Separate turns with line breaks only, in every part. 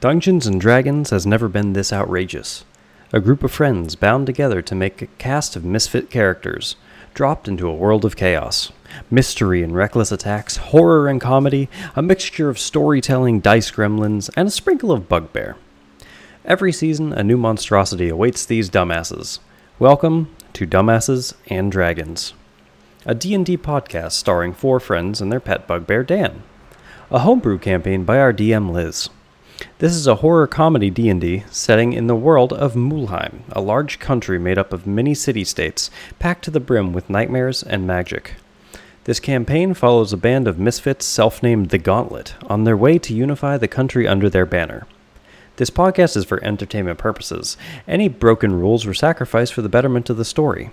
Dungeons and Dragons has never been this outrageous. A group of friends bound together to make a cast of misfit characters, dropped into a world of chaos. Mystery and reckless attacks, horror and comedy, a mixture of storytelling, dice gremlins, and a sprinkle of bugbear. Every season, a new monstrosity awaits these dumbasses. Welcome to Dumbasses and Dragons, a D&D podcast starring four friends and their pet bugbear Dan, a homebrew campaign by our DM Liz. This is a horror comedy D&D setting in the world of Mulheim, a large country made up of many city-states packed to the brim with nightmares and magic. This campaign follows a band of misfits self-named the Gauntlet on their way to unify the country under their banner. This podcast is for entertainment purposes. Any broken rules were sacrificed for the betterment of the story.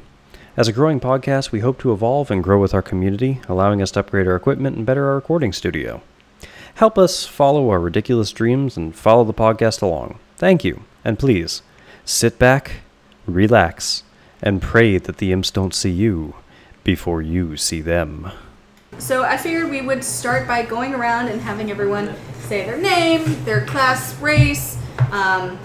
As a growing podcast, we hope to evolve and grow with our community, allowing us to upgrade our equipment and better our recording studio. Help us follow our ridiculous dreams and follow the podcast along. Thank you. And please, sit back, relax, and pray that the imps don't see you before you see them.
So I figured we would start by going around and having everyone say their name, their class, race, um,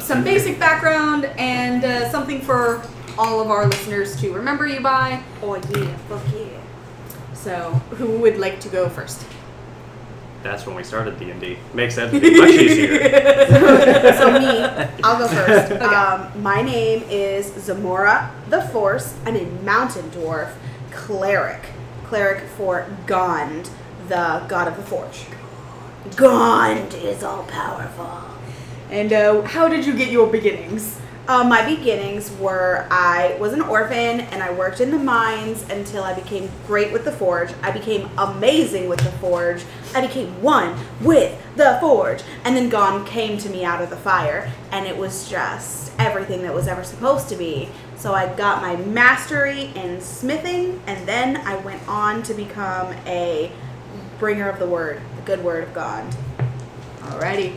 some basic background, and uh, something for all of our listeners to remember you by.
Oh yeah, fuck yeah.
So who would like to go first?
That's when we started D&D. Makes everything much easier.
So me, I'll go first. Um, my name is Zamora the Force. I'm a mountain dwarf cleric. Cleric for Gond, the god of the forge. Gond is all powerful.
And uh, how did you get your beginnings?
Uh, my beginnings were I was an orphan and I worked in the mines until I became great with the forge. I became amazing with the forge. I became one with the forge. And then Gone came to me out of the fire, and it was just everything that was ever supposed to be. So I got my mastery in smithing, and then I went on to become a bringer of the word, the good word of God.
Alrighty.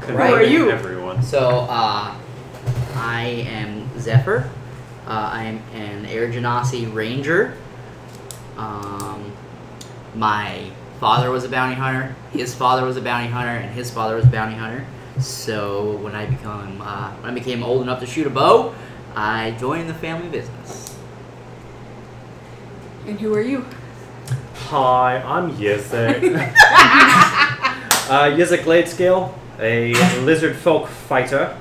Could
Right.
be
Who are you?
Everyone.
So, uh, I am Zephyr. Uh, I am an Air Genasi Ranger. Um, my father was a bounty hunter. His father was a bounty hunter, and his father was a bounty hunter. So when I become uh, when I became old enough to shoot a bow, I joined the family business.
And who are you?
Hi, I'm Yezek. uh, Yezek Gladescale, a lizard folk fighter.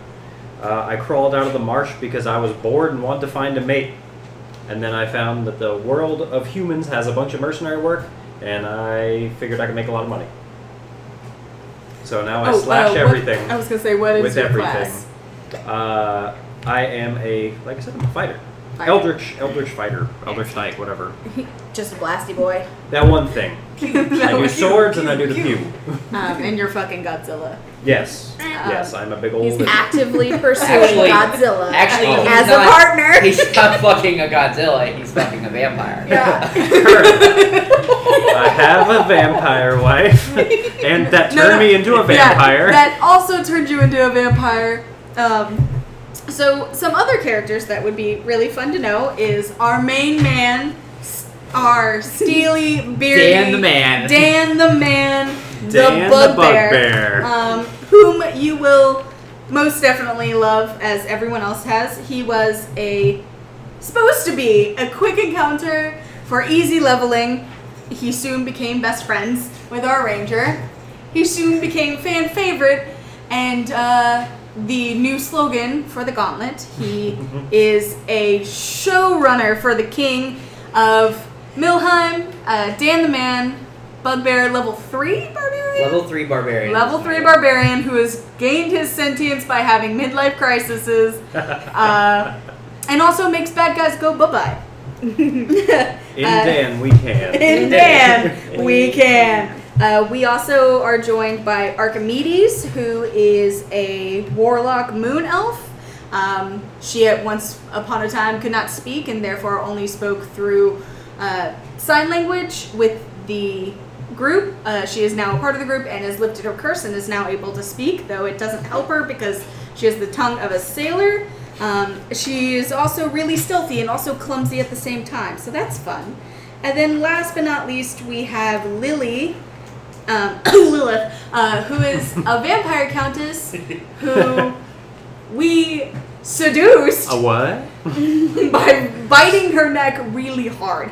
Uh, I crawled out of the marsh because I was bored and wanted to find a mate. And then I found that the world of humans has a bunch of mercenary work, and I figured I could make a lot of money. So now Oh, I slash
uh, what-
everything.
I was gonna say what is
with
your
everything.
class?
Uh, I am a, like I said, I'm a fighter.
Fighter.
Eldritch, Eldritch fighter, Eldritch knight, whatever.
Just a blasty boy.
That one thing. I do swords and I do the pew.
Um, and you're fucking Godzilla. Um,
Yes,
Uh,
yes, I'm a big old. lizard.
actively pursuing
Actually-
Godzilla
Actually,
Oh.
he's
as
not,
a partner.
He's not fucking a Godzilla. He's fucking a vampire.
Yeah.
I have a vampire wife, and that
No,
turned
no.
me into a vampire.
Yeah, that also turned you into a vampire. Um, so some other characters that would be really fun to know is our main man, s- our steely bearded
Dan the man.
Dan the man,
Dan
the
the
bugbear,
Bugbear.
um, whom you will most definitely love, as everyone else has. He was a supposed to be a quick encounter for easy leveling. He soon became best friends with our ranger. He soon became fan favorite and uh, the new slogan for the gauntlet. He is a showrunner for the king of Milheim, uh, Dan the Man, Bugbear level 3 barbarian?
Level three barbarian.
Level 3 barbarian who has gained his sentience by having midlife crises uh, and also makes bad guys go bye bye.
In
uh,
Dan, we can.
In Dan, we can. Uh, we also are joined by Archimedes, who is a warlock moon elf. Um, she at once upon a time could not speak and therefore only spoke through uh, sign language with the group. Uh, she is now a part of the group and has lifted her curse and is now able to speak, though it doesn't help her because she has the tongue of a sailor. Um, she is also really stealthy and also clumsy at the same time, so that's fun. And then last but not least, we have Lily, um, Lilith, uh, who is a vampire countess who we seduced
Oh.
A what?
by biting her neck really hard.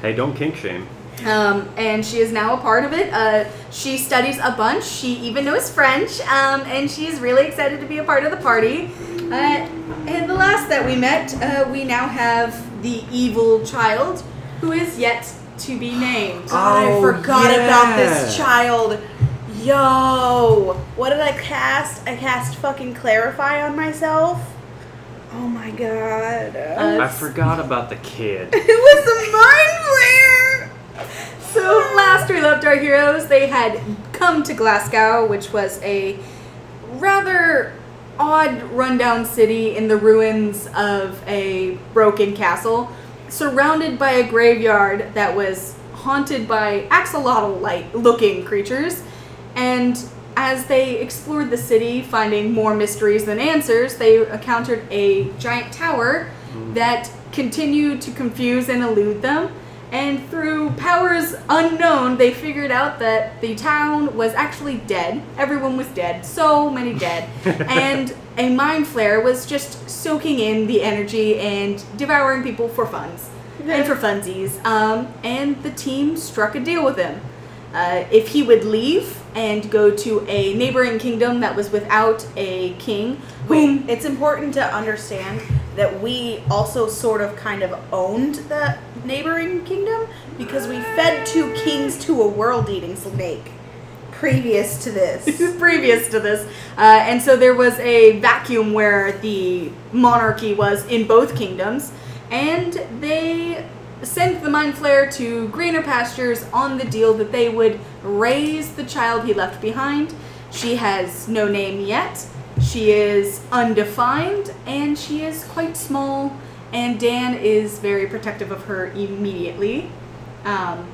Hey, don't kink shame.
Um, and she is now a part of it. Uh, she studies a bunch. She even knows French. Um, and she's really excited to be a part of the party. Uh, and the last that we met, uh, we now have the evil child who is yet to be named.
God,
Oh,
I forgot about this
yeah.
child. Yo, what did I cast? I cast fucking clarify on myself. Oh my god.
I
Uh,
forgot about the kid.
it was the mind flare.
So last we left our heroes, they had come to Glasgow, which was a rather odd rundown city in the ruins of a broken castle, surrounded by a graveyard that was haunted by axolotl-like looking creatures. And as they explored the city, finding more mysteries than answers, they encountered a giant tower that continued to confuse and elude them. And through powers unknown, they figured out that the town was actually dead. Everyone was dead. So many dead. and a mind flare was just soaking in the energy and devouring people for funs and for funsies. Um, and the team struck a deal with him. Uh, if he would leave and go to a neighboring kingdom that was without a king, whom
Wait, it's important to understand that we also sort of kind of owned the neighboring kingdom because we fed two kings to a world eating snake previous to this.
previous to this. Uh, and so there was a vacuum where the monarchy was in both kingdoms. And they sent the Mind Flayer to greener pastures on the deal that they would raise the child he left behind. She has no name yet. She is undefined and she is quite small. And Dan is very protective of her immediately. Um,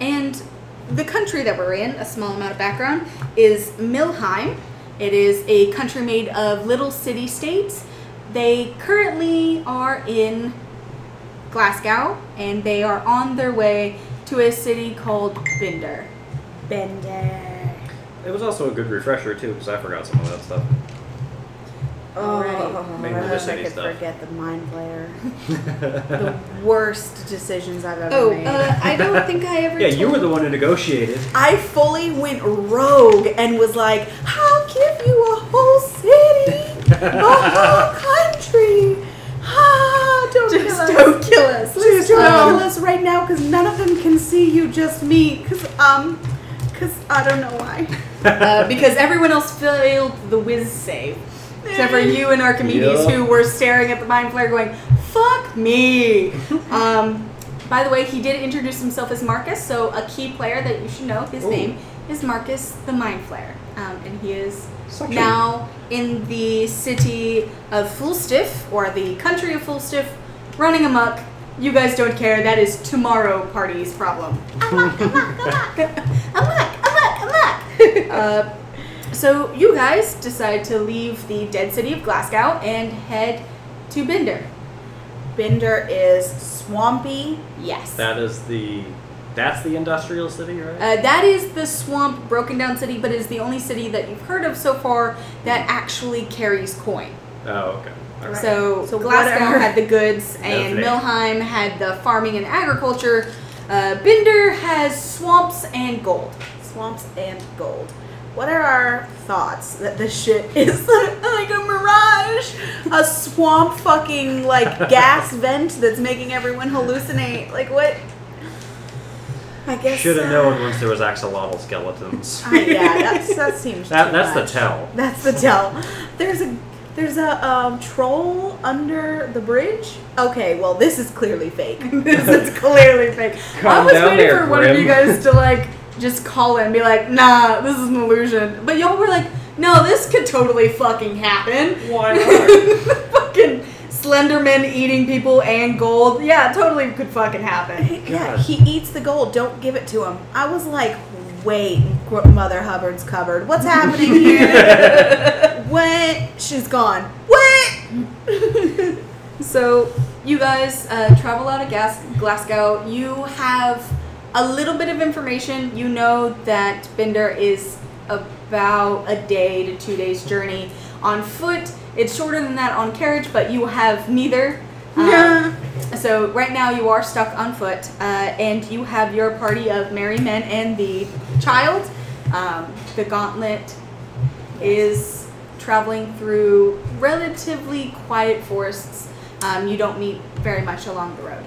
and the country that we're in, a small amount of background, is Milheim. It is a country made of little city states. They currently are in Glasgow and they are on their way to a city called Binder.
Bender.
It was also a good refresher too, because I forgot some of that stuff.
Oh,
Maybe
I
the
wish I
city
could
stuff.
forget the mind flare. the worst decisions I've ever
Oh,
made.
uh, I don't think I ever.
Yeah, you were the one who negotiated.
I fully went rogue and was like, I'll give you a whole city, a whole country. Ah, don't
Just
kill us.
don't kill us.
Just
Let's
don't
go.
kill us right now because none of them can see you, just me. Because, um, because I don't know why.
uh, because everyone else failed the whiz save, except for you and Archimedes,
Yeah.
who were staring at the mind flare, going, "Fuck me." um, by the way, he did introduce himself as Marcus, so a key player that you should know. His
Ooh.
name is Marcus the Mind Flayer, um, and he is
Such a-
now in the city of Fulstiff or the country of Fulstiff, running amok. You guys don't care. That is tomorrow party's problem. Amok, amok, amok, amok, amok, amok. Uh, so you guys decide to leave the dead city of Glasgow and head to Binder.
Bender is swampy.
Yes.
That is the. That's the industrial city, right?
Uh, that is the swamp broken down city, but is the only city that you've heard of so far that actually carries coin.
oh, okay. All right.
So,
So
Glasgow
whatever.
had the goods, and
Lovely.
Milheim had the farming and agriculture. Uh, Binder has swamps and gold.
Swamps and gold. What are our thoughts that this shit is like a mirage? A swamp fucking like gas vent that's making everyone hallucinate. Like what? I guess.
Should have
uh,
known once there was axolotl skeletons.
Uh, yeah, that's, that seems.
That,
too
that's the
much.
tell.
That's the tell. There's a there's a um, troll under the bridge. Okay, well this is clearly fake.
this is clearly fake. I
Calm
was
down
waiting
there,
for one of
Grim.
you guys to like just call it and be like, nah, this is an illusion. But y'all were like, no, this could totally fucking happen.
Why
fucking Slenderman eating people and gold. Yeah, totally could fucking happen.
Yeah,
God.
he eats the gold. Don't give it to him. I was like, wait, Gr- Mother Hubbard's cupboard. What's happening here? what? She's gone. What?
So you guys uh, travel out of Gas- Glasgow. You have a little bit of information. You know that Bender is about a day to two days journey on foot. It's shorter than that on carriage, but you have neither. Um,
Yeah.
So right now you are stuck on foot, uh, and you have your party of merry men and the child. Um, the gauntlet is traveling through relatively quiet forests. Um, you don't meet very much along the road.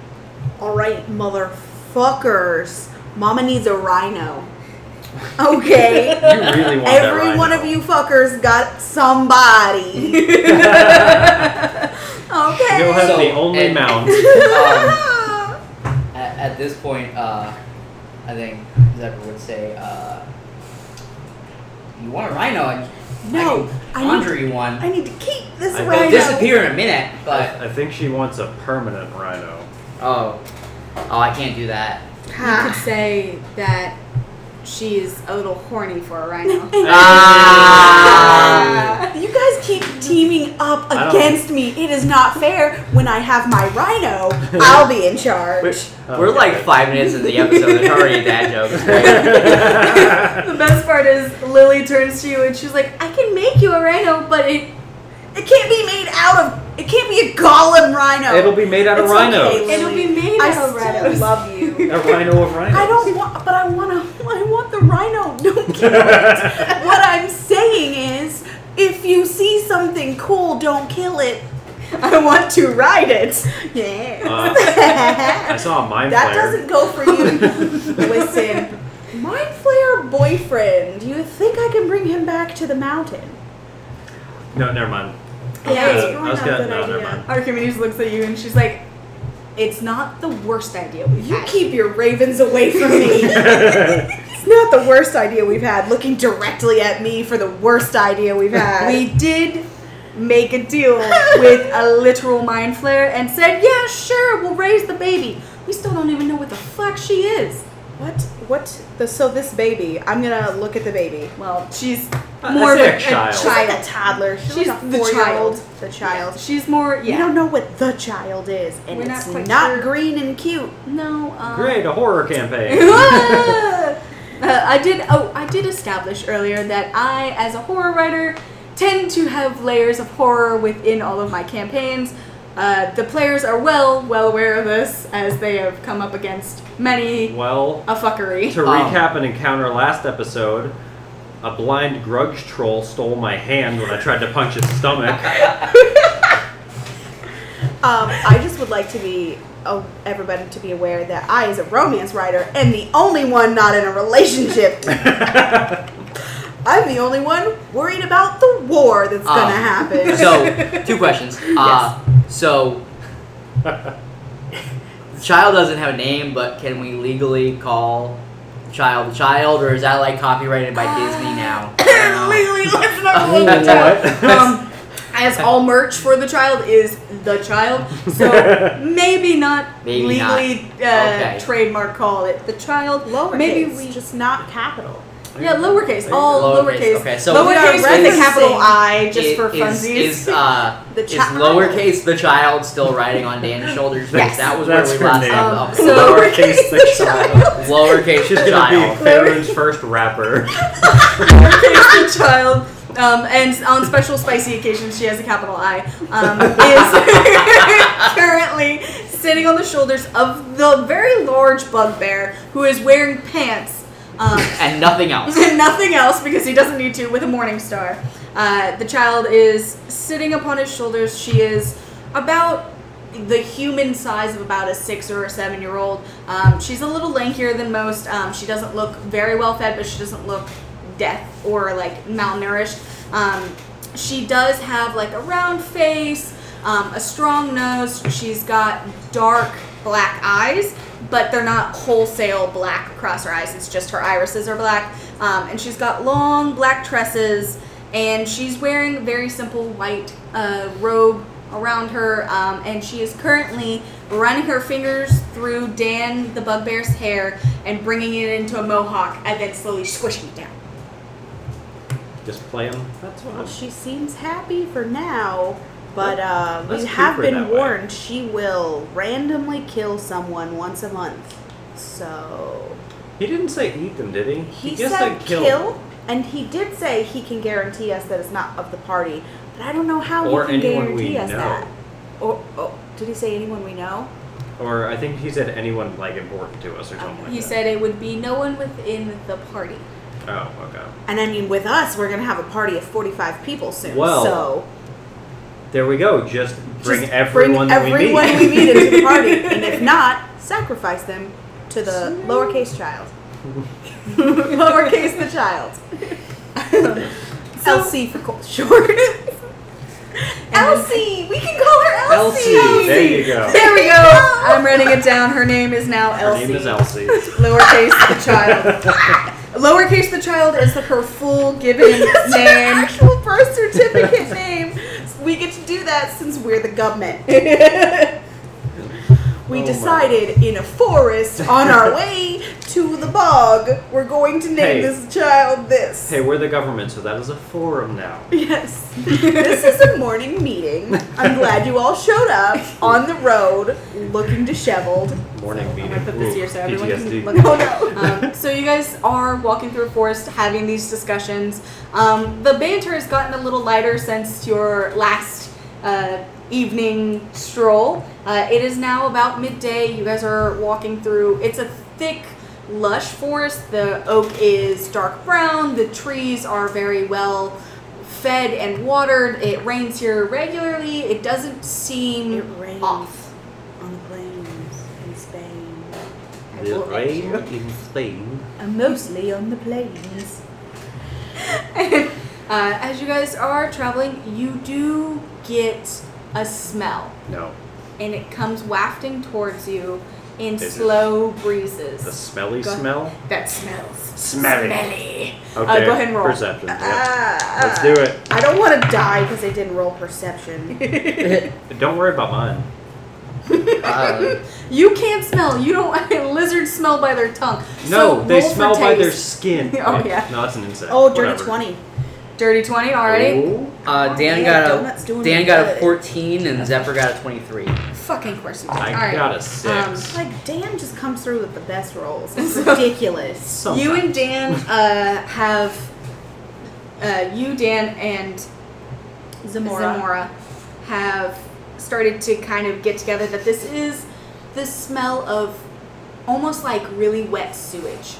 All right, motherfuckers. Mama needs a rhino. Okay.
You really want that
Every
rhino.
one of you fuckers got somebody.
You'll
okay.
have
So-
the only
and-
mount.
Um, at, at this point, uh, I think Zephyr would say, uh, "You want a rhino? I,
No,
I can
I need-
conjure you one.
I need to keep this
I
They'll
know.
rhino.
disappear in a minute." But
I think she wants a permanent rhino.
oh, oh, I can't do that.
You could
Ha.
say that she's a little horny for a rhino.
Ah.
You guys keep teaming up
I don't-
against me. It is not fair. When I have my rhino, I'll be in charge.
We're,
Oh,
we're like
okay.
five minutes into the episode. There's already dad jokes.
the best part is Lily turns to you and she's like, "I can make you a rhino, but it
It can't be made out of. It can't be a golem rhino.
It'll be made out of
It's
rhinos.
okay.
it'll be made
I
out of
still
rhinos."
love you.
A rhino of rhinos.
I don't want, but I want to. I want the rhino. Don't kill it. what I'm saying is, if you see something cool, don't kill it. I want to ride it. Yeah.
Uh, I saw a mind
that
flayer.
doesn't go for you. Listen, Mind Flayer boyfriend. You think I can bring him back to the mountain?
No, never mind. I was
Yeah, it's
gonna- I
probably
was
not a
gonna-
good
no, never
idea.
mind.
Archimedes looks at you and she's like, "It's not the worst idea we've
You
had."
keep your ravens away from me. it's not the worst idea we've had. Looking directly at me for the worst idea we've had.
we did make a deal with a literal mind flare and said, "Yeah, sure, we'll raise the baby." We still don't even know what the fuck she is.
What? What? The, so this baby, I'm gonna look at the baby.
Well, she's
Uh,
more of
that's
a,
a child.
She's like a toddler. She's,
She's
like a
the
four-year-old.
child.
The child.
She's more
We
yeah.
don't know what the child is, and
We're not
it's
quite
not,
sure.
green and cute.
No. Um,
Great, a horror campaign.
uh, I did. Oh, I did establish earlier that I, as a horror writer, tend to have layers of horror within all of my campaigns. Uh, the players are well, well aware of this, as they have come up against many
well,
a fuckery.
Oh.
to recap an encounter last episode, a blind grudge troll stole my hand when I tried to punch its stomach.
Um, I just would like to be oh, everybody to be aware that I, as a romance writer, am the only one not in a relationship. I'm the only one worried about the war that's
Oh.
gonna happen.
so, two questions. Uh, So, the child doesn't have a name, but can we legally call the child the child, or is that like copyrighted by Disney
Ah.
now?
Legally, let's not
Oh,
roll the child.
what?
Um, as all merch for the child is the child, so maybe not
Maybe not.
legally Uh,
Okay.
trademark call it the child.
Lowercase,
Maybe we
just not capital.
Yeah, lowercase.
There you
All
go.
lowercase.
Lowercase, okay, so-
we
lowercase
are
with
read the
a
capital I.
just
It-
for
is-
funsies.
Is, uh,
The
is
child.
lowercase the child still riding on Dan's shoulders? Because
That's-
That was
that's
where we
her
last
name.
left
Um,
off.
so-
Lowercase the child.
lowercase
She's
the
gonna
child.
be Farron's first rapper.
lowercase the child. Um, and on special spicy occasions, she has a capital I. Um, is currently sitting on the shoulders of the very large bugbear who is wearing pants. Um,
and nothing else.
and nothing else because he doesn't need to with a morning star uh, the child is sitting upon his shoulders she is about the human size of about a six or a seven year old um, she's a little lankier than most um, she doesn't look very well fed but she doesn't look deaf or like malnourished um, she does have like a round face um, a strong nose she's got dark black eyes but they're not wholesale black across her eyes. It's just her irises are black. Um, and she's got long black tresses, and she's wearing a very simple white uh, robe around her. Um, and she is currently running her fingers through Dan the Bugbear's hair and bringing it into a mohawk, and then slowly squishing it down.
Just play him. That's what
Well,
I'm
she seems happy for now, but uh,
Let's
we
keep
have
her that
been
way.
warned she will randomly kill someone once a month. So
He didn't say eat them, did he?
He,
just
said
said
kill. and he did say he can guarantee us that it's not of the party. But I don't know how
Or
he can
anyone we
guarantee us
know.
that. Or oh, did he say anyone we know?
Or I think he said anyone like important to us or something like
He
that.
said it would be no one within the party.
Oh, okay.
And I mean, with us, we're gonna have a party of forty-five people soon.
Well,
so
There we go. Just bring
just bring
everyone that
everyone
we meet.
we meet into the party, and if not, sacrifice them to the lowercase child, lowercase the child. Elsie for co- short. Elsie, we can call her Elsie.
Elsie. There you go.
There we go. I'm writing it down. Her name is now
Her
Elsie.
name is Elsie.
Lowercase the child. Lowercase the child is her full given name.
actual birth certificate name. We get to do that since we're the government.
Oh
we
my.
decided in a forest on our way to the bog, we're going to name
Hey.
this child this.
hey, we're the government, so that is a forum now.
Yes. this is a morning meeting. I'm glad you all showed up on the road looking disheveled.
Morning meeting.
gonna put this
Ooh,
here so everyone can
PTSD.
look
Oh no.
Um, so you guys are walking through a forest, having these discussions. Um, the banter has gotten a little lighter since your last uh, evening stroll. Uh, it is now about midday. You guys are walking through. It's a thick, lush forest. The oak is dark brown. The trees are very well fed and watered. It rains here regularly. It doesn't seem
It rains.
off.
On the plains in Spain.
The rain in Spain.
And mostly on the plains.
uh, as you guys are traveling, you do get a smell,
No,
and it comes wafting towards you in
Is it
slow
the
breezes.
smelly
Go-
smell.
That smells
Smelly.
smelly. Uh,
Okay.
go ahead and roll.
Perception. Yep.
Ah.
Let's do it.
I don't want to die because I didn't roll perception.
Don't worry about mine.
Uh,
You can't smell. You don't. lizards smell by their tongue.
No,
So
they
roll for
smell by their
taste.
skin.
Oh, yeah.
No, that's an insect.
oh, dirty
Whatever.
twenty.
Dirty twenty already.
Ooh.
uh, Dan
Yeah,
Oh.
got
donuts
a
doing
Dan got a
good.
14 and Zephyr got a 23.
Oh.
Fucking course you do.
I
All right. Um,
got a six.
Like Dan just comes through with the best rolls. It's ridiculous.
Something.
You and Dan uh, have uh, you, Dan, and Zamora. have started to kind of get together that this is the smell of almost like really wet sewage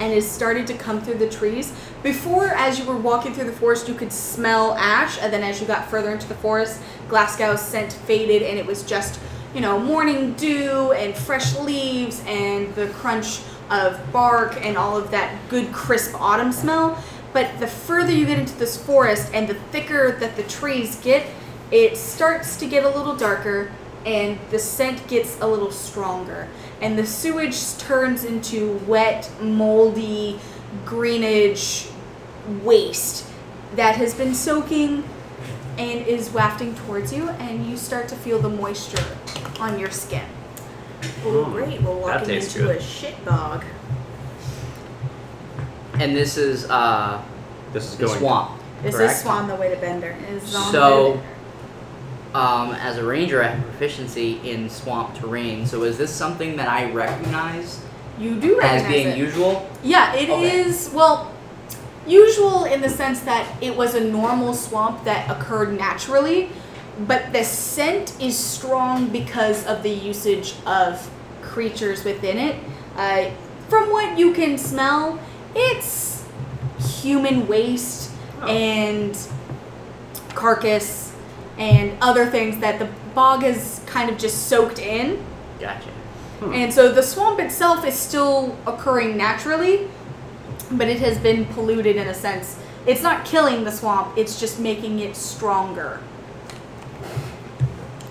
and it started to come through the trees before as you were walking through the forest you could smell ash and then as you got further into the forest glasgow's scent faded and it was just you know morning dew and fresh leaves and the crunch of bark and all of that good crisp autumn smell but the further you get into this forest and the thicker that the trees get, it starts to get a little darker and the scent gets a little stronger. And the sewage turns into wet, moldy, greenage waste that has been soaking and is wafting towards you, and you start to feel the moisture on your skin.
Hmm.
Oh, great. We're walking
tastes
into
good.
a shit bog.
And this is uh,
This is
the
going.
swamp.
This
correct?
is Swan the way to Bender.
Is on
So,
the-
um, as a ranger, I have proficiency in swamp terrain. So, is this something that I recognize
you do recognize
as being
it.
usual?
Yeah, it is
Okay.
well usual in the sense that it was a normal swamp that occurred naturally, but the scent is strong because of the usage of creatures within it. Uh, from what you can smell, it's human waste
Oh.
and carcass and other things that the bog has kind of just soaked in.
Gotcha.
And so the swamp itself is still occurring naturally, but it has been polluted in a sense. It's not killing the swamp, it's just making it stronger.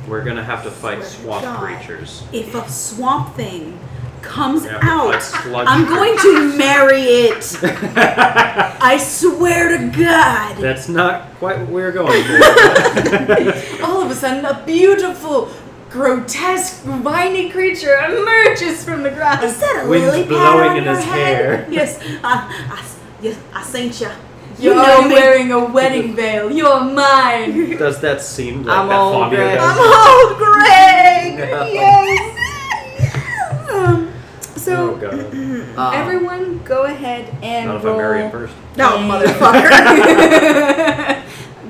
We're gonna have to fight
Swear to
swamp
God.
creatures.
If a swamp thing comes
Yeah,
out,
like sludge
I'm
creatures.
going to marry it. I swear to God.
That's not quite what we were going for.
All of a sudden, a beautiful, grotesque, whiny creature emerges from the
Is
grass.
that a
Wind's
lily pad
blowing
on
in
your
his
head?
hair.
Yes, I, I, yes, I sent you. You
You're
know me.
wearing a wedding veil. You're mine.
Does that seem like
I'm
that
all
Fabio
red.
does?
I'm old, Greg.
No.
Yes.
Um,
Oh
So
god.
Um,
everyone, go ahead and
Not if I
roll.
marry him first.
No,
a-
motherfucker.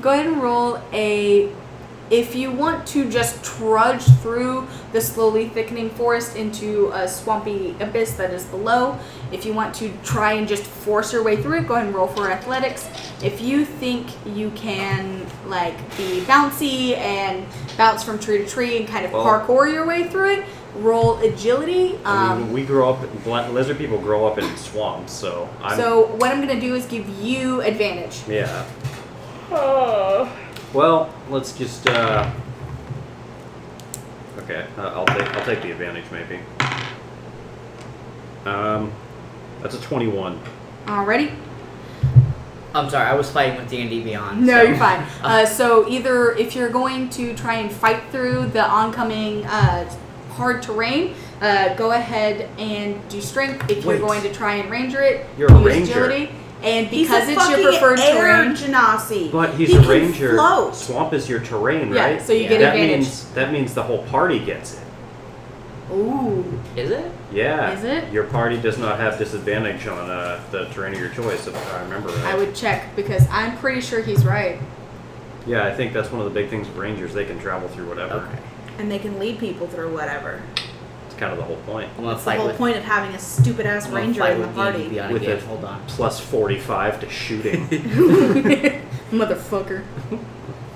go ahead and roll a. If you want to just trudge through the slowly thickening forest into a swampy abyss that is below, if you want to try and just force your way through it, go ahead and roll for athletics. If you think you can, like, be bouncy and bounce from tree to tree and kind of
Well-
parkour your way through it, roll agility.
I mean,
Um,
we grow up, black, lizard people grow up in swamps, so I'm.
so, what I'm going to do is give you advantage.
yeah. Well, let's just. Uh, okay, uh, I'll take I'll take the advantage maybe. Um, that's a twenty-one.
Alrighty.
I'm sorry, I was fighting with D and D Beyond.
No,
so-
you're fine. Uh, so either if you're going to try and fight through the oncoming uh, hard terrain, uh, go ahead and do strength. If
Wait.
you're going to try and ranger it,
You're a
use
ranger.
agility. And
He's
because
a
it's your
fucking
preferred
air
terrain,
genasi.
But he's
He
a
can
ranger.
float.
Swamp is your terrain,
yeah.
right?
So you
Yeah.
get
that
advantage.
means that means the whole party gets it.
Ooh,
Is it?
Yeah.
Is it?
Your party does not have disadvantage on uh, the terrain of your choice, if I remember right.
I would check because I'm pretty sure he's right.
Yeah, I think that's one of the big things with rangers. They can travel through whatever.
Okay.
and they can lead people through whatever.
It's kind of the whole point.
I'm gonna
That's the
fight
whole
with.
point of having a stupid ass
I'm gonna
ranger
fight
in the
with D&D
party.
Beyond
With
again.
it.
Hold on.
Plus 45 to shooting.
Motherfucker,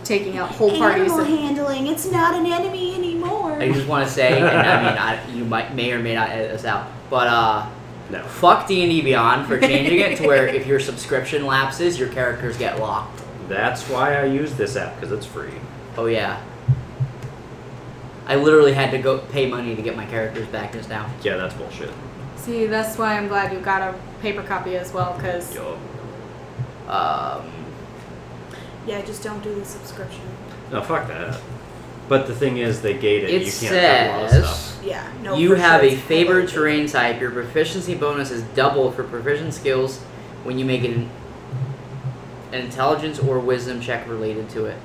taking out whole parties.
Animal handling. It's not an enemy anymore.
I just want to say, and I mean, I, you might may or may not edit this out, but uh,
no.
fuck D and D Beyond for changing it to where if your subscription lapses, your characters get locked.
That's why I use this app, because it's free.
Oh yeah. I literally had to go pay money to get my characters back just now.
Yeah, that's bullshit.
See, that's why I'm glad you got a paper copy as well because
Yo.
Um,
yeah, just don't do the subscription.
No, fuck that. But the thing is, they gate it.
it
you can't have a lot of stuff.
says
Yeah, no.
you
for
have
sure
a
it's
favored
covered.
terrain type. Your proficiency bonus is double for proficient skills when you make an, an intelligence or wisdom check related to it.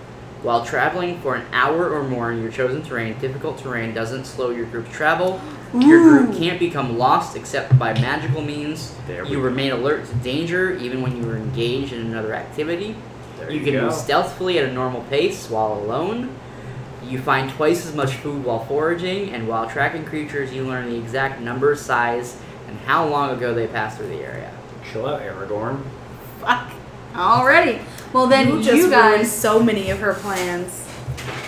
While traveling for an hour or more in your chosen terrain, difficult terrain doesn't slow your group's travel. Your group can't become lost except by magical means.
There we
you
go.
remain alert to danger even when you are engaged in another activity.
There
You
you,
can
go.
move stealthily at a normal pace while alone. You find twice as much food while foraging, and while tracking creatures, you learn the exact number, size, and how long ago they passed through the area.
Chill out, Aragorn.
fuck. Alrighty. Well then,
you, just
you
ruined
guys.
so many of her plans.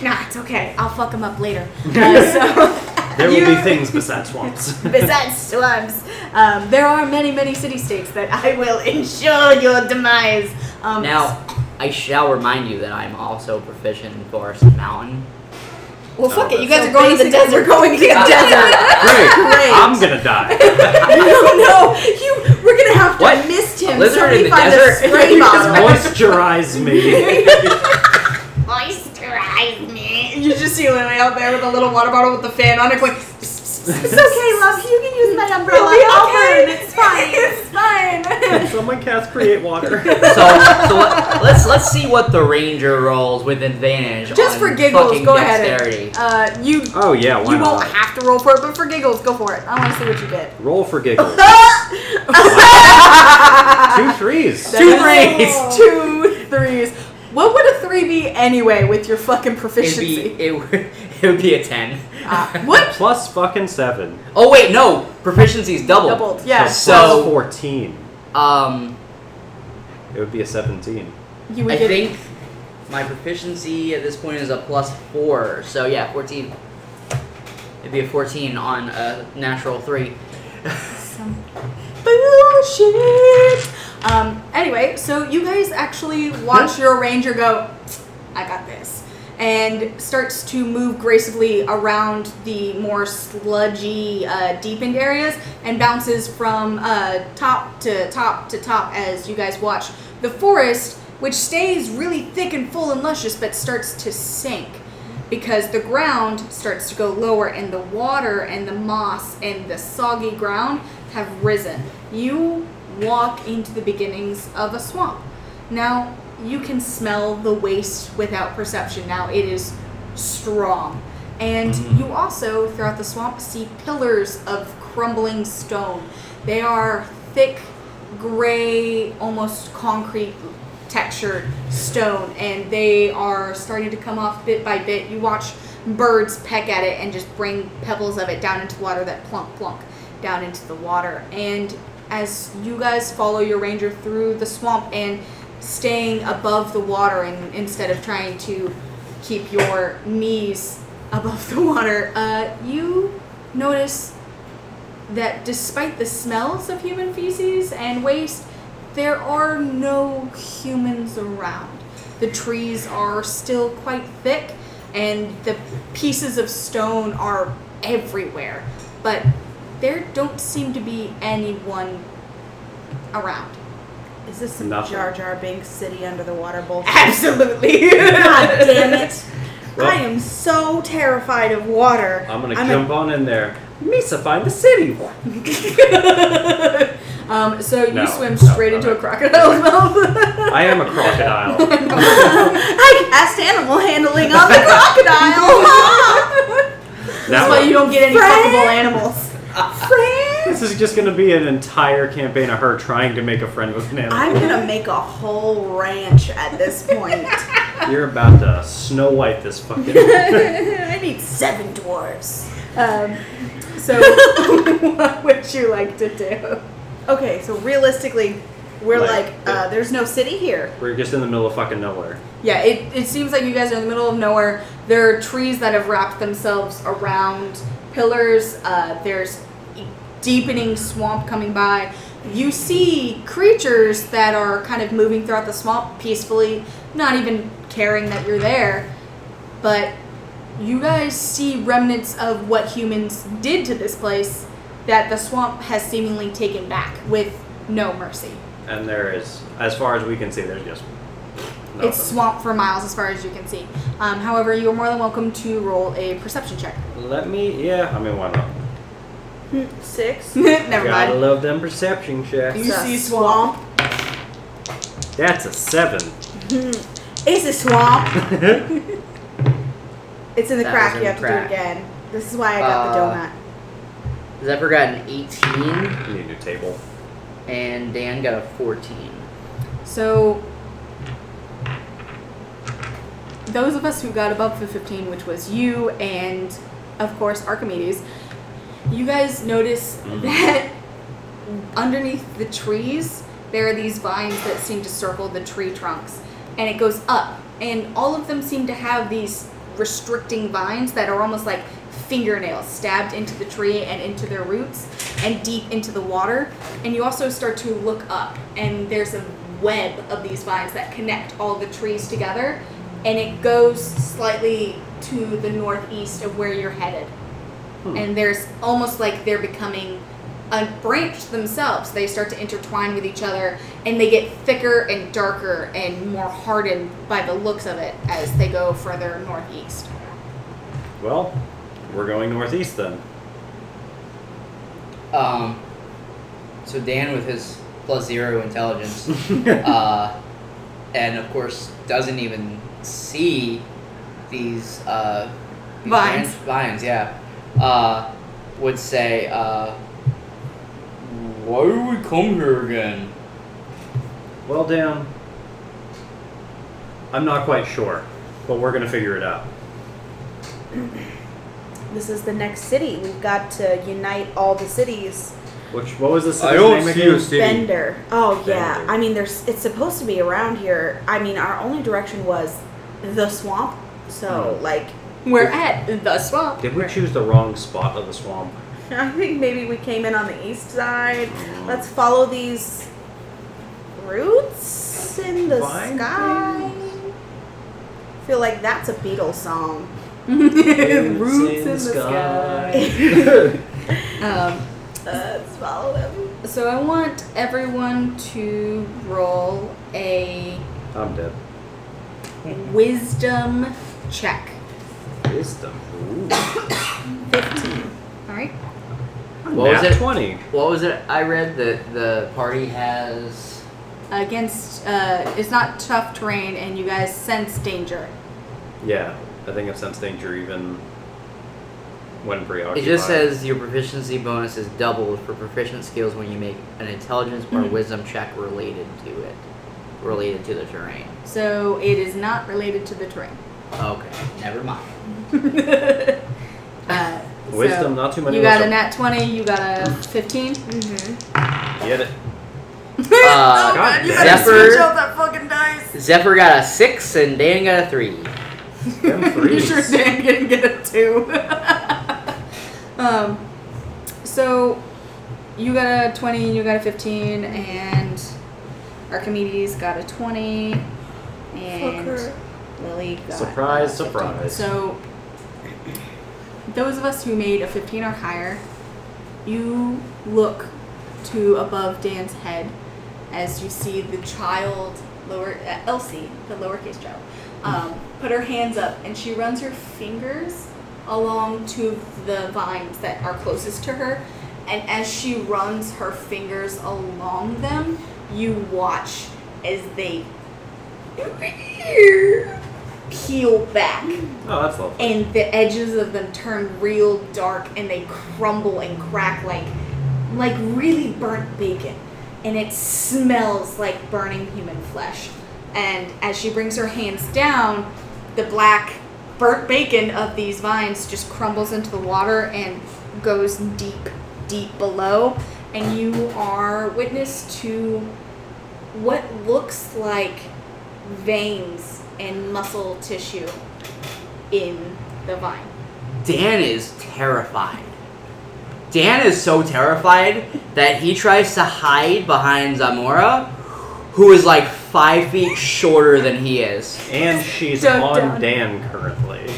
Nah, it's okay. I'll fuck him up later. Uh,
There will
You-
be things besides swamps.
so, besides slums, um, there are many, many city states that I will ensure your demise. Um,
Now, I shall remind you that I'm also proficient in forest and mountain.
well, fuck it. You guys
So
are going to the
basically,
desert.
We're going to the desert.
Great.
Great.
I'm gonna die.
no, no. You, we're gonna have to
What?
mist
A
him.
lizard
so we
in the
find
desert?
A spray bottle.
Moisturize me.
Moisturize me. You just see Lily out there with a little water bottle with the fan on it, going.
it's okay, love. You can use my
It'll
umbrella.
be
I'll
okay.
burn. It's fine.
it's fine.
Someone cast create water.
So, so let, let's let's see what the ranger rolls with advantage.
Just
on
for giggles,
fucking
go
dexterity.
ahead. And, uh, you
Oh yeah, why
you
not?
won't have to roll for it, but for giggles, go for it. I want to see what you get.
Roll for giggles. Two threes.
Two
That's Two threes. What would a three be anyway with your fucking
It'd
proficiency?
be it, would- it would be a ten.
Ah, what?
Plus fucking seven.
Oh wait, no, proficiency's double.
Doubled.
So
Yeah.
plus
So-
fourteen.
Um,
It would be a seventeen.
You would
I
get
think my proficiency at this point is a plus four. So yeah, fourteen. It'd be a fourteen on a natural three.
some bullshit. Um, anyway, so you guys actually watch your ranger go, I got this. And starts to move gracefully around the more sludgy, uh, deepened areas and bounces from uh, top to top to top as you guys watch the forest, which stays really thick and full and luscious but starts to sink because the ground starts to go lower and the water and the moss and the soggy ground have risen. You walk into the beginnings of a swamp. Now, you can smell the waste without perception. Now, it is strong. And you also, throughout the swamp, see pillars of crumbling stone. They are thick, gray, almost concrete textured stone, and they are starting to come off bit by bit. You watch birds peck at it and just bring pebbles of it down into the water that plunk plunk down into the water. And as you guys follow your ranger through the swamp and staying above the water and instead of trying to keep your knees above the water, uh, you notice that despite the smells of human feces and waste, there are no humans around. The trees are still quite thick, and the pieces of stone are everywhere, but there don't seem to be anyone around.
Is this some
Nothing.
Jar Jar Binks City under the water bullshit?
Absolutely.
God damn it!
Well-
I am so terrified of water.
I'm gonna jump on in there. Misa, find the city.
um, so you
No,
swim
no,
straight
no,
into
no.
a crocodile's mouth.
I am a crocodile.
I cast animal handling on the crocodile.
That's
Now
why you don't get any fuckable
Friend?
animals.
Friends,
This is just gonna be an entire campaign of her trying to make a friend with an
I'm
animal.
gonna make a whole ranch at this point.
You're about to Snow White this fucking.
I need seven dwarves.
Um, so what would you like to do?
Okay, so realistically, we're
Like,
like, uh, there's no city here.
We're just in the middle of fucking nowhere.
Yeah, it, it seems like you guys are in the middle of nowhere. There are trees that have wrapped themselves around pillars. Uh, there's deepening swamp coming by. You see creatures that are kind of moving throughout the swamp peacefully, not even caring that you're there. But you guys see remnants of what humans did to this place that the swamp has seemingly taken back with no mercy.
And there is, as far as we can see, there's just. Nothing.
It's swamp for miles as far as you can see. Um, however, you are more than welcome to roll a perception check.
Let me, yeah, I mean, why not?
Six.
Never
Gotta
mind.
love them perception checks.
You
It's a
see swamp.
That's a seven.
It's a swamp. It's in the
That was
crack.
in
you
the
have
crack.
to do it again. This is why I got the
Uh,
donut.
Zephyr got an 18,
You need a new table.
and Dan got a 14.
So, those of us who got above the 15, which was you and, of course, Archimedes, you guys notice
Mm-hmm.
Mhm.
that underneath the trees, there are these vines that seem to circle the tree trunks. And it goes up. And all of them seem to have these restricting vines that are almost like fingernails stabbed into the tree and into their roots and deep into the water. And you also start to look up, and there's a web of these vines that connect all the trees together. And it goes slightly to the northeast of where you're headed and there's almost like they're becoming a branch themselves. They start to intertwine with each other, and they get thicker and darker and more hardened by the looks of it as they go further northeast.
Well, we're going northeast then.
Um, so Dan, with his plus zero intelligence, uh, and of course doesn't even see these uh, these
Vines.
branch- vines, yeah, uh, would say, uh, "Why do we come here again?"
Well, Dan, I'm not quite sure, but we're gonna figure it out.
This is the next city. We've got to unite all the cities.
Which, what was the city's name again?
Bender. Oh yeah.
Bender.
I mean, there's. It's supposed to be around here. I mean, our only direction was the swamp. So like,
We're at the swamp.
Did we choose the wrong spot of the swamp?
I think maybe we came in on the east side. Let's follow these roots in the
Vine
sky. Feel like that's a Beatles song.
Roots in the sky. Um,
Let's follow them.
so I want everyone to roll a
I'm dead.
wisdom check.
Wisdom. Ooh.
All right.
What was
Nat
it?
Twenty.
What was it? I read that the party has.
Against, uh, it's not tough terrain, and you guys sense danger.
Yeah, I think I've sensed danger even when
It
preoccupied.
just says your proficiency bonus is doubled for proficient skills when you make an intelligence or wisdom check related to it, related to the terrain.
So it is not related to the terrain.
Okay, never mind.
Uh, so
wisdom. not too many.
you got a
wisdom.
nat 20, you got a 15.
Mm-hmm.
Get it.
Uh,
God
Oh, you
damn.
better switch
Zephyr-
out that fucking dice.
Zephyr got a six and Dan got a three.
Them
You
threes.
sure Dan didn't get a two? um, so you got a 20, you got a 15, and Archimedes got a 20, and Lily got
Surprise,
a 15.
surprise.
So those of us who made a 15 or higher, you look to above Dan's head as you see the child, lower uh, Elsie, the lowercase child,
Hmm.
um, put her hands up and she runs her fingers along two of the vines that are closest to her. And as she runs her fingers along them, you watch as they peel back
Oh, that's lovely.
and the edges of them turn real dark and they crumble and crack like like really burnt bacon and it smells like burning human flesh and as she brings her hands down the black burnt bacon of these vines just crumbles into the water and goes deep deep below and you are witness to what looks like veins and muscle tissue in the vine.
Dan is terrified. Dan is so terrified that he tries to hide behind Zamora, who is like five feet shorter than he is.
And she's
Dun,
on
dun.
Dan currently.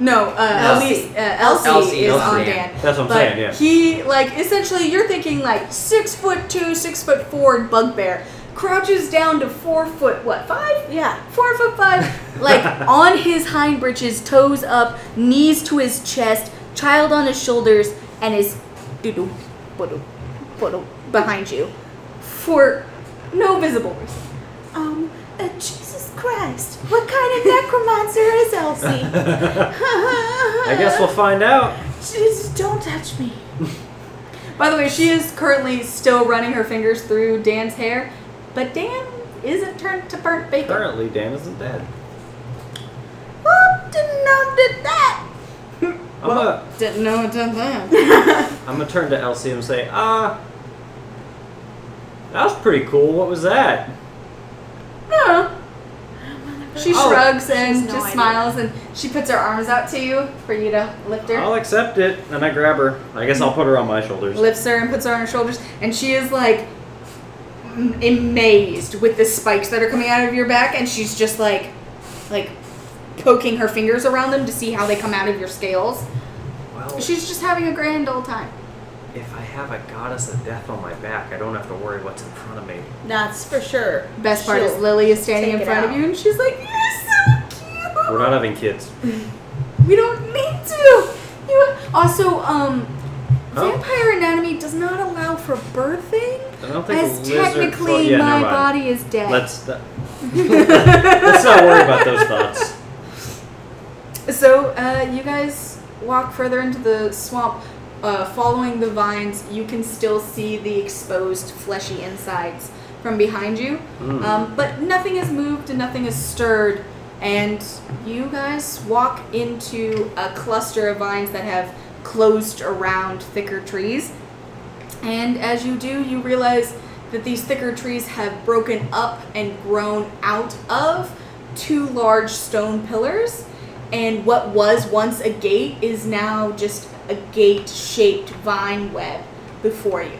No, uh,
Elsie.
Elsie. Uh, Elsie,
Elsie
is
is
on
Dan.
Dan.
That's what I'm
but
saying, yeah.
He like essentially you're thinking like six foot two, six foot four bugbear crouches down to four foot what five?
Yeah.
Four foot five, like on his hind britches, toes up, knees to his chest, child on his shoulders, and his doodle, doodle, doodle behind you, for no visible reason.
Um, uh, Jesus Christ, what kind of necromancer is Elsie?
I guess we'll find out.
Jesus, don't touch me.
By the way, she is currently still running her fingers through Dan's hair, but Dan isn't turned to burnt bacon.
Currently, Dan isn't dead.
Whoop, didn't know it did that.
I'm gonna,
Didn't know it did that.
I'm gonna turn to Elsie and say, ah, that was pretty cool. What was that?
no. She
Oh,
shrugs
has
and
no
just
idea.
smiles and she puts her arms out to you for you to lift her.
I'll accept it. And I grab her. I guess I'll put her on my shoulders.
Lifts her and puts her on her shoulders, and she is like m- amazed with the spikes that are coming out of your back, and she's just like, like poking her fingers around them to see how they come out of your scales.
Well,
She's just having a grand old time.
if I have a goddess of death on my back, I don't have to worry what's in front of me.
That's for sure.
Best part is
She'll-
Lily is standing in
take it
front of
out.
you and she's like, You're so cute.
We're not having kids.
We don't need to. You also, um,
Oh.
Vampire Anatomy does not allow for birthing,
I don't think
as
lizard fo-
technically
yeah,
my
never mind.
body is dead.
Let's let's not worry about those thoughts.
So, uh, you guys walk further into the swamp. Uh, following the vines, you can still see the exposed fleshy insides from behind you. Um, but nothing has moved and nothing has stirred. And you guys walk into a cluster of vines that have closed around thicker trees. And as you do, you realize that these thicker trees have broken up and grown out of two large stone pillars. And what was once a gate is now just a gate shaped vine web before you.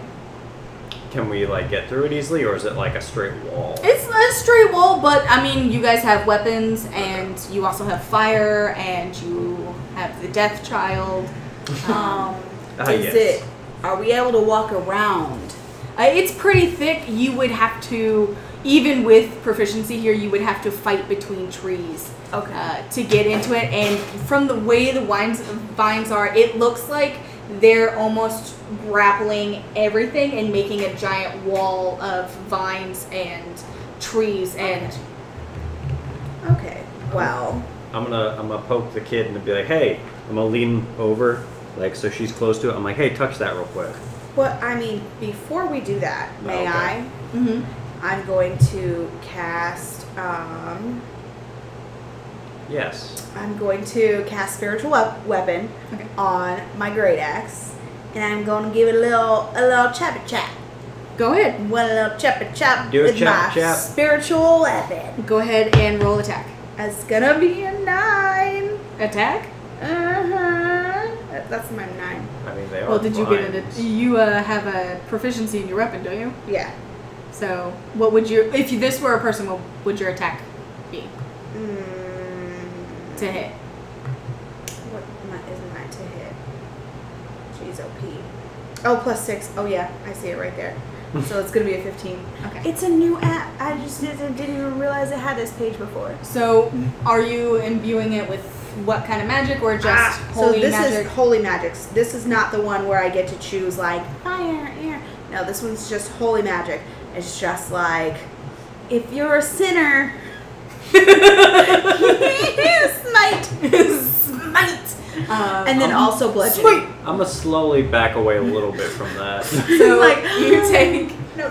Can we like get through it easily, or is it like a straight wall?
It's a straight wall, but I mean, you guys have weapons, and you also have fire, and you have the Death Child.
Um,
Ah,
is
yes.
it? Are we able to walk around?
Uh, it's pretty thick. You would have to, even with proficiency here, you would have to fight between trees uh, to get into it. And from the way the vines, vines are, it looks like they're almost grappling everything and making a giant wall of vines and trees and
Okay. Well,
I'm gonna I'm gonna poke the kid and be like, hey, I'm gonna lean over, like so she's close to it. I'm like, hey, touch that real quick.
Well, I mean, before we do that, may
Oh, Okay.
I?
Mm-hmm.
I'm going to cast. Um,
Yes.
I'm going to cast spiritual wep- weapon
Okay.
on my great axe, and I'm going to give it a little a little chap chap.
Go ahead.
One little uh, chap chap
Do a
with my
chap-a-chap.
spiritual weapon.
Go ahead and roll attack.
That's gonna be a nine.
Attack?
Uh huh. That's my nine.
I mean, they are.
Well, did you get
mines.
it? You uh, have a proficiency in your weapon, don't you?
Yeah.
So, what would your if you, this were a person, what would your attack be
Mm,
to hit?
what my, is mine to hit? Jeez, OP. Oh, plus six. Oh yeah, I see it right there. so it's gonna be a fifteen.
Okay.
It's a new app. I just didn't, didn't even realize it had this page before.
So, are you imbuing it with what kind of magic, or just holy
Ah, so this
magic?
is holy magic. This is not the one where I get to choose like fire, air. No, this one's just holy magic. It's just like if you're a sinner, smite, smite,
Uh,
and then also bludgeoning.
sweet.
I'm gonna slowly back away a little bit from that.
so
like-
you take
No,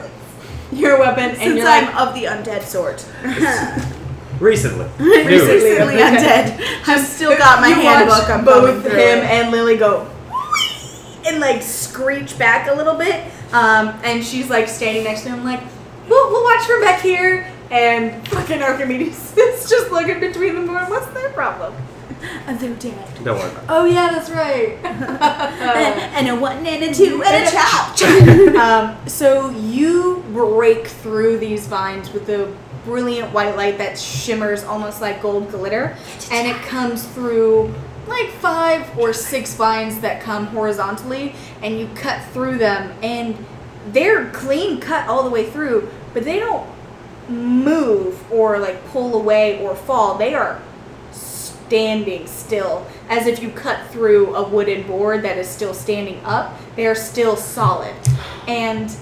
your weapon and
since
you're
I'm
like,
of the undead sort,
Recently.
Recently.
New.
recently undead, I've still got my
you
handbook.
watch
I'm going
both
through
him
it.
and Lily go,
and like screech back a little bit.
um, and she's like standing next to him, like, we'll, we'll watch from back here. And fucking Archimedes is just looking between them, going, what's their problem?
And they're dead.
Don't worry about
Oh yeah, that's right. Uh,
and a one and a two and a chop.
um, so you break through these vines with the brilliant white light that shimmers almost like gold glitter, and it comes through like five or six vines that come horizontally, and you cut through them, and they're clean cut all the way through, but they don't move or like pull away or fall. They are standing still, as if you cut through a wooden board that is still standing up. They are still solid. And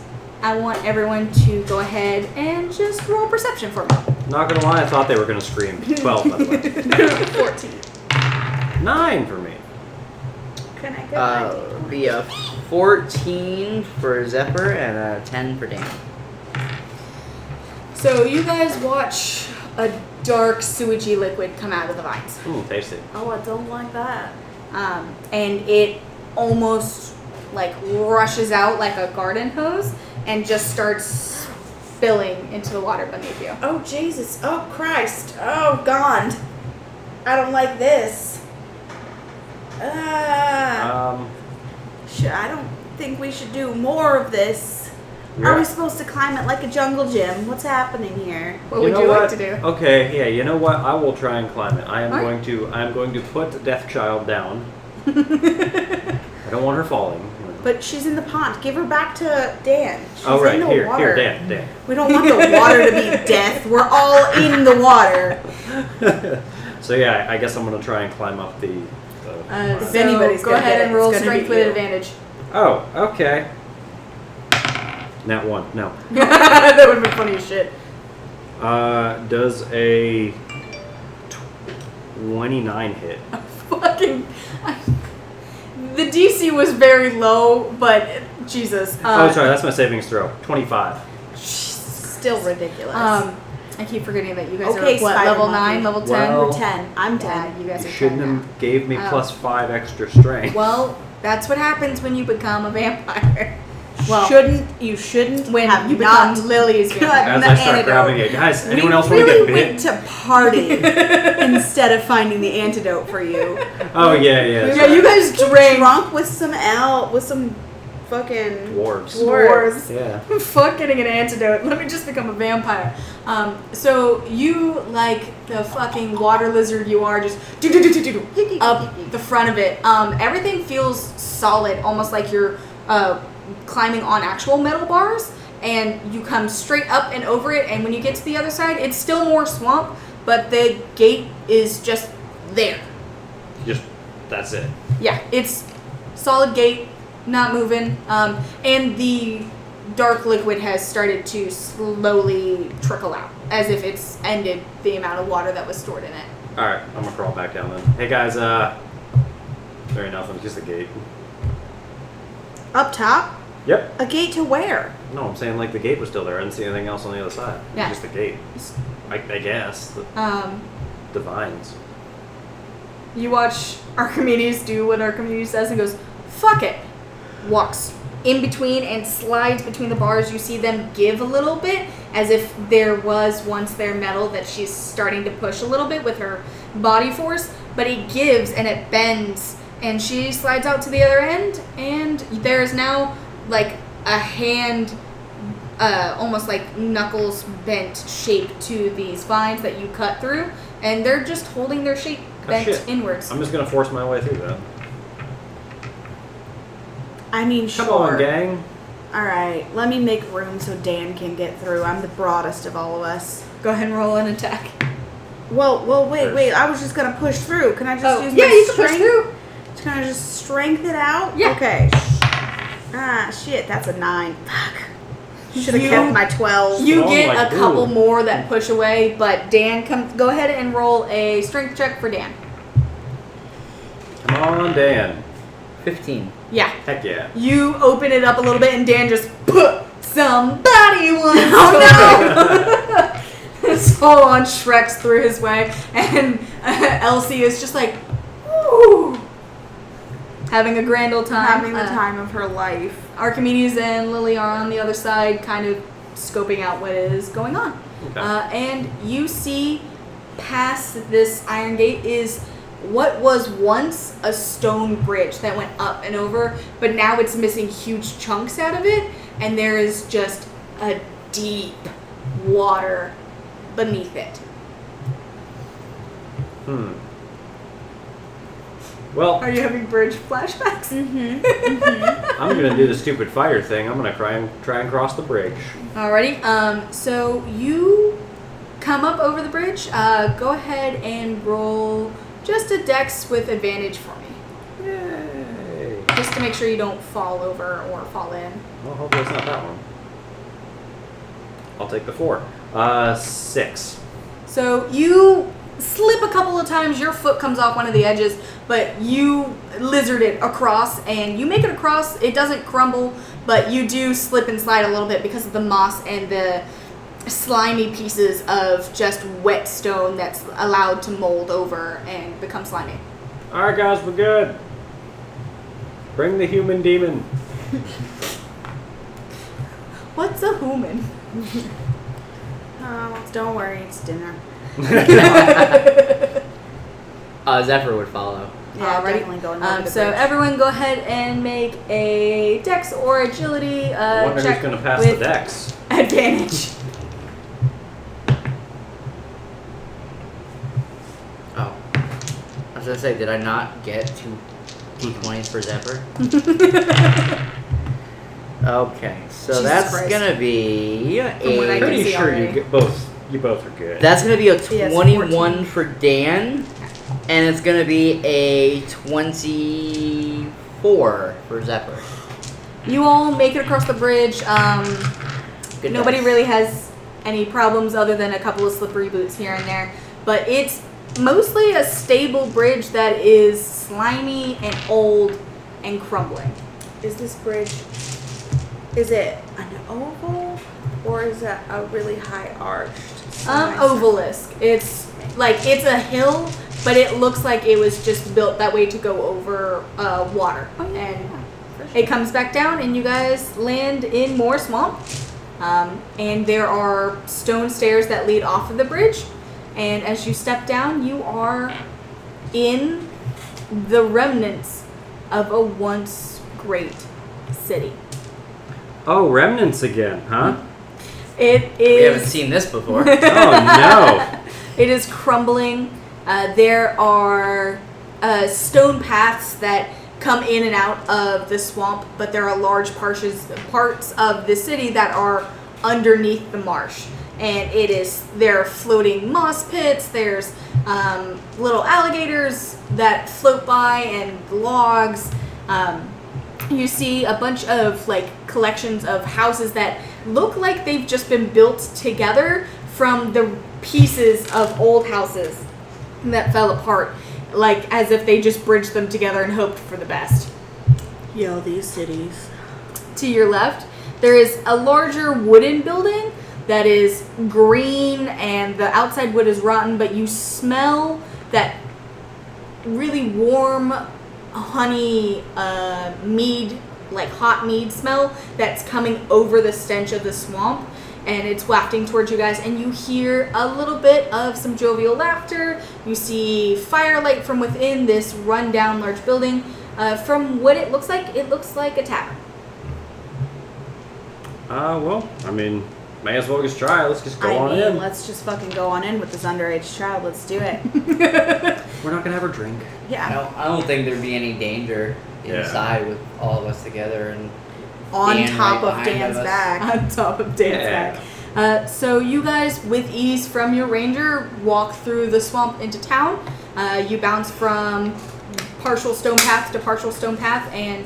I want everyone to go ahead and just roll perception for me.
it. Not gonna lie, I thought they were gonna scream. Twelve, by the way.
Fourteen.
Nine for me.
Can I get my
Uh, be a 14 for Zephyr and a 10 for Dan.
So you guys watch a dark sewagey liquid come out of the vines.
Ooh, tasty.
Oh, I don't like that.
um, and it almost like rushes out like a garden hose and just starts spilling into the water beneath you.
Oh Jesus! Oh Christ! Oh God! I don't like this. Uh,
Um,
sh- I don't think we should do more of this. Are
yeah.
we supposed to climb it like a jungle gym? What's happening here?
What
You
would
know
you
what?
like to do?
Okay, yeah, you know what? I will try and climb it. I am
Alright.
going to I am going to put Deathchild down. I don't want her falling.
But she's in the pond. Give her back to Dan. She's
oh right,
in the
here,
water.
here, Dan, Dan.
We don't want the water to be death. We're all in the water.
So yeah, I guess I'm gonna try and climb up the. the
Uh,
If
so
anybody's
go
gonna
ahead
get
and
it,
roll
it's gonna be
strength with
you.
advantage.
oh, okay. Not one, no.
that would have been funny as shit.
Uh, does a twenty-nine hit?
Uh, Fucking. I, the DC was very low, but Jesus. Uh,
oh, sorry, that's my savings throw. Twenty-five.
Still ridiculous.
Um, I keep forgetting that you guys
Okay,
are what
Spider
level
Monkey.
nine, level ten.
Well,
We're ten. I'm
yeah,
ten.
you guys
You
are
shouldn't
10 now.
have gave me
Oh.
plus five extra strength.
Well, that's what happens when you become a vampire. Well,
shouldn't you shouldn't
when
have
you
not
become Lily's vampire.
As
the
I start
antidote.
grabbing it, guys. Anyone
we
else want
really
to get bit?
went to party instead of finding the antidote for you.
Oh yeah, yeah. that's
yeah, you
right.
guys drank
Drunk with some L with some fucking
dwarves.
Dwarves.
Yeah.
Fuck getting an antidote. Let me just become a vampire. Um, so you like the fucking water lizard you are, just do do do do do do up the front of it. Um, everything feels solid, almost like you're uh, climbing on actual metal bars. And you come straight up and over it. And when you get to the other side, it's still more swamp, but the gate is just there.
Just that's it.
Yeah, it's solid gate, not moving, um, and the dark liquid has started to slowly trickle out as if it's ended the amount of water that was stored in it.
All right, I'm gonna crawl back down then. Hey guys, uh, there ain't nothing, just a gate.
Up top?
Yep.
A gate to where?
No, I'm saying like the gate was still there. I didn't see anything else on the other side.
Yeah.
Just the gate. I, I guess the,
Um,
the vines.
you watch Archimedes do what Archimedes does and goes, fuck it. Walks in between and slides between the bars. You see them give a little bit as if there was once their metal that she's starting to push a little bit with her body force, but it gives and it bends. And she slides out to the other end, and there is now like a hand uh, almost like knuckles bent shape to these vines that you cut through, and they're just holding their shape
Oh,
bent
shit.
inwards.
I'm just gonna force my way through that.
I mean,
Come
sure.
on, gang.
All right, let me make room so Dan can get through. I'm the broadest of all of us.
Go ahead and roll an attack.
Well, well, wait,
Push.
wait. I was just gonna push through. Can I just
oh,
use
yeah,
my
you can
strength?
push through.
Can I just strength it out?
Yeah.
Okay. Ah, shit. That's a nine. Fuck. Should have
You-
kept my twelve.
You
Oh
get
my
a couple
dude.
more that push away, but Dan, come go ahead and roll a strength check for Dan.
Come on, Dan.
15.
Yeah,
Heck yeah.
you open it up a little bit, and Dan just put somebody once. Oh, This full on Shreks through his way, and uh, Elsie is just like, ooh, having a grand old time.
having the
Uh,
time of her life.
Archimedes and Lily are on the other side, kind of scoping out what is going on.
Okay.
Uh, and you see past this iron gate is what was once a stone bridge that went up and over, but now it's missing huge chunks out of it, and there is just a deep water beneath it.
hmm. Well,
Are you having bridge flashbacks?
I'm gonna do the stupid fire thing. I'm gonna try and try and cross the bridge.
Alrighty. Um, so you come up over the bridge. Uh, go ahead and roll just a dex with advantage for me,
Yay.
just to make sure you don't fall over or fall in.
Well, hopefully it's not that one. I'll take the four. Uh, six.
So you slip a couple of times, your foot comes off one of the edges, but you lizard it across and you make it across. It doesn't crumble, but you do slip and slide a little bit because of the moss and the slimy pieces of just wet stone that's allowed to mold over and become slimy.
All right, guys, we're good. Bring the human demon.
What's a human?
Oh, don't worry. It's dinner.
Uh, Zephyr would follow.
Yeah,
Alrighty.
definitely going over
Um,
the
so
bridge.
everyone, go ahead and make a dex or agility
I
uh,
wonder
check
who's gonna pass
with
the dex.
advantage.
Oh. I was gonna say, did I not get two D20s for Zephyr? okay, so
Jesus
that's
Christ.
gonna be
From what I
a,
can
Pretty
see
sure you
already.
get both. You both are good.
that's gonna be a
He has
21 for Dan, and it's gonna be a 24 for Zephyr.
You all make it across the bridge. Um,
Good
nobody
dice.
really has any problems other than a couple of slippery boots here and there. But it's mostly a stable bridge that is slimy and old and crumbling.
is this bridge? Is it an oval or is it a really high arched?
Um,
slice?
ovalisk. It's like it's a hill, but it looks like it was just built that way to go over uh, water.
Oh,
And it comes back down, and you guys land in more swamp. Um, and there are stone stairs that lead off of the bridge. And as you step down, you are in the remnants of a once great city.
Oh, remnants again, huh?
It is.
We haven't seen this before.
oh
It is crumbling. Uh, there are uh, stone paths that come in and out of the swamp, but there are large parches, parts of the city that are underneath the marsh. And it is there are floating moss pits. There's um, little alligators that float by and logs. Um, you see a bunch of like collections of houses that look like they've just been built together from the pieces of old houses that fell apart, like as if they just bridged them together and hoped for the best.
Yo, these cities.
To your left, there is a larger wooden building that is green and the outside wood is rotten, but you smell that really warm honey uh, mead, like hot mead smell that's coming over the stench of the swamp. And it's wafting towards you guys, and you hear a little bit of some jovial laughter. You see firelight from within this rundown large building. Uh, from what it looks like, it looks like a tavern.
Uh, well, I mean, may as well just try. Let's just go
I
on
mean,
in.
let's just fucking go on in with this underage child. Let's do it.
We're not gonna have a drink.
I
Yeah.
don't, I don't think there'd be any danger
Yeah.
inside with all of us together and
On
Dan
top
right
of
behind
Dan's
us.
back.
on top of Dan's
Yeah.
back. Uh, so you guys, with ease from your ranger, walk through the swamp into town. Uh, you bounce from partial stone path to partial stone path, and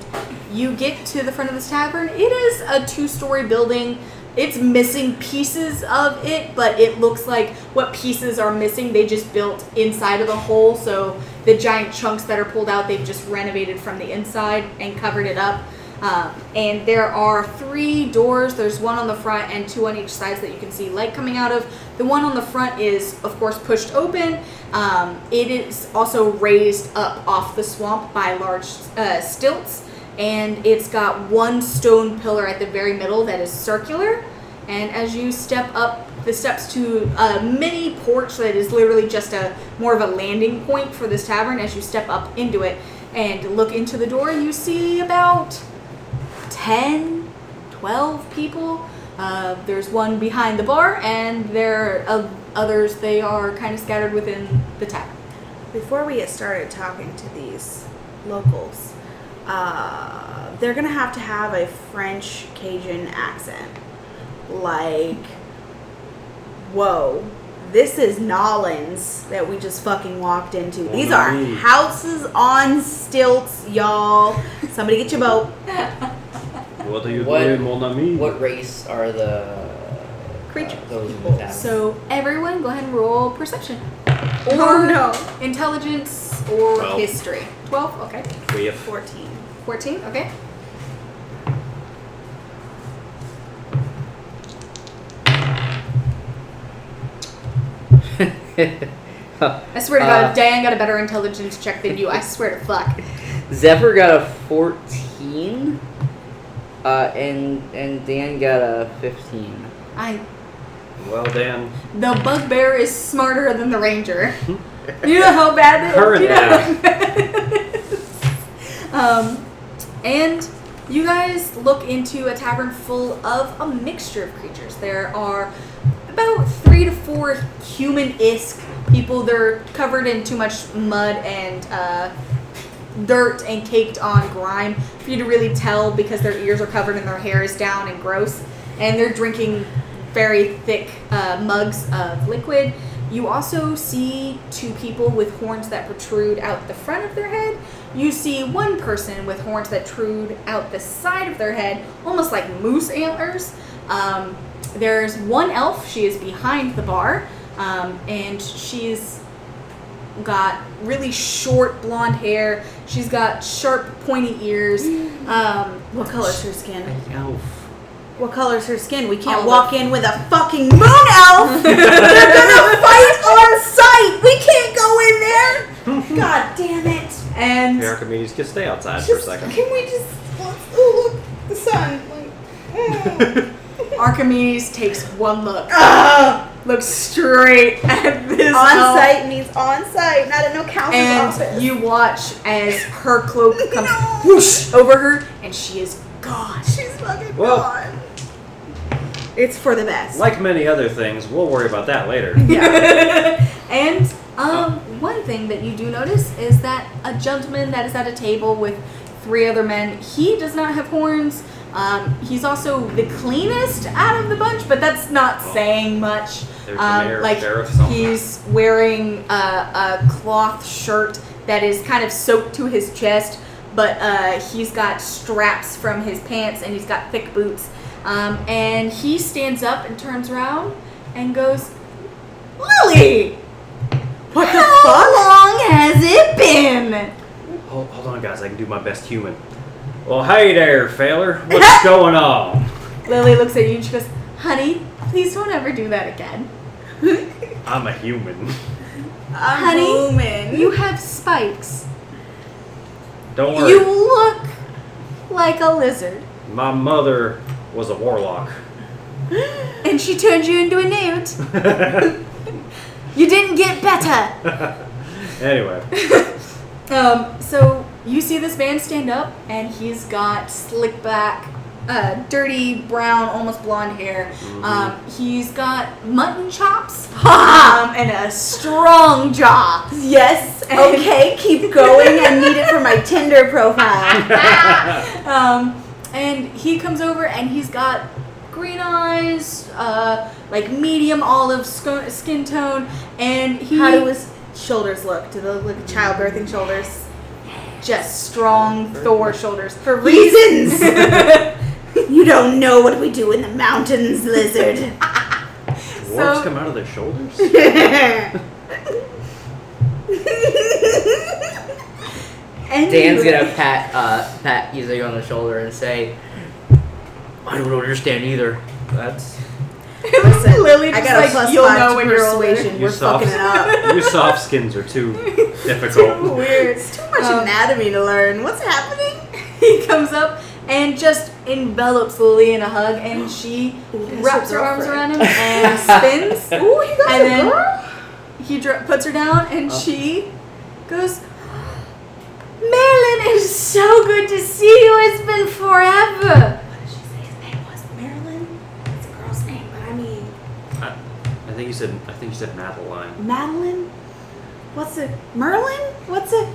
you get to the front of this tavern. It is a two-story building. It's missing pieces of it, but it looks like what pieces are missing they just built inside of the hole. So the giant chunks that are pulled out, they've just renovated from the inside and covered it up. Um, and there are three doors. There's one on the front and two on each side that you can see light coming out of. The one on the front is, of course, pushed open. Um, it is also raised up off the swamp by large uh, stilts, and it's got one stone pillar at the very middle that is circular. And as you step up the steps to a mini porch that is literally just a more of a landing point for this tavern, as you step up into it and look into the door, you see about 10, 12 people. Uh, there's one behind the bar, and there are uh, others, they are kind of scattered within the tavern.
Before we get started talking to these locals, uh, they're gonna have to have a French Cajun accent. Like, whoa, this is Nolans that we just fucking walked into. These are
Oui.
houses on stilts, y'all. Somebody get your boat.
What are you
What-
doing, mon ami?
what race are the
Creature
uh, those in the
people.
tavern?
So, everyone, go ahead and roll perception.
Oh no.
Intelligence or
Twelve.
history. 12, okay.
We have
14.
14, okay. I swear to
Uh,
God, Diane got a better intelligence check than you. I swear to fuck.
Zephyr got a fourteen, uh, and and Dan got a fifteen.
I
well, Dan.
The bugbear is smarter than the ranger. you know how bad that
Her
you know how bad it is. um, and you guys look into a tavern full of a mixture of creatures. There are about three to four human-esque people. They're covered in too much mud and uh, dirt and caked on grime for you to really tell because their ears are covered and their hair is down and gross. And they're drinking very thick uh, mugs of liquid. You also see two people with horns that protrude out the front of their head. You see one person with horns that protrude out the side of their head, almost like moose antlers. Um, there's one elf, she is behind the bar, um, and she's got really short blonde hair. She's got sharp, pointy ears. Um,
What color's her skin?
Elf.
What color's her skin? We can't
Olive.
walk in with a fucking moon elf. They're gonna fight on sight. We can't go in there. God damn it.
and
Hey, Archimedes, just stay outside for a
Just,
second.
can we just let's, oh look the sun? Like, mm.
Archimedes takes one look,
Ugh.
looks straight at this
on
elf,
site means on site, not in no counsel's
and
office.
you watch as her cloak comes
No.
whoosh over her, and she is gone.
She's fucking
Well-
gone. It's for the best.
Like many other things, we'll worry about that later.
And um, one thing that you do notice is that a gentleman that is at a table with three other men, he does not have horns. Um, he's also the cleanest out of the bunch, but that's not saying much.
There's the
Um,
mayor,
like
sheriff, something.
he's wearing a, a cloth shirt that is kind of soaked to his chest, but uh, he's got straps from his pants and he's got thick boots. Um, and he stands up and turns around and goes, Lily!
what the
Hello,
Hold on, guys. I can do my best human. Well, hey there, feller. What's going on?
Lily looks at you and she goes, Honey, please don't ever do that again.
I'm a human.
I'm
Honey,
human.
You have spikes.
Don't worry.
You look like a lizard.
My mother was a warlock.
And she turned you into a newt. You didn't get better.
anyway,
Um, so you see this man stand up, and he's got slick back, uh, dirty brown, almost blonde hair. Um, he's got mutton chops, um, and a strong jaw.
Yes. Okay, keep going. I need it for my Tinder profile.
Um, and he comes over, and he's got green eyes, uh, like medium olive sco- skin tone, and he
How do his shoulders look? Do they look like childbirthing shoulders?
just strong Thor shoulders for
Reasons. you don't know what we do in the mountains, lizard.
dwarves come out of their shoulders.
Dan's gonna pat uh, pat Yuzuki on the shoulder and say, "I don't understand either."
That's
Listen,
Lily
I
just
got a
like,
plus
"You'll
five
know
to
when you're older."
persuasion.
You
We're
soft.
fucking it up.
your soft skins are too difficult.
weird.
Too much
Um,
anatomy to learn. What's happening?
he comes up and just envelops Lily in a hug, and she
Ooh, that's
wraps
her
her arms around
girlfriend.
him and spins.
Ooh, he got
And
a
then-
girl? Oh.
He dr- puts her down, and she goes, Marilyn, it's so good to see you. It's been forever.
She said his name was Marilyn. It's a girl's name, but I mean
I, I think you said. I think you said Madeline.
Madeline. What's it? Merlin? What's it? um,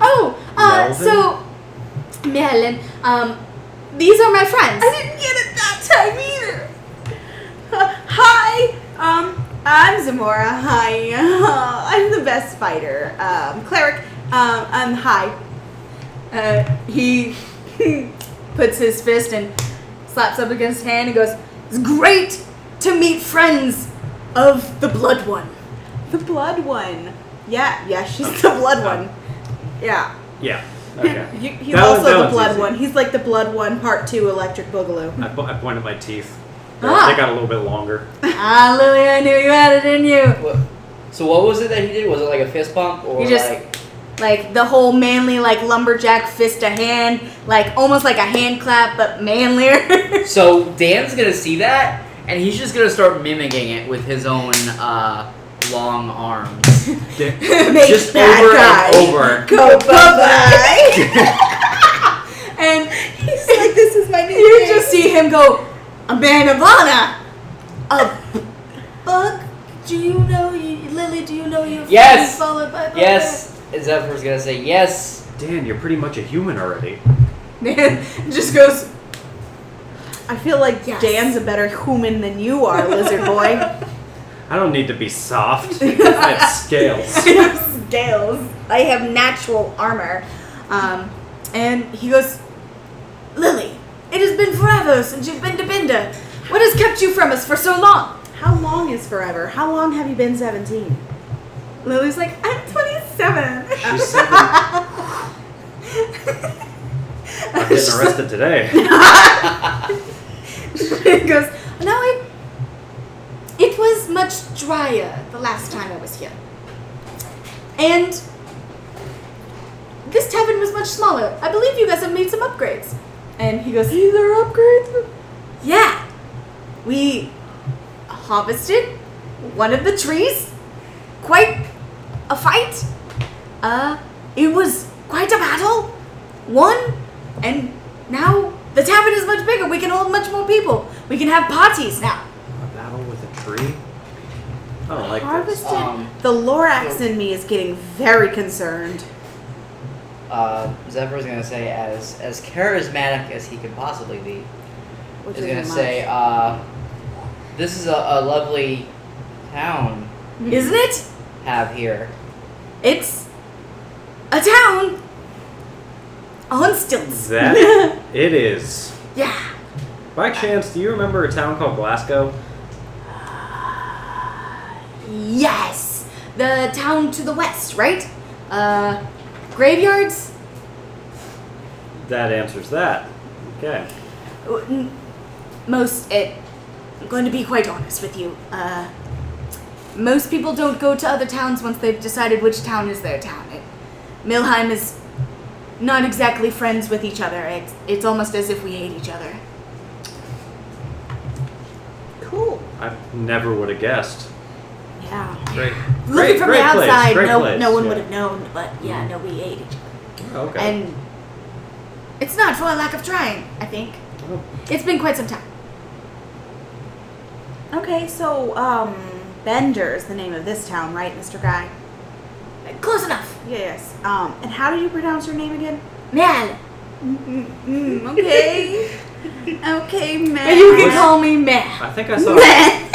Oh, uh,
Melvin?
so, Marilyn, um, these are my friends.
I didn't get it that time either. Hi, um, I'm Zamora. Hi, I'm the best fighter, um, cleric. Um, I'm hi.
Uh, he puts his fist and slaps up against his hand and goes, It's great to meet friends of the Blood One.
The blood one. Yeah, yeah, she's the blood one. Yeah.
Yeah. Okay.
He- He's
That one-
also
that
the
one's
blood
easy.
one. He's like the blood one part two electric boogaloo.
I, po- I pointed my teeth. They-
Ah.
They got a little bit longer.
ah, Lily, I knew you had it in you.
What? So what was it that he did? Was it like a fist bump or
He just-
like?
Like the whole manly, like lumberjack fist to hand, like almost like a hand clap, but manlier.
So Dan's gonna see that, and he's just gonna start mimicking it with his own uh, long arms,
Make
just
that
over
guy
and over.
Go bye bye.
and
He's like, this is my new
you
name."
just see him go, a man of honor, a bug. Do you know, you, Lily? Do you know you've
Yes.
been followed by bugbear?"
Yes, Zephyr's gonna say yes.
Dan, you're pretty much a human already.
Man just goes,
I feel like
Yes.
Dan's a better human than you are, lizard boy.
I don't need to be soft. I have scales.
scales. I have natural armor. Um, and he goes, Lily, it has been forever since you've been to Binda. What has kept you from us for so long?
How long is forever? How long have you been 17?
Lily's like, I'm 27.
She's seven. I'm getting arrested today.
he goes, No, it, it was much drier the last time I was here. And this tavern was much smaller. I believe you guys have made some upgrades. And he goes, These are upgrades? Yeah. We harvested one of the trees. Quite a fight. Uh, it was quite a battle. One, and now the tavern is much bigger. We can hold much more people. We can have parties now.
A battle with a tree? I don't like this.
Harvested.
Um,
the Lorax in me is getting very concerned.
uh, Zephyr's gonna say as as charismatic as he can possibly be.
Which
is
isn't
gonna
much.
say, uh, this is a, a lovely town
Isn't it?
have here.
It's a town on stilts.
That it is.
Yeah.
By chance, do you remember a town called Glasgow?
Yes. The town to the west, right? Uh, graveyards?
That answers that. Okay.
N-
Most, it, I'm going to be quite honest with you. Uh, most people don't go to other towns once they've decided which town is their town. It, Milheim is not exactly friends with each other. It's, it's almost as if we hate each other.
Cool.
I never would have guessed.
Yeah.
Great.
Looking
Great,
from
great
the
place,
outside,
great
no,
place,
no one
yeah.
would have known, but yeah, no, we hate each other.
Okay.
And it's not for a lack of trying, I think.
Oh.
It's been quite some time.
Okay, so um, Bender's the name of this town, right, Mr. Guy?
Close enough.
Yes. Um, and how do you pronounce your name again?
Mal.
Mm, okay. okay, man.
You
Was-
can call me Mal.
I think I saw. I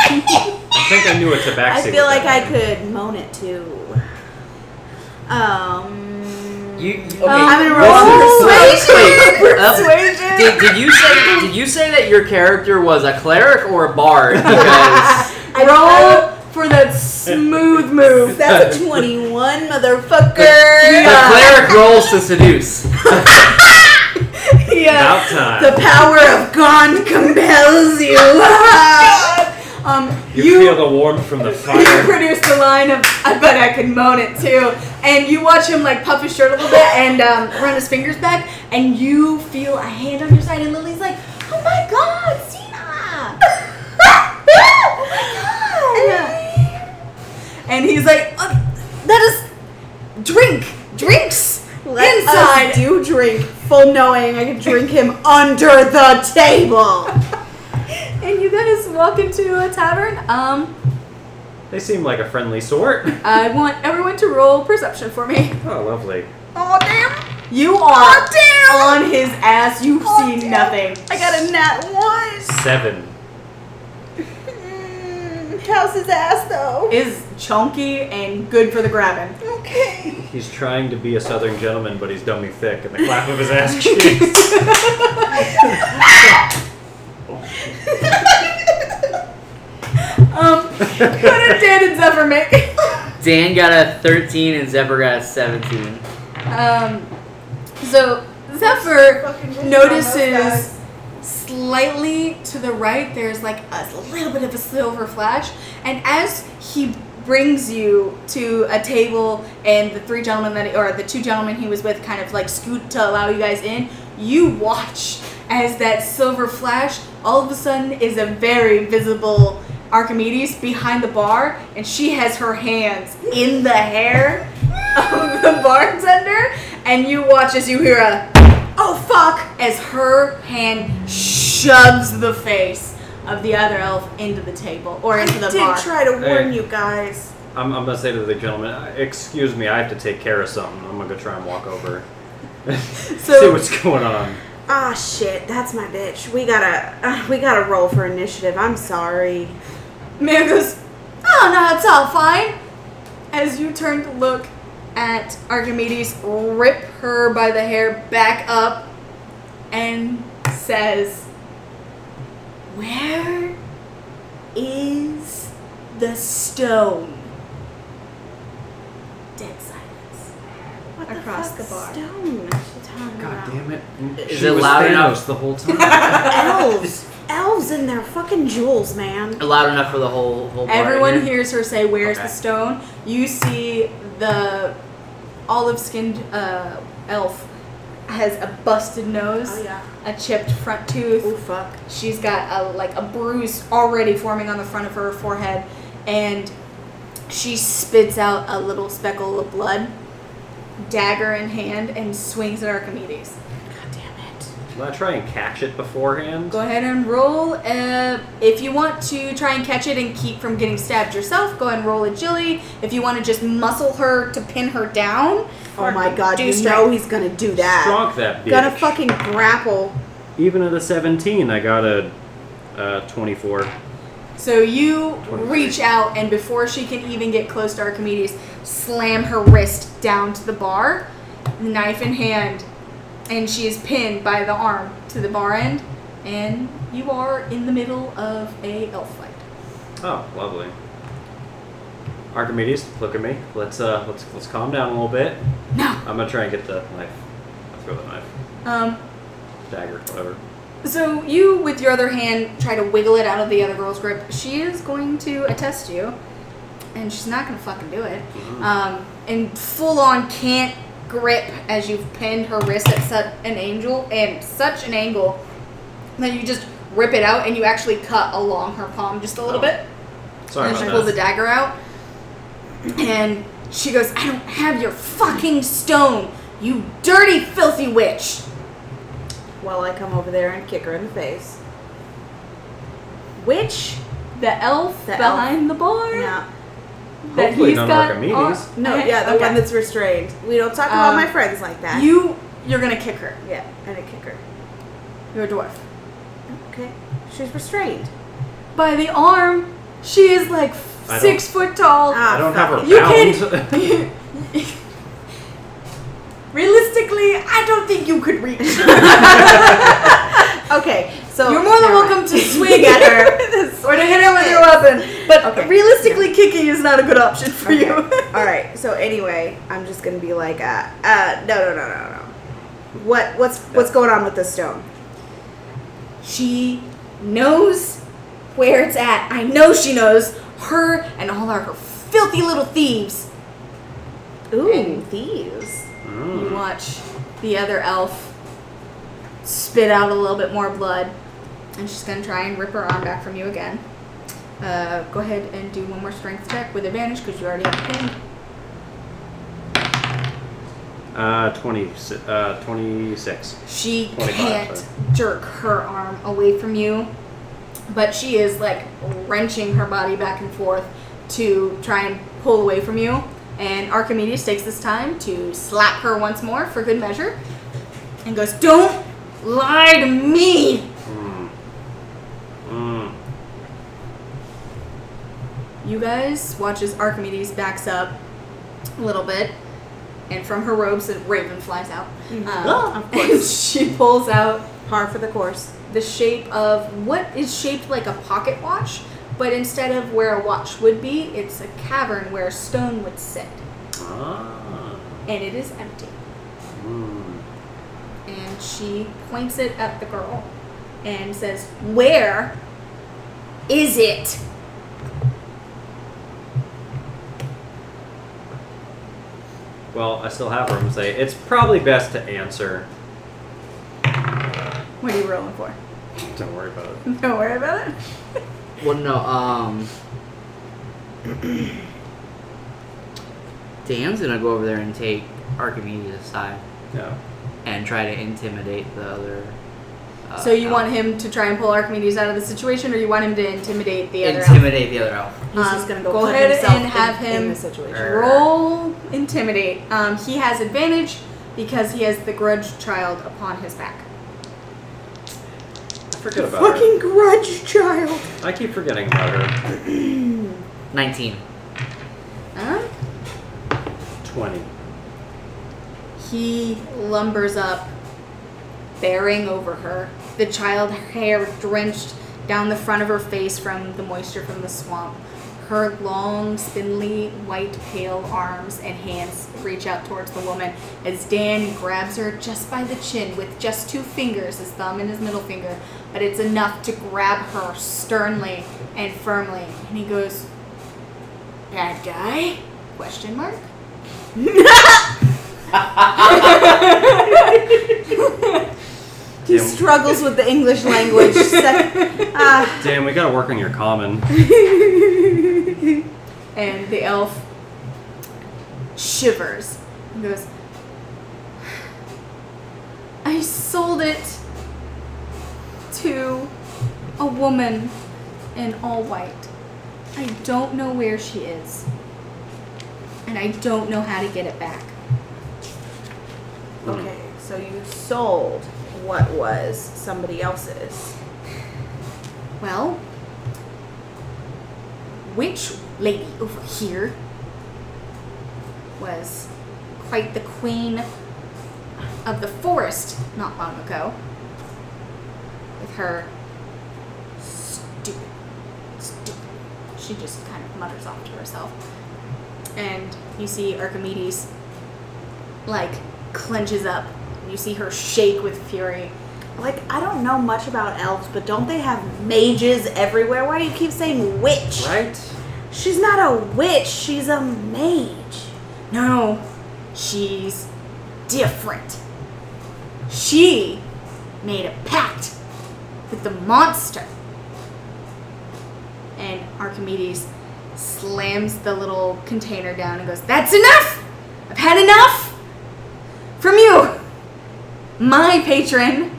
think I knew a tabaxi.
I feel
with
like I
that name.
could moan it too. Um.
You, you- okay.
I'm gonna roll
listen.
persuasion.
Wait, um,
persuasion.
did, did you say did you say that your character was a cleric or a bard? Because
I
Roll for that smooth move.
That's a 21, motherfucker.
the cleric rolls to seduce.
About time.
The power of God compels you.
Um,
you, feel the warmth from the
you
fire.
produced the line of "I bet I can moan it too," and you watch him like puff his shirt a little bit and um, run his fingers back, and you feel a hand on your side, and Lily's like, "Oh my God, Sina!" oh my God! And he's like, uh, "That is drink, drinks
Let
inside."
us do drink, full knowing I can drink him under the table.
and you guys walk into a tavern. Um,
They seem like a friendly sort.
I want everyone to roll perception for me.
Oh, lovely.
Oh damn!
You are on his ass. You
Oh,
see
damn.
nothing.
I got a nat one.
Seven.
Mm, how's his ass though?
Is chunky and good for the grabbing.
Okay.
He's trying to be a southern gentleman, but he's dummy thick, and the clap of his ass cheeks.
Um, what did Dan and Zephyr make?
Dan got a thirteen and Zephyr got a seventeen.
Um, so Zephyr notices slightly to the right there's like a little bit of a silver flash, and as he brings you to a table and the three gentlemen that or the two gentlemen he was with kind of like scoot to allow you guys in, you watch as that silver flash all of a sudden is a very visible Archimedes behind the bar, and she has her hands in the hair of the bartender, and you watch as you hear a oh fuck as her hand shoves the face of the other elf into the table or
I
into the
did
bar.
try to warn
Hey.
you guys.
I'm, I'm gonna say to the gentleman, "Uh, "Excuse me, I have to take care of something. I'm gonna go try and walk over, see
so
what's going on."
Ah shit, that's my bitch. We gotta, uh, we gotta roll for initiative. I'm sorry.
Mia goes, oh no, it's all fine. As you turn to look at Archimedes, rip her by the hair back up, and says, Where is the stone? Dead silence.
What
Across
the,
the
fuck
bar.
Stone. What's she talking about?
it!
Is
she
it
was
loud
Thanos
enough?
the whole time.
elves, elves and their fucking jewels, man.
Loud enough for the whole whole. bar
Everyone
to hear.
hears her say, "Where's the
Okay.
stone?" You see the olive-skinned uh, elf has a busted nose,
Oh, yeah.
a chipped front tooth.
Oh fuck.
She's got a, like a bruise already forming on the front of her forehead, and she spits out a little speckle of blood, dagger in hand, and swings at Archimedes.
God damn it. Oh
Can I try and catch it beforehand?
Go ahead and roll. Uh, if you want to try and catch it and keep from getting stabbed yourself, go ahead and roll agility. If you want to just muscle her to pin her down,
Oh my god,
do
you
strength.
know he's gonna do that.
Strong that bitch.
Gonna fucking grapple.
Even at a 17, I got a uh, 24.
so you reach out, and before she can even get close to Archimedes, slam her wrist down to the bar, knife in hand, and she is pinned by the arm to the bar end, and you are in the middle of a elf fight.
Oh, lovely. Archimedes, look at me. Let's uh, let's let's calm down a little bit.
No.
I'm gonna try and get the knife. throw the knife,
Um,
dagger, whatever.
so you, with your other hand, try to wiggle it out of the other girl's grip. She is going to attest you, and she's not going to fucking do it.
Mm-hmm.
Um, and full on can't grip as you've pinned her wrist at such an angle and such an angle that you just rip it out and you actually cut along her palm just a little
Oh.
bit.
Sorry
and she
about
pulls a
that.
dagger out, and she goes, "I don't have your fucking stone, you dirty, filthy witch."
While I come over there and kick her in the face. Which?
The elf
The elf.
behind the bar
No.
that
Hopefully
he's
none of
got.
our
on-
comedians.
No,
Okay,
yeah, the
okay.
one that's restrained. We don't talk about
Um,
my friends like that.
you. You're gonna kick her.
Yeah, and I kick her.
You're a dwarf.
Okay. She's restrained.
By the arm, she is like
I don't-
six foot tall.
Ah,
I don't have her
You
bound.
Realistically, I don't think you could reach.
Okay, so
You're more than
never mind.
welcome to swing at her or to hit her with your weapon, but
Okay.
realistically, kicking is not a good option for
Okay.
you.
All right. So anyway, I'm just gonna be like, uh, uh, no, no, no, no, no. What, what's, what's going on with the stone?
She knows where it's at. I know she knows. Her and all our her filthy little thieves.
Ooh, thieves.
You
Mm.
watch the other elf spit out a little bit more blood, and she's gonna try and rip her arm back from you again. Uh, go ahead and do one more strength check with advantage because you already have a thing.
Uh, 20, uh, 26.
She
25,
can't
sorry.
jerk her arm away from you, but she is like wrenching her body back and forth to try and pull away from you. And Archimedes takes this time to slap her once more for good measure and goes, Don't lie to me!
Mm. Mm.
You guys watch as Archimedes backs up a little bit, and from her robes, a raven flies out. Um,
Of
and she pulls out
Par for the course.
the shape of what is shaped like a pocket watch, but instead of where a watch would be, it's a cavern where a stone would sit,
Ah.
and it is empty.
Mm.
And she points it at the girl and says, Where is it?
Well, I still have room to say it's probably best to answer.
What are you rolling for?
Don't worry about it.
Don't worry about it.
Well, no. Um, Dan's gonna go over there and take Archimedes aside
Yeah.
and try to intimidate the other. Uh,
so you
elf.
want him to try and pull Archimedes out of the situation, or you want him to intimidate the other? elf?
intimidate the other elf?
He's
Um,
just gonna go,
go
put
ahead
himself
and
in-
have
in
him-
the situation.
Roll intimidate. Um, he has advantage because he has the grudge child upon his back.
Forget about
Fucking grudge child.
her. I keep forgetting about her.
Nineteen.
Huh?
20.
He lumbers up, bearing over her, the child hair drenched down the front of her face from the moisture from the swamp. Her long, spindly, white, pale arms and hands reach out towards the woman as Dan grabs her just by the chin with just two fingers, his thumb and his middle finger, but it's enough to grab her sternly and firmly. And he goes, "Bad guy?" Question mark.
He
Damn.
struggles with the English language. Sec- uh,
Damn, we gotta work on your common.
and the elf shivers and goes, I sold it to a woman in all white. I don't know where she is, and I don't know how to get it back.
okay, so you sold what was somebody else's.
Well, which lady over here was quite the queen of the forest not long ago with her stupid, stupid. She just kind of mutters off to herself. And you see Archimedes like clenches up and You see her shake with fury.
Like, I don't know much about elves, but don't they have mages everywhere? Why do you keep saying witch?
Right?
She's not a witch, she's a mage.
No, she's different. She made a pact with the monster. And Archimedes slams the little container down and goes, That's enough! I've had enough from you! My patron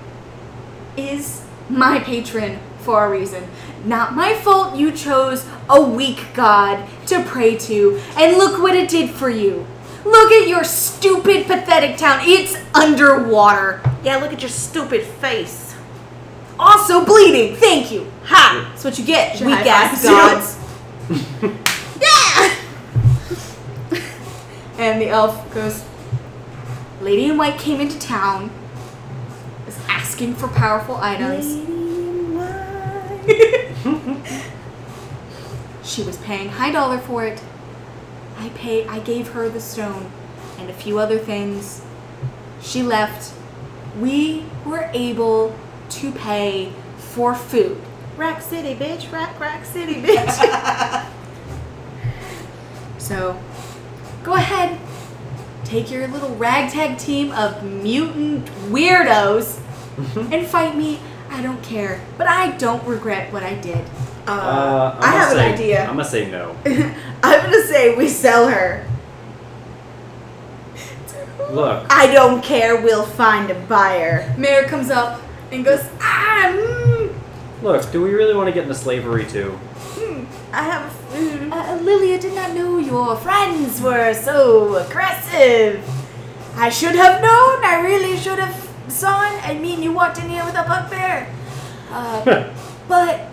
is my patron for a reason. Not my fault you chose a weak god to pray to, and look what it did for you. Look at your stupid, pathetic town. It's underwater.
Yeah, look at your stupid face.
Also bleeding. Thank you. Ha! That's what you get,
Sure,
weak
high
ass
five.
gods. yeah! and the elf goes, Lady in White came into town, is asking for powerful items.
Mm-hmm.
She was paying high dollar for it. I pay I gave her the stone and a few other things. She left. We were able to pay for food.
Rack City, bitch. Rack, Rack City, bitch.
So go ahead. Take your little ragtag team of mutant weirdos and fight me. I don't care. But I don't regret what I did.
Uh,
Uh, I'm
I
gonna
have
say-
an idea.
I'm gonna say no.
I'm gonna say we sell her.
Look,
I don't care, we'll find a buyer.
Mayor comes up and goes, Ah mm,
look. Do we really want to get into slavery too?
I have a food.
Uh, Lilia did not know your friends were so aggressive. I should have known. I really should have saw it. I mean, you walked in here with a bugbear. Uh, but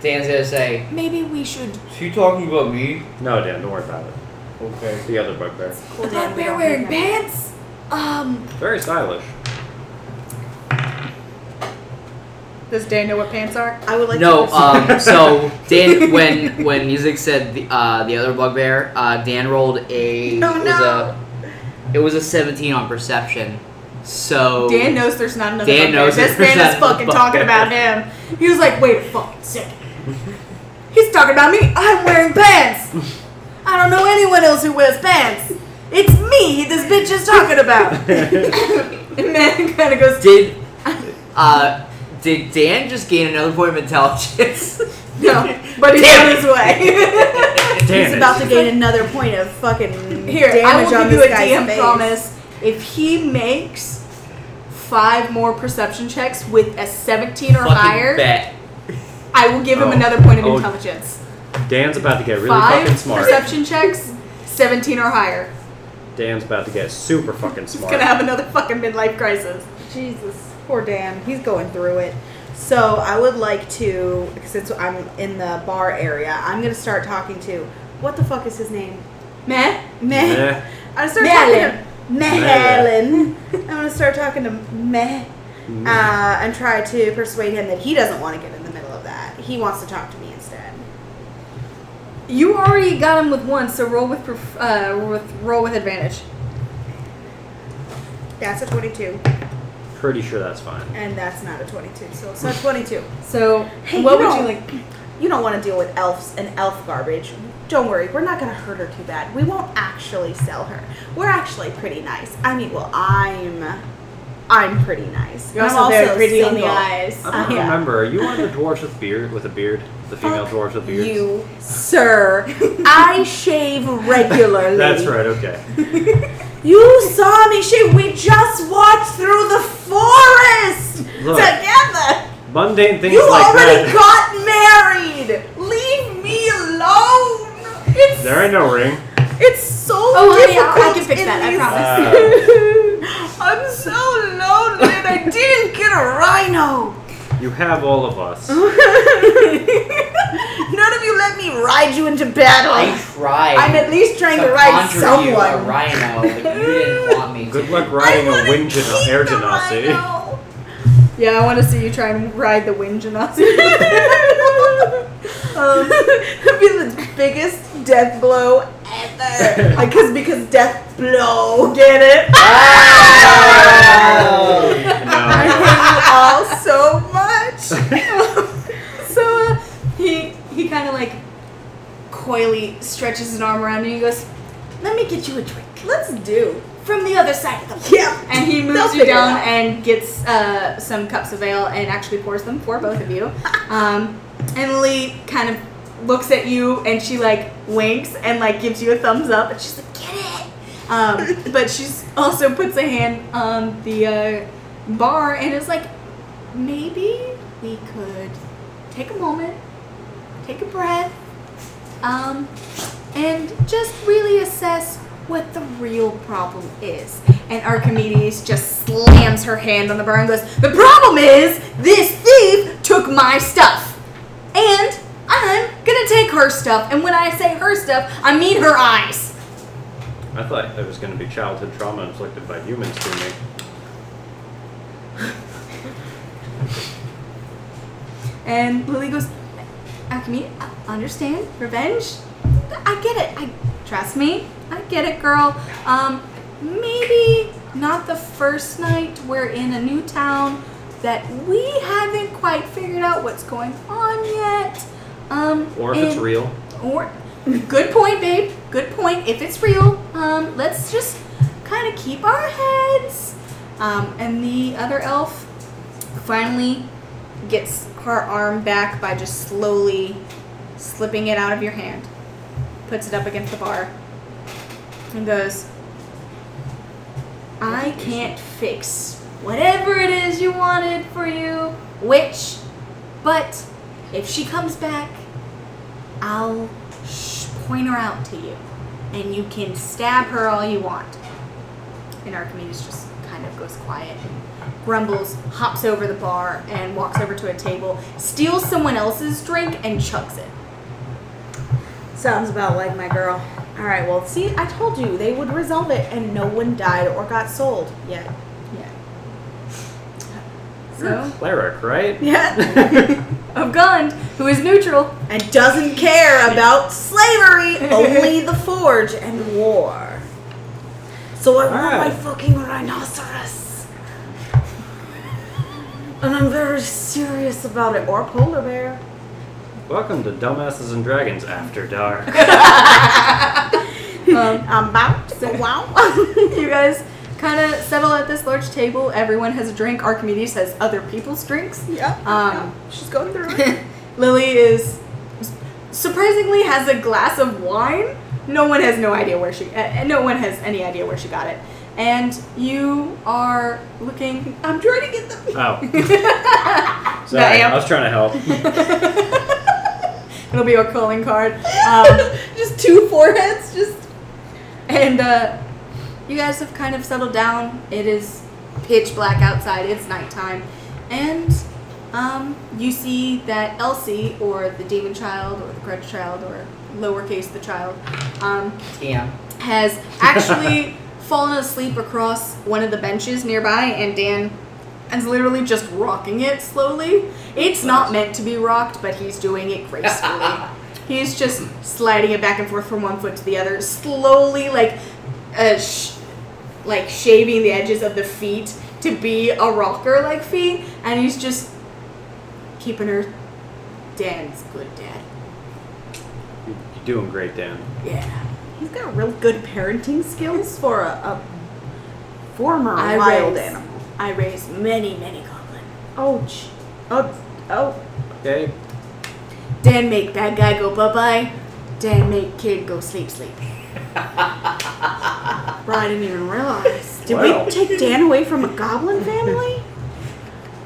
Dan's gonna say,
maybe we should.
She talking about me?
No, Dan, don't worry about it.
Okay.
The other bugbear.
The bugbear wearing pants? Um,
Very stylish.
does Dan know what pants are?
I would like
no,
to.
um, so Dan, when when music said the uh, the other bugbear, uh, Dan rolled a
Oh,
it was
no.
a it was a seventeen on perception. So
Dan knows there's not another
Dan
bugbear.
knows
this
there's
man
not
is
another
fucking talking about him. He was like, wait a fucking second. He's talking about me. I'm wearing pants. I don't know anyone else who wears pants. It's me this bitch is talking about. and man kind of goes,
did uh, did Dan just gain another point of intelligence?
no, but he's
Damn
on
it.
his way.
Dan
He's about to gain another point of fucking
Here,
damage
I will
on
give you a
this guy's
DM
face.
promise. If he makes five more perception checks with a 17 or
Fucking
higher,
bet.
I will give him
Oh.
another point of
Oh.
intelligence.
Dan's about to get really
Five
fucking smart.
perception checks, 17 or higher.
Dan's about to get super fucking
He's
smart.
gonna have another fucking midlife crisis.
Jesus, poor Dan. He's going through it. So I would like to, since I'm in the bar area, I'm gonna start talking to what the fuck is his name?
Meh?
Meh.
Meh.
I start
Malin.
talking to Malin. I'm gonna start talking to Meh uh, and try to persuade him that he doesn't want to get in the middle of that. He wants to talk to me instead.
You already got him with one, so roll with, perf- uh, with roll with advantage.
That's a 22,
Pretty sure that's fine.
and that's not a 22. So it's not 22.
So,
Hey,
what
you
would you
know-
like?
You don't want to deal with elves and elf garbage. Don't worry, we're not going to hurt her too bad. We won't actually sell her. We're actually pretty nice. I mean, well, I'm, I'm pretty nice.
You're
And I'm
also very pretty on the
single.
eyes.
I don't
Uh, Yeah.
remember. Are you one of the dwarves with beard with a beard? The female dwarves with beards?
You, sir.
I shave regularly.
That's right, okay.
You saw me shave. We just walked through the forest
Look.
together.
Mundane things
You
like
already
that.
got married. Leave me alone. It's
there ain't no ring.
It's so
Oh, honey, I- I
difficult.
can fix
in
that, I
these-
promise.
I'm so lonely and I didn't get a rhino.
You have all of us.
Mm-hmm. None of you let me ride you into battle.
I tried.
I'm at least trying to ride
conjure You uh, a
someone.
rhino, but you didn't want me.
Good
to.
luck riding a
wanna
wind geno-
keep
air
the
genasi.
rhino.
yeah, I want to see you try and ride the wind,
Um,
Genasi.
That'd be the biggest death blow forever. Because because death blow. Get it? I
No.
hate you all so much.
So uh, he he kind of like coyly stretches his arm around you and he goes, "Let me get you a drink
Let's do.
from the other side of the." wall."
Yeah.
And he
They'll
moves you
figure it
down
out.
and gets uh, some cups of ale and actually pours them for both of you. Um, Emily kind of looks at you and she like winks and like gives you a thumbs up and she's like, "Get it!" Um, but she's also puts a hand on the uh, bar and is like, maybe we could take a moment, take a breath, um, and just really assess what the real problem is. And Archimedes just slams her hand on the bar and goes, The problem is this thief took my stuff. And I'm gonna take her stuff. And when I say her stuff, I mean her eyes.
I thought there was going to be childhood trauma inflicted by humans to me.
And Lily goes, Alchemy, I understand. Revenge? I get it. I trust me. I get it, girl. Um, maybe not the first night. We're in a new town that we haven't quite figured out what's going on yet. Um,
Or if it's
and-
real.
or good point, babe. Good point. If it's real, um, let's just kind of keep our heads. Um, and the other elf finally gets her arm back by just slowly slipping it out of your hand, puts it up against the bar, and goes, "I can't fix whatever it is you wanted for you, witch, but if she comes back." I'll sh- point her out to you, and you can stab her all you want. And Archimedes just kind of goes quiet and grumbles, hops over the bar, and walks over to a table, steals someone else's drink, and chucks it.
Sounds about like my girl. All right, well, see, I told you they would resolve it, and no one died or got sold yet.
Yeah.
You're a
So,
cleric, right?
Yeah,
of Gund, who is neutral,
and doesn't care about slavery, only the forge and war. So I
All
want my
right.
fucking rhinoceros, and I'm very serious about it, or polar bear.
Welcome to Dumbasses and Dragons After Dark.
um,
I'm about to go out.
you guys kind of settle at this large table. Everyone has a drink. Archimedes has other people's drinks.
yep,
Um,
she's going through it.
Lily is surprisingly has a glass of wine. No one has no idea where she. Uh, no one has any idea where she got it. And you are looking. I'm trying to get the.
Oh. Sorry,
Damn.
I was trying to help.
It'll be your calling card. Um,
Just two foreheads, just
and uh, you guys have kind of settled down. It is pitch black outside. It's nighttime, and um, you see that Elsie, or the demon child, or the grudge child, or lowercase the child, um,
Damn.
has actually fallen asleep across one of the benches nearby, and Dan is literally just rocking it slowly. It's not meant to be rocked, but he's doing it gracefully. he's just sliding it back and forth from one foot to the other, slowly, like, uh, sh- like shaving the edges of the feet to be a rocker like feet, and he's just keeping her. Dan's good dad.
You're doing great, Dan.
Yeah.
He's got real good parenting skills for a, a former
I
wild
raised-
animal.
I raised many, many goblins.
Oh, gee. oh, oh.
Okay?
Dan make bad guy go bye bye. Dan make kid go sleep sleep.
Bro, I didn't even realize. Did
Wow.
we take Dan away from a goblin family?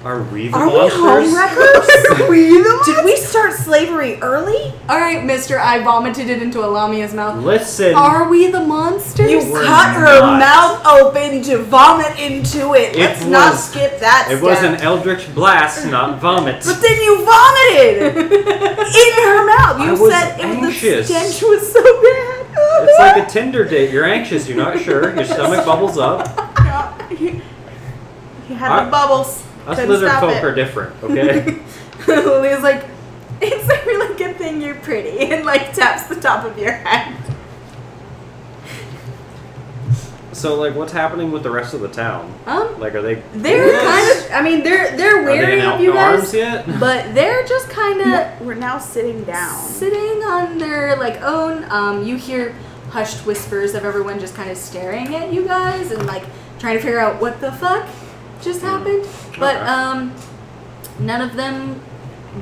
Are we the
Are we
monsters?
homewreckers? Did we start slavery early?
All right, Mister, I vomited it into Alamia's mouth.
Listen.
Are we the monsters?
You
We're
cut her
not.
mouth open to vomit into it.
It
Let's not
was-
skip that
it
step.
was an eldritch blast, not vomit.
But then you vomited in her mouth. You
I was
said it was the
anxious.
stench was so bad.
it's like a Tinder date. You're anxious. You're not sure. Your stomach bubbles up.
he had the
I-
bubbles.
Us
Couldn't
lizard
stop
folk
it.
are different, okay?
Lily's like, it's a really good thing you're pretty, and like taps the top of your head.
So like, what's happening with the rest of the town?
Um,
Like, are they
they're kind
Yes.
of. I mean, they're they're
are they
wary
in
of
out
you
in arms
guys,
yet?
but they're just kind of
We're now sitting down.
sitting on their like own. Um, you hear hushed whispers of everyone just kind of staring at you guys and like trying to figure out what the fuck just happened. But
Okay.
um, none of them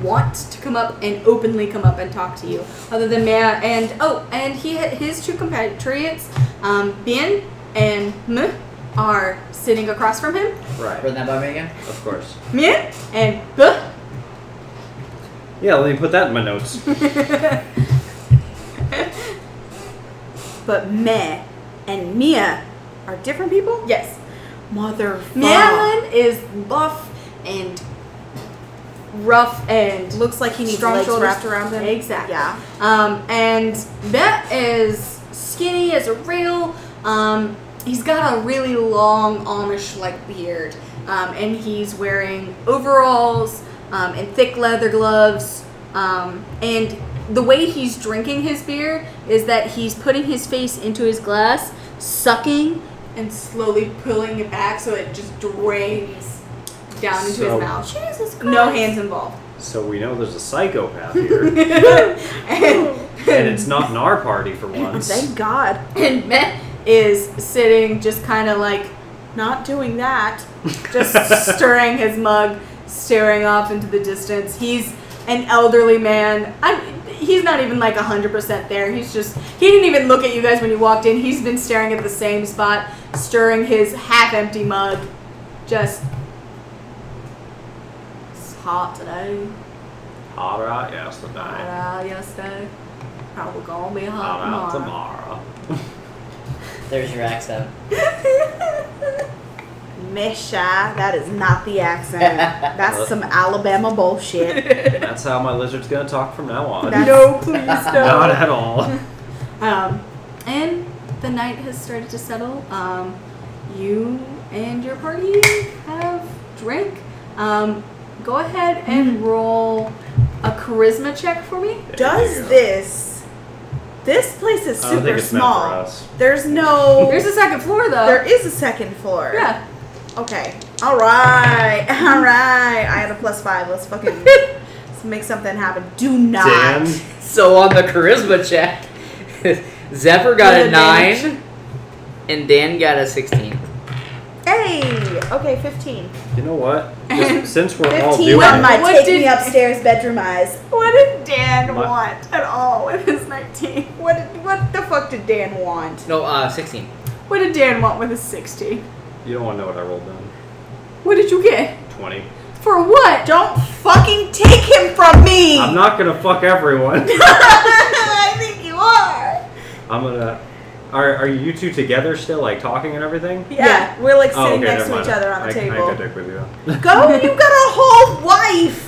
want to come up and openly come up and talk to you, other than Mea and oh, and he his two compatriots, um, Bien and M, are sitting across from him.
Right.
Run that by me again.
Of course.
Bien and B
Yeah, let me put that in my notes.
But Meh and Mia are different people?
Yes.
Mother.
Madeline is buff and rough and
Looks like he needs
strong
legs
shoulders.
wrapped around him.
Exactly.
Yeah.
Um, and Bet is skinny as a rail. Um, he's got a really long Amish like beard. Um, and he's wearing overalls um, and thick leather gloves. Um, and the way he's drinking his beer is that he's putting his face into his glass, sucking, and slowly pulling it back so it just drains down into
So-
his mouth.
Jesus Christ.
No hands involved.
So we know there's a psychopath here, and it's not in our party for once.
Thank God.
And Met is sitting just kind of like
Not doing that.
just stirring his mug, staring off into the distance. He's an elderly man. I'm, he's not even like 100% there. He's just, he didn't even look at you guys when you walked in. He's been staring at the same spot, stirring his half empty mug. Just. It's hot today.
All right, yes, tonight.
Hot out yesterday. Probably gonna be
All right,
hot tomorrow.
tomorrow.
There's your accent.
Misha, that is not the accent. That's some Alabama bullshit.
And that's how my lizard's gonna talk from now on.
That's-
No, please don't.
Not at all.
Um, and the night has started to settle. Um, you and your party have drank. Um, go ahead and roll a charisma check for me.
There you
Does
go.
this. This place is
I don't think
super
it's meant for
small.
us.
There's no.
There's a second floor though.
there is a second floor.
yeah.
Okay. All right. All right. I had a plus five. Let's fucking let's make something happen. Do not.
Dan,
So on the charisma check, Zephyr got
With
a
advantage.
nine, and Dan got a sixteen.
Hey. Okay. Fifteen.
you know what? Just, since we're all
Fifteen
doing
on
it,
my
What
take
did-
me upstairs bedroom eyes.
What did Dan
My-
want at all with his 19?
What what the fuck did Dan want?
No, uh, sixteen.
What did Dan want with his 60?
you don't want to know what I rolled down.
What did you get?
Twenty.
For what?
Don't fucking take him from me.
I'm not gonna fuck everyone.
I think you are.
I'm gonna. Are, are you two together still, like talking and everything?
Yeah, we're like sitting
oh, okay,
next
never
to each
mind.
other on the
I,
table.
I could dick with you.
Go, you got a whole wife.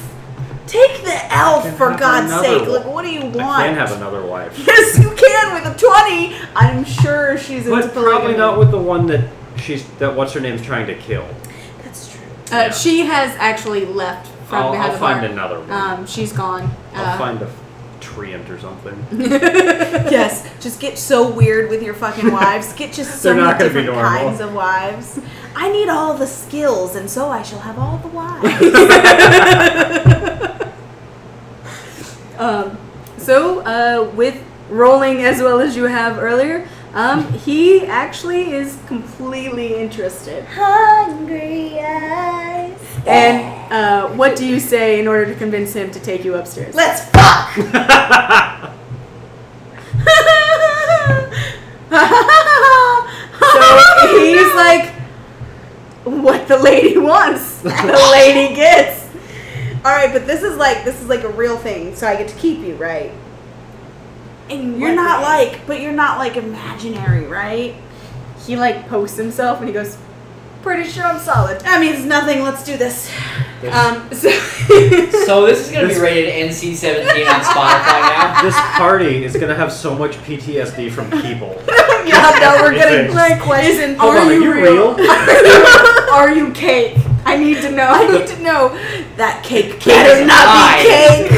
Take the elf
can
for
have
God's
another
sake.
one.
Like, what do you want?
I can have another wife,
Yes, you can with a 20. I'm sure she's into
but probably
polygamy.
not with the one that she's that what's her name's trying to kill.
That's true.
Uh, she has actually left from
I'll,
behind
I'll
the
find
bar.
another one.
Um, she's gone.
I'll
Uh,
find a treant or something.
Yes, just get so weird with your fucking wives. Get just so
They're
many
not gonna be
different
normal.
kinds of wives. I need all the skills, and so I shall have all the wives.
Um, so, uh, with rolling as well as you have earlier, um, he actually is completely interested.
Hungry eyes.
And uh, what do you say in order to convince him to take you upstairs?
Let's fuck.
So he's like, what the lady wants, the lady gets.
all right, but this is like this is like a real thing, so I get to keep you, right?
And
You're not like, but you're not like imaginary, right?
he like pokes himself and he goes, pretty sure I'm solid.
That means nothing. Let's do this.
Um, so
So this is gonna
This-
be rated NC seventeen on Spotify now.
this party is gonna have so much PTSD from people.
yeah, no, we're
Everything.
getting like question.
Hold on, are you real?
Are you cake? I need to know. I need to know.
That cake
That
better
is
not be
mine.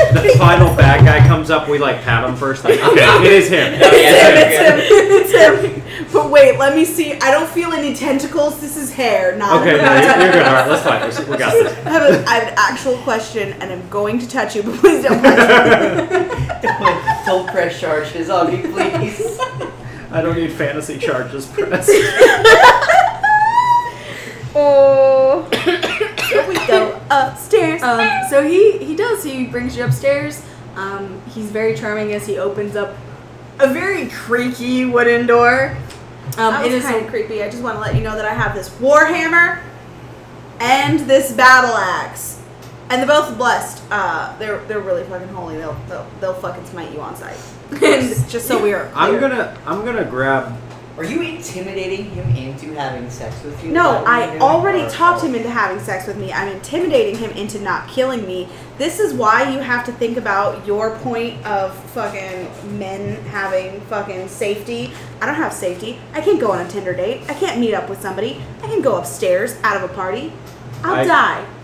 cake.
the, the final bad guy comes up. We like pat him first. Like, okay, it is him.
Oh, yeah,
It's him, it's him, it's him. But wait, let me see. I don't feel any tentacles. This is hair, not
Okay, no, you're, you're good. All right, let's fight. Let's- We got this.
I have, a, I have an actual question, and I'm going to touch you, but please don't touch me.
Full press charges on me, please.
I don't need fantasy charges press.
Oh.
So we go upstairs.
Um, so he he does. He brings you upstairs. Um, he's very charming as he opens up a very creaky wooden door. Um,
that
it is
was kind of creepy. I just want to let you know that I have this warhammer and this battle axe, and they're both blessed. Uh, they're they're really fucking holy. They'll they'll, they'll fucking smite you on sight. just, just so we are.
I'm
clear.
gonna I'm gonna grab
Are you intimidating him into having sex with you?
No,
Is that what you're
I
doing?
already
Or-
talked him into having sex with me. I'm intimidating him into not killing me. This is why you have to think about your point of fucking men having fucking safety. I don't have safety. I can't go on a Tinder date. I can't meet up with somebody. I can go upstairs out of a party. I'll
I-
die.
oh,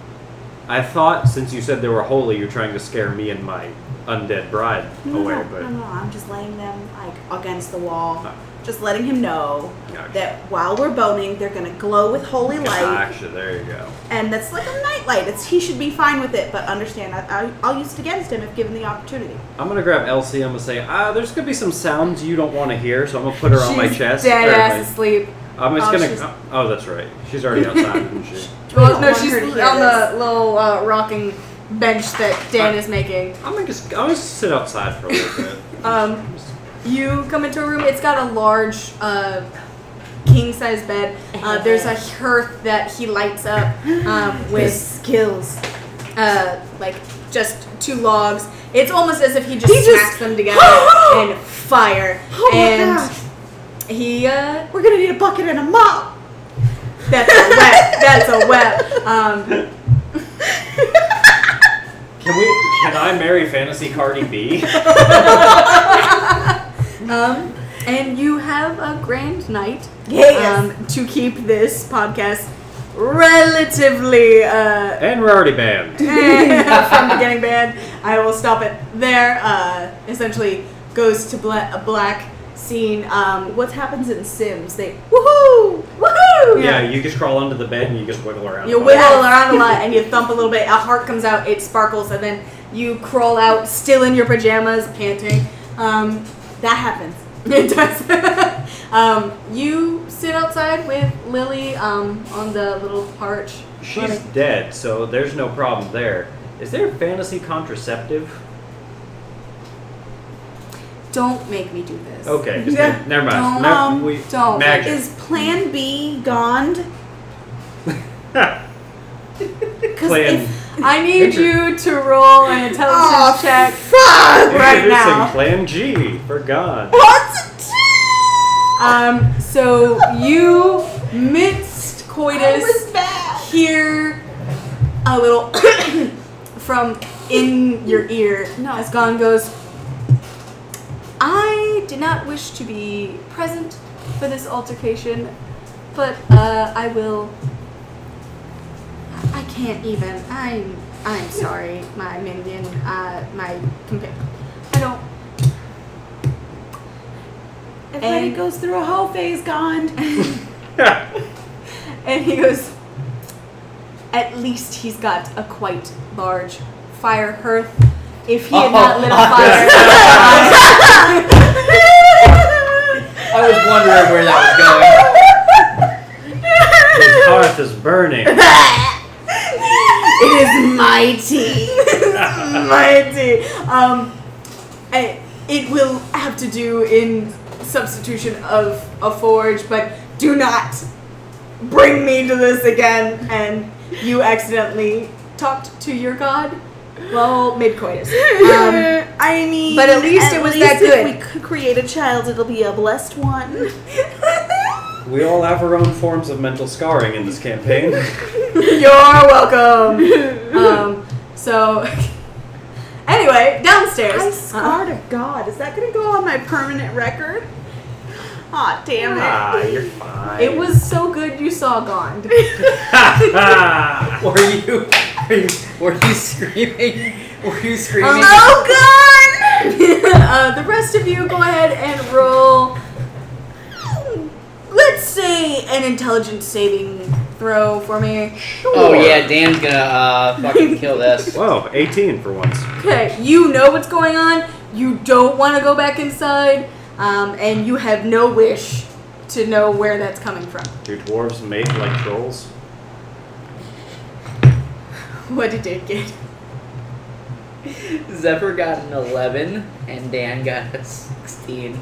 I thought since you said they were holy, you're trying to scare me and my undead bride
No,
away,
no,
but
no, no, I'm just laying them like against the wall,
Oh.
just letting him know
Gotcha.
that while we're boning, they're gonna glow with holy light.
Gotcha, ah, there you go.
and that's like a nightlight. It's he should be fine with it, but understand I, I, I'll use it against him if given the opportunity.
I'm gonna grab Elsie. I'm gonna say, ah, there's gonna be some sounds you don't want to hear, so I'm gonna put her on my
she's
chest.
Dead
or
ass
my-
asleep.
I'm just
Oh,
gonna.
she's-
Oh, that's right. She's already outside, isn't she?
Well,
don't
no,
want
she's
her to hear
on
this.
the little uh, rocking bench that Dan is making.
I'm gonna just. I'm gonna sit outside for a little bit.
Um, You come into a room. It's got a large uh, king size bed. Uh, there's a hearth that he lights up um, with
skills.
uh, like just two logs. It's almost as if he just
He just-
smacks them together and fire.
Oh my
and
gosh.
he uh,
We're gonna need a bucket and a mop.
that's a web. that's a web. Um,
can we? Can I marry fantasy Cardi B?
um, and you have a grand night.
Yes.
Um, to keep this podcast relatively uh, eh,
and we're already banned.
from beginning band. I will stop it there. Uh, essentially, goes to bla- a black scene. Um,
what happens in Sims? They
woohoo! Woohoo!
Yeah, you just crawl under the bed and you just wiggle around.
You
the
wiggle
bed.
around a lot and you thump a little bit. A heart comes out, it sparkles, and then you crawl out still in your pajamas, panting. Um,
that happens.
it does. um, you sit outside with Lily um, on the little porch.
She's dead, so there's no problem there. Is there fantasy contraceptive?
Don't make me do this.
Okay, just
Yeah.
ne- never mind.
Don't,
Never-
um,
we-
don't.
magic.
Is Plan B gone? Because
Plan-
if
I need
Enter.
you to roll an intelligence
oh
check.
fuck
right
Introducing
now.
Plan G for God.
what? to
Um, so you midst
do?
coitus.
It was bad.
hear a little from in your ear
No.
as Gon goes, I did not wish to be present for this altercation, but uh, I will. I can't even. I'm. I'm sorry, my minion. Uh, my companion. I don't.
Everybody
And-
goes through a whole phase. Gone.
And he goes, At least he's got a quite large fire hearth. If he had not lit a fire,
I was wondering where that was going.
His hearth is burning.
it is mighty. mighty. Um, eh, it will have to do in substitution of a forge, but do not bring me to this again. And you accidentally talked to your god. Well, mid coitus. Um,
I mean,
but at least it was that
if
good.
we could create a child, it'll be a blessed one.
We all have our own forms of mental scarring in this campaign.
You're welcome. um, so, anyway, downstairs.
I
Uh,
swear to God, is that gonna go on my permanent record? Aw, damn it.
ah, you're fine.
it was so good you saw Um, Gond.
Ah,
Were you, were you, were you screaming? Were you screaming?
Uh-huh.
Oh, Gond! uh, the rest of you, go ahead and roll an intelligence saving throw for me?
Oh yeah, Dan's gonna uh, fucking kill this.
Whoa, 18 for once.
Okay, you know what's going on. You don't want to go back inside, um, and you have no wish to know where that's coming from.
Do dwarves mate like trolls?
What did it get?
Zephyr got an eleven, and Dan got a sixteen.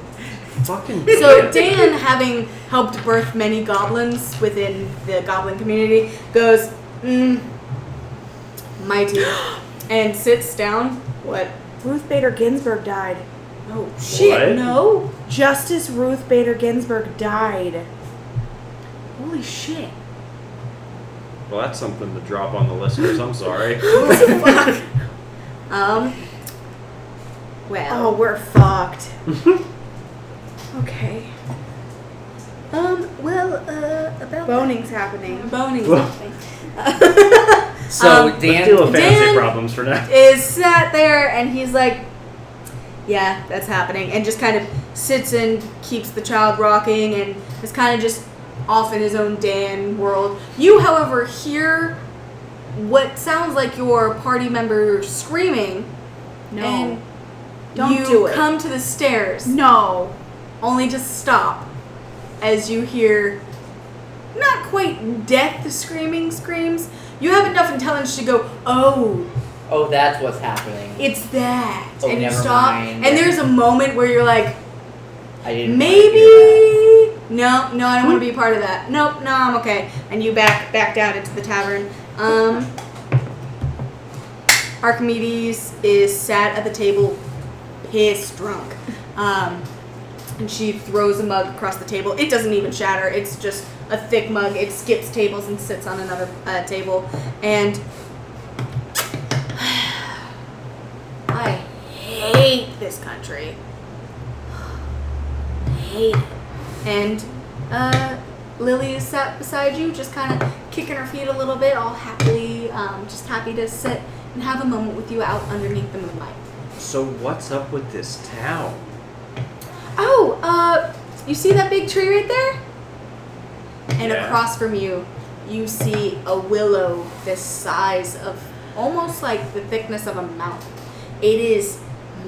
Fucking.
So Dan, having helped birth many goblins within the goblin community, goes, mm, "My dear," and sits down. What?
Ruth Bader Ginsburg died.
Oh shit!
What?
No.
Justice Ruth Bader Ginsburg died. Holy shit.
Well, that's something to drop on the listeners. I'm sorry.
Um.
Oh,
Well.
we're fucked. okay.
Um. Well. Uh. About
Boning's happening.
boning
Well-
something.
So
Um,
Let's deal with
Dan,
fantasy
Dan-
problems for now.
is sat there and he's like, yeah, that's happening, and just kind of sits and keeps the child rocking and is kind of just off in his own Dan world. You, however, hear what sounds like your party member screaming,
No.
and
Don't
you
do it.
come to the stairs,
no.
only to stop as you hear not quite death screaming screams. You have enough intelligence to go, oh,
oh, that's what's happening.
it's that.
Oh,
and you
never
stop.
mind.
And there's a moment where you're like,
I didn't. wanna do that.
maybe. No, no, I don't want to be part of that. Nope, no, I'm okay. And you back back down into the tavern. Um, Archimedes is sat at the table, pissed drunk. Um, and she throws a mug across the table. It doesn't even shatter. It's just a thick mug. It skips tables and sits on another uh, table. And I hate this country. hate it. And uh, Lily is sat beside you, just kind of kicking her feet a little bit, all happily, um, just happy to sit and have a moment with you out underneath the moonlight.
So what's up with this town?
Oh, uh, you see that big tree right there? And
Yeah.
across from you, you see a willow the size of almost like the thickness of a mountain. It is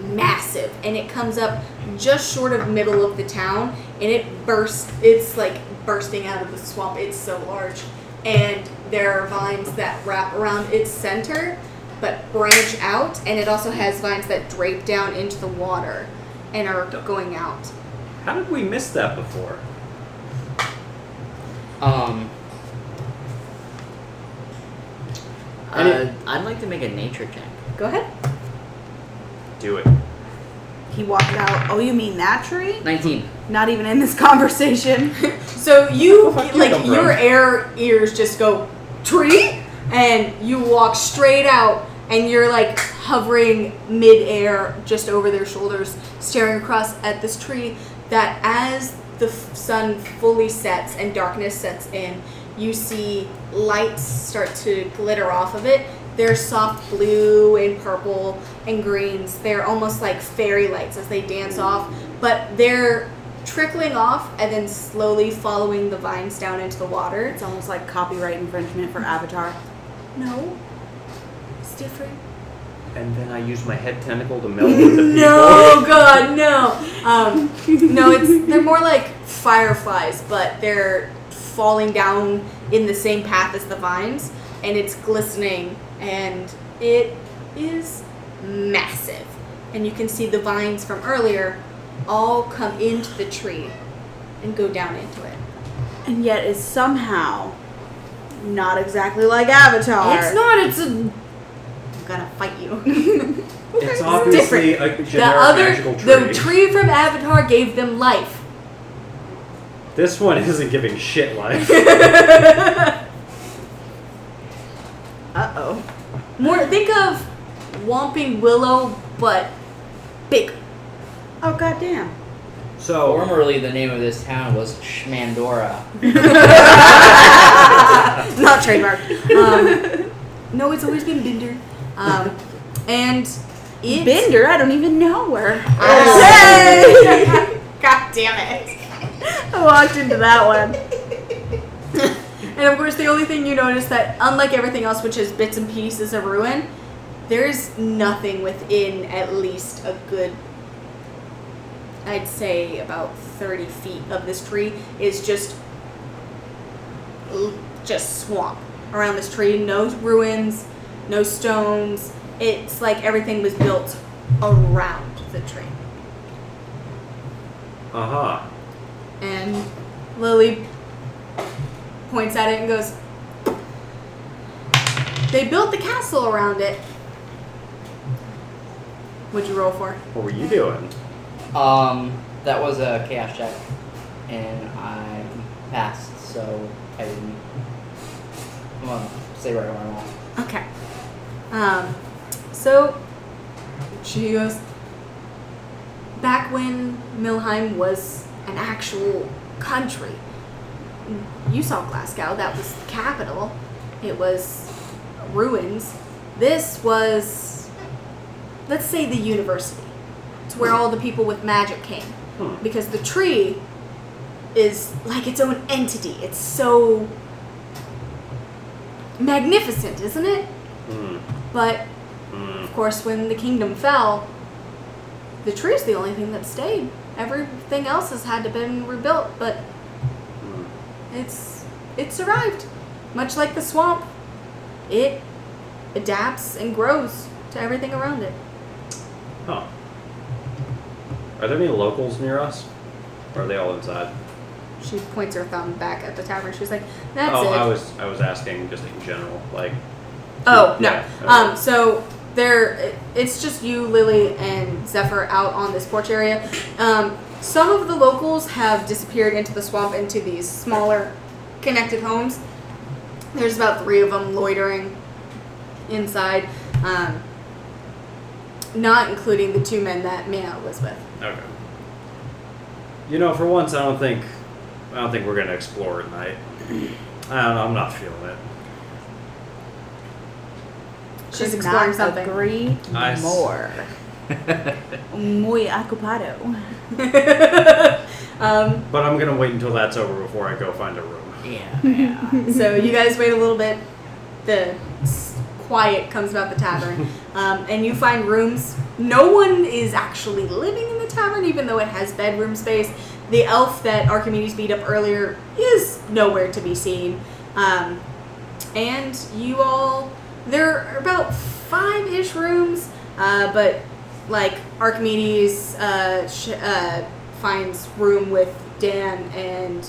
massive and it comes up just short of middle of the town and it bursts it's like bursting out of the swamp it's so large and there are vines that wrap around its center but branch out and it also has vines that drape down into the water and are going out
How did we miss that before?
Um.
Any-
Uh, I'd like to make a nature check.
go ahead
Do it.
He walked out. Oh, you mean that tree?
Nineteen.
Not even in this conversation.
So you
Where the fuck you
like
come
your
from?
air ears just go tree, and you walk straight out, and you're like hovering midair just over their shoulders, staring across at this tree. That as the f- sun fully sets and darkness sets in, you see lights start to glitter off of it. They're soft blue and purple and greens. They're almost like fairy lights as they dance off, but they're trickling off and then slowly following the vines down into the water.
It's almost like copyright infringement for Avatar.
No. It's different.
And then I use my head tentacle to melt with the people.
No, God, no. Um, no, it's they're more like fireflies, but they're falling down in the same path as the vines, and it's glistening, and it is massive. And you can see the vines from earlier all come into the tree and go down into it.
And yet is somehow not exactly like Avatar.
It's not. It's a. I'm gonna fight you.
It's obviously a generic
the other,
magical tree.
the tree from Avatar gave them life.
This one isn't giving shit life.
Uh oh.
More think of Whomping Willow, but big.
Oh goddamn.
So
Formerly, Oh, the name of this town was Shmandora.
Not trademark.
Um, no, it's always been Binder. Um, and it.
Bender, I don't even know where.
Oh. God damn it!
Oh, I walked into that one.
And of course, the only thing you notice that, unlike everything else, which is bits and pieces of ruin, there's nothing within at least a good, I'd say about 30 feet of this tree is just, just swamp around this tree. No ruins, no stones. It's like everything was built around the tree.
Aha.
And Lily points at it and goes, They built the castle around it. What'd you roll for?
What were you doing?
Um, that was a chaos check, and I passed, so I didn't. I'm gonna say right where I'm at.
Okay. Um, so she goes, Back when Milheim was an actual country, you saw Glasgow, that was the capital. It was ruins. This was, let's say, the university. It's where all the people with magic came.
Hmm.
Because the tree is like its own entity. It's so magnificent, isn't it?
Mm,
But
mm,
of course, when the kingdom fell, the tree's the only thing that stayed. Everything else has had to been rebuilt, but
mm.
it's it survived. Much like the swamp, it adapts and grows to everything around it.
Huh. Are there any locals near us? Or are they all inside?
She points her thumb back at the tavern. She's like, "That's
oh,
it."
I was I was asking just in general, like
Oh no.
Yeah, okay.
Um. So there, it's just you, Lily, and Zephyr out on this porch area. Um. Some of the locals have disappeared into the swamp, into these smaller, connected homes. There's about three of them loitering inside, um, not including the two men that Mia was with.
okay. You know, for once, I don't think I don't think we're gonna explore at night. I don't know. I'm not feeling it.
She's
Could
exploring
not
something.
Agree
I s-
more. Muy ocupado.
um,
But I'm gonna wait until that's over before I go find a room.
Yeah, yeah.
So you guys wait a little bit. The s- quiet comes about the tavern, um, and you find rooms. No one is actually living in the tavern, even though it has bedroom space. The elf that Archimedes beat up earlier is nowhere to be seen. Um, and you all, there are about five ish rooms, uh, but like Archimedes uh, sh- uh, finds room with Dan and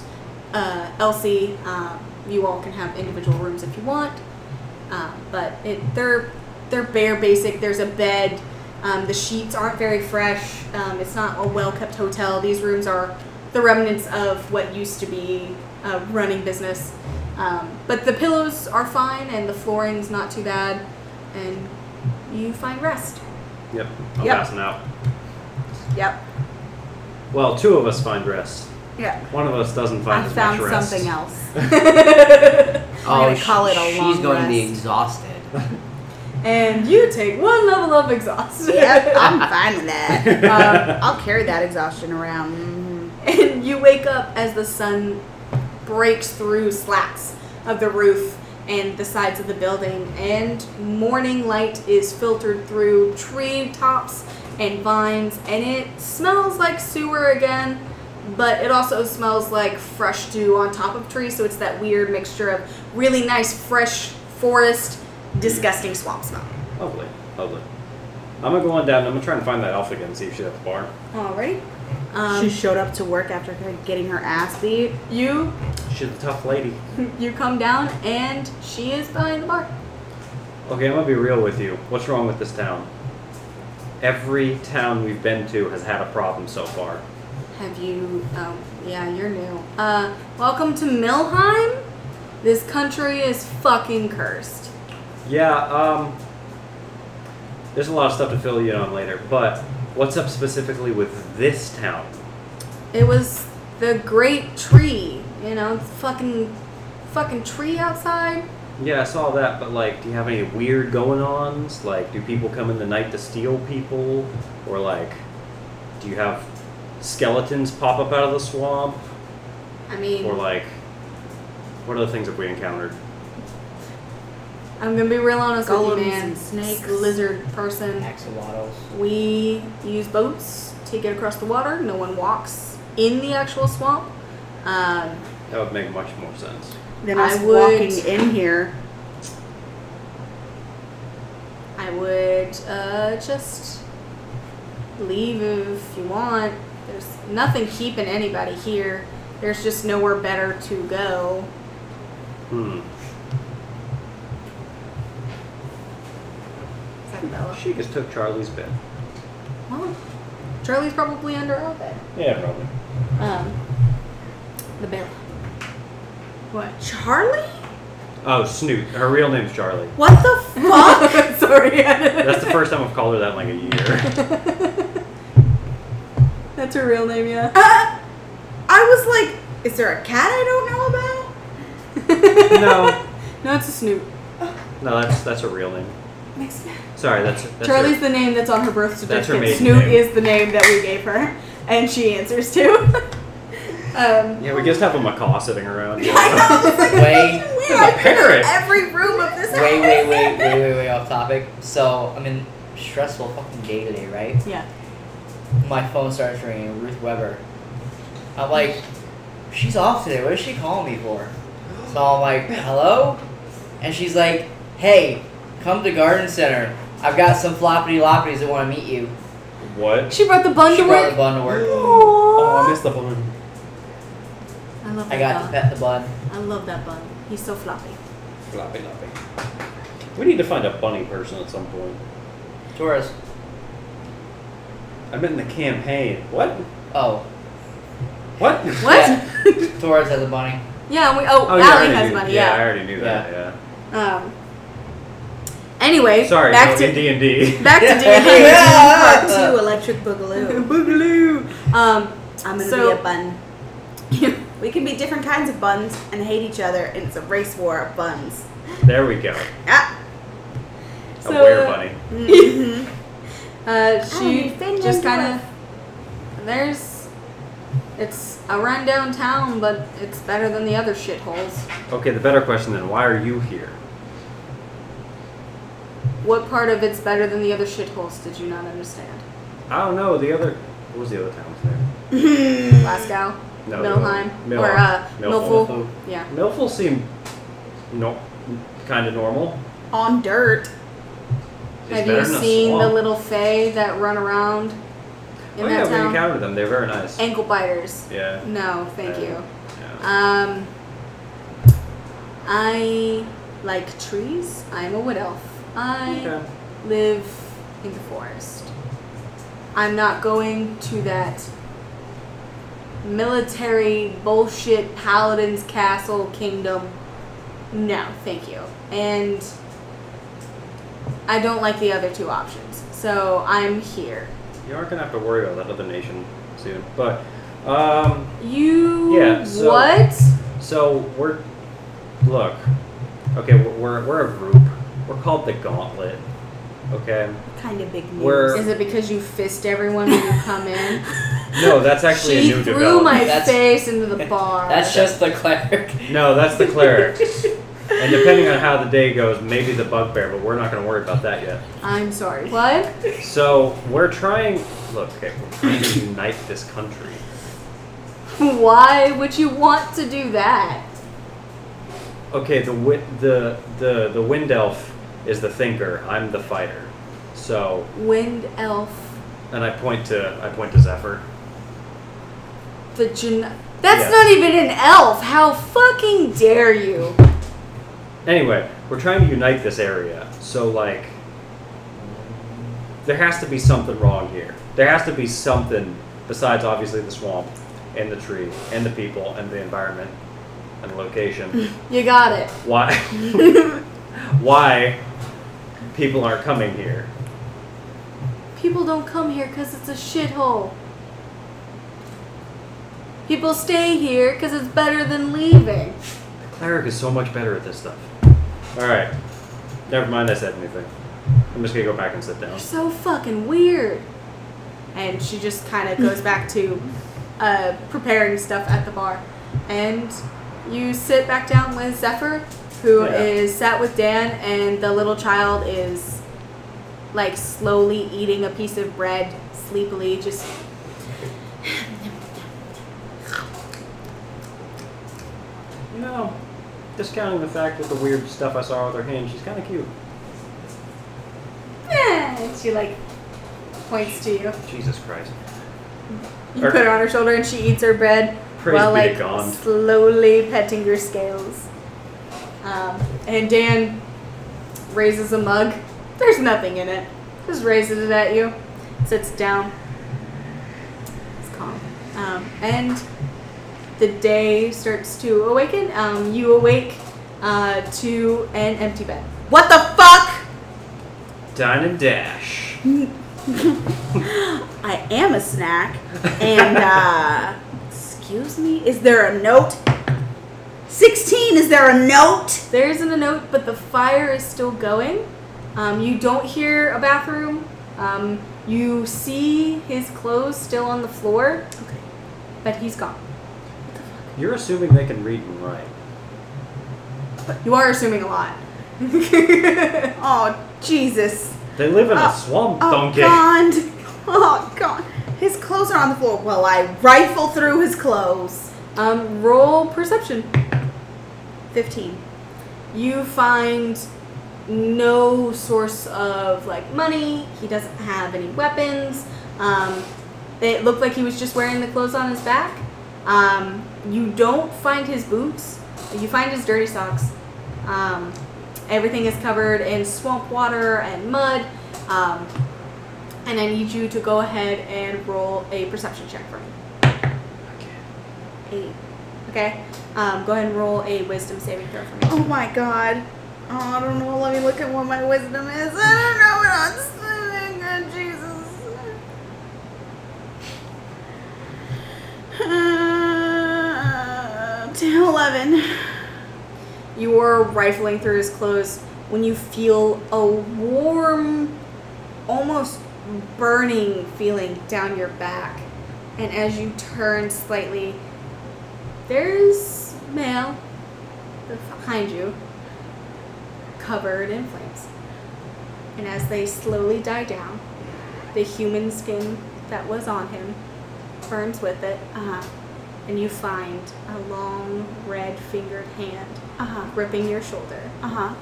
uh, Elsie. Um, you all can have individual rooms if you want, um, but it, they're they're bare basic. There's a bed. Um, the sheets aren't very fresh. Um, it's not a well kept hotel. These rooms are the remnants of what used to be a running business. Um, but the pillows are fine and the flooring's not too bad, and you find rest.
Yep. I'm
Yep.
passing out.
Yep.
Well, two of us find rest.
Yeah.
One of us doesn't find
I
as
found
much rest.
something else.
oh,
gonna call it a
she's
long
going to be
rest.
exhausted.
And you take one level of exhaustion.
yep, I'm uh, fine with that.
Um,
I'll carry that exhaustion around.
and you wake up as the sun breaks through slats of the roof and the sides of the building, and morning light is filtered through tree tops and vines, and it smells like sewer again. But it also smells like fresh dew on top of trees, so it's that weird mixture of really nice fresh forest, disgusting swamp smell.
Lovely, lovely. I'm gonna go on down. I'm gonna try and find that elf again. See if she's at the bar.
Alright. Um,
Mm-hmm. she showed up to work after her getting her ass beat.
you
She's a tough lady.
you come down and she is behind the bar.
Okay, I'm gonna be real with you. What's wrong with this town? Every town we've been to has had a problem so far.
Have you? Oh, yeah, you're new. Uh, welcome to Milheim. This country is fucking cursed.
Yeah, um, there's a lot of stuff to fill you in on later. But what's up specifically with this town?
It was the great tree. You know, it's fucking, fucking tree outside.
Yeah, I saw that. But like, do you have any weird going-ons? Like, do people come in the night to steal people, or like, do you have skeletons pop up out of the swamp,
Mm. I mean,
or like, What other things have we encountered?
I'm gonna be real honest with
Golems
you, man.
and snakes.
lizard person.
Axolotls.
We use boats to get across the water. No one walks in the actual swamp. Um,
That would make much more sense.
Then
I
us
would-
walking in here.
I would uh, just leave if you want. There's nothing keeping anybody here. There's just nowhere better to go.
Hmm.
Is that Bella?
She just took Charlie's bed.
Well, Charlie's probably under our bed.
Yeah, probably.
Um, the Bella. What?
Charlie?
Oh, Snoot. Her real name's Charlie.
What the fuck?
Sorry.
That's the first time I've called her that in like a year.
That's her real name, yeah.
Uh, I was like, is there a cat I don't know about?
no,
No, it's a Snoop.
no, that's that's her real name.
Makes sense.
Sorry, that's that's
Charlie's
Her.
the name that's on her birth
That's her
certificate.
maiden
Snoot
name.
is the name that we gave her, and she answers to. um,
Yeah, we just have a macaw sitting around. Here.
Way,
It's a parrot.
Every room of this
way,
house.
way, way, way, way, way off topic. So I'm in stressful fucking day today, right?
yeah.
My phone starts ringing. Ruth Weber. I'm like, she's off today. What is she calling me for? So I'm like, hello, and she's like, hey, come to Garden Center. I've got some floppity loppities that want to meet you.
What?
She brought the bun
She
to
brought a
work.
bun to work.
Oh, I missed the balloon.
I love
I
that
got to
bun.
pet the bun.
I love that bun. He's so floppy.
Floppy, floppy. We need to find a bunny person at some point.
Taurus.
I met in the campaign. What?
Oh,
What?
What? Yeah,
Taurus has a bunny.
and we. Oh,
Oh,
Allie
yeah, I already
has
knew-
money.
Yeah, I
Yeah.
already knew that. Yeah.
Um. Anyway,
Sorry,
back
no,
to
in D and D.
back to
Yeah.
D&D.
Yeah.
Part two, electric boogaloo.
Boogaloo. Um.
I'm gonna
So-
be a bun. We can be different kinds of buns and hate each other, and it's a race war of buns.
There we go.
Ah,
A
So-
were bunny.
mhm.
Uh,
Oh,
she
you've been
just
down
kind of there's it's a rundown town, but it's better than the other shitholes.
Okay, the better question then: Why are you here?
What part of it's better than the other shitholes did you not understand?
I don't know. The other. What was the other towns there?
Glasgow,
Mm. No,
Milheim,
Mil-
or uh,
Milful.
Millful. Yeah,
Millful seemed no, kind of normal.
on dirt.
It's
have
better
you
than a
seen the
swamp.
little fae that run around in
oh
that
yeah, we
town?
encountered them. They're very nice.
Ankle biters.
yeah.
No, thank
Uh,
you.
yeah.
Um, I like trees. I'm a wood elf. I
Okay.
live in the forest. I'm not going to that military bullshit paladin's castle kingdom. No, thank you. And I don't like the other two options. So I'm here.
You aren't gonna have to worry about that other nation soon. But um,
You
Yeah, so-
what?
so we're look. Okay, we're we're, we're a group. We're called the Gauntlet. Okay.
Kind of big news.
We're-
Is it because you fist everyone when you come in?
No, that's actually
she
a new
threw
development.
my
That's-
face into the bar.
That's just the cleric.
No, that's the cleric. and depending on how the day goes, maybe the bugbear, but we're not going to worry about that yet.
I'm sorry. What?
So we're trying. Look, okay, we're trying to unite this country.
Why would you want to do that?
Okay, the wi- the the the wind elf is the thinker. I'm the fighter. So,
Wind elf,
and I point to I point to Zephyr.
the gen. That's
Yes.
not even an elf. How fucking dare you?
Anyway, we're trying to unite this area. So like, there has to be something wrong here. There has to be something besides obviously the swamp and the tree and the people and the environment and the location.
You got it.
why why people aren't coming here.
People don't come here because it's a shithole. People stay here because it's better than leaving.
The cleric is so much better at this stuff. All right. Never mind I said anything. I'm just going to go back and sit down.
You're so fucking weird.
and she just
kind of goes back to uh, preparing stuff at the bar. And You sit back down with Zephyr, who is
Yeah.
sat with Dan, and the little child is like slowly eating a piece of bread, sleepily, just.
You know, discounting the fact with the weird stuff I saw with her hand, she's kind of cute.
"Eh," and she like points to you.
Jesus Christ.
You
Or-
put her on her shoulder, and she eats her bread
Praise
while
be to
like
God.
slowly petting your scales. Um, and Dan raises a mug. There's nothing in it. Just raises it at you. Sits down. It's calm. Um, and the day starts to awaken. Um, you awake uh, to an empty bed.
What the fuck?
Dine and dash.
I am a snack. And, uh, excuse me? Is there a note? 16, is there a note?
There isn't a note, but the fire is still going. Um, you don't hear a bathroom. Um, you see his clothes still on the floor,
Okay.
but he's gone.
You're assuming they can read and write.
You are assuming a lot.
Oh, Jesus.
They live in
Oh,
a swamp,
Oh,
donkey.
God. Oh, God. His clothes are on the floor. Well, I rifle through his clothes.
um, roll perception.
15.
You find no source of like money. He doesn't have any weapons. Um, it looked like he was just wearing the clothes on his back. Um, you don't find his boots. You find his dirty socks. Um, everything is covered in swamp water and mud. Um, and I need you to go ahead and roll a perception check for me. Eight. Okay. Um, go ahead and roll a wisdom saving throw for me.
Oh, my God. Oh, I don't know. Let me look at what my wisdom is. I don't know what I'm saying. Jesus. Uh, 10, 11.
You're rifling through his clothes when you feel a warm, almost burning feeling down your back. And as you turn slightly, there's Mal behind you, covered in flames. And as they slowly die down, the human skin that was on him burns with it.
Uh-huh.
And you find a long, red fingered hand
Uh-huh.
gripping your shoulder.
Uh-huh.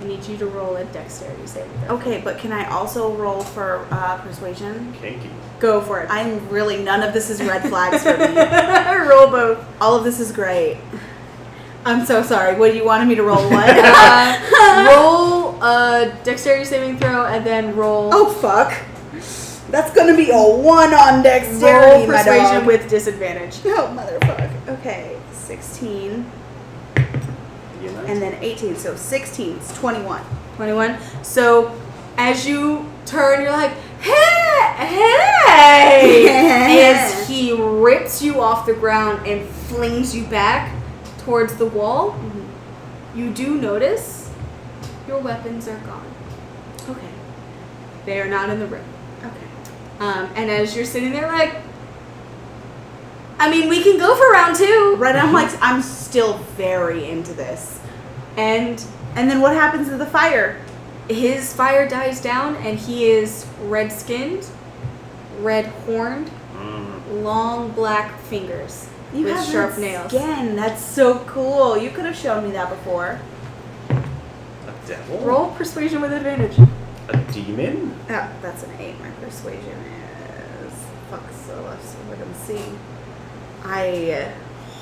I need you to roll a dexterity saving throw.
Okay, but can I also roll for uh, persuasion?
Kinky.
Go for it.
I'm really none of this is red flags for me.
roll both.
All of this is great. I'm so sorry. What you wanted me to roll what?
Uh, roll a dexterity saving throw and then roll
oh fuck. That's gonna be a one on dexterity,
roll
my
persuasion
dog.
with disadvantage.
oh motherfuck. Okay, sixteen
You know?
and then eighteen, so sixteen. It's twenty-one.
21. So as you turn, you're like, hey, hey, as he rips you off the ground and flings you back towards the wall. You do notice your weapons are gone.
Okay.
They are not in the room.
Okay.
Um, and as you're sitting there, like, I mean, we can go for round two.
Right now I'm like I'm still very into this.
And
And then what happens to the fire?
his fire dies down, and he is red skinned, red horned,
Mm.
long black fingers with
have
sharp
red
nails.
Skin. That's so cool. You could have shown me that before.
A devil?
Roll persuasion with advantage.
A demon?
Oh, that's an eight. My persuasion is fuck. So let's we're gonna see. I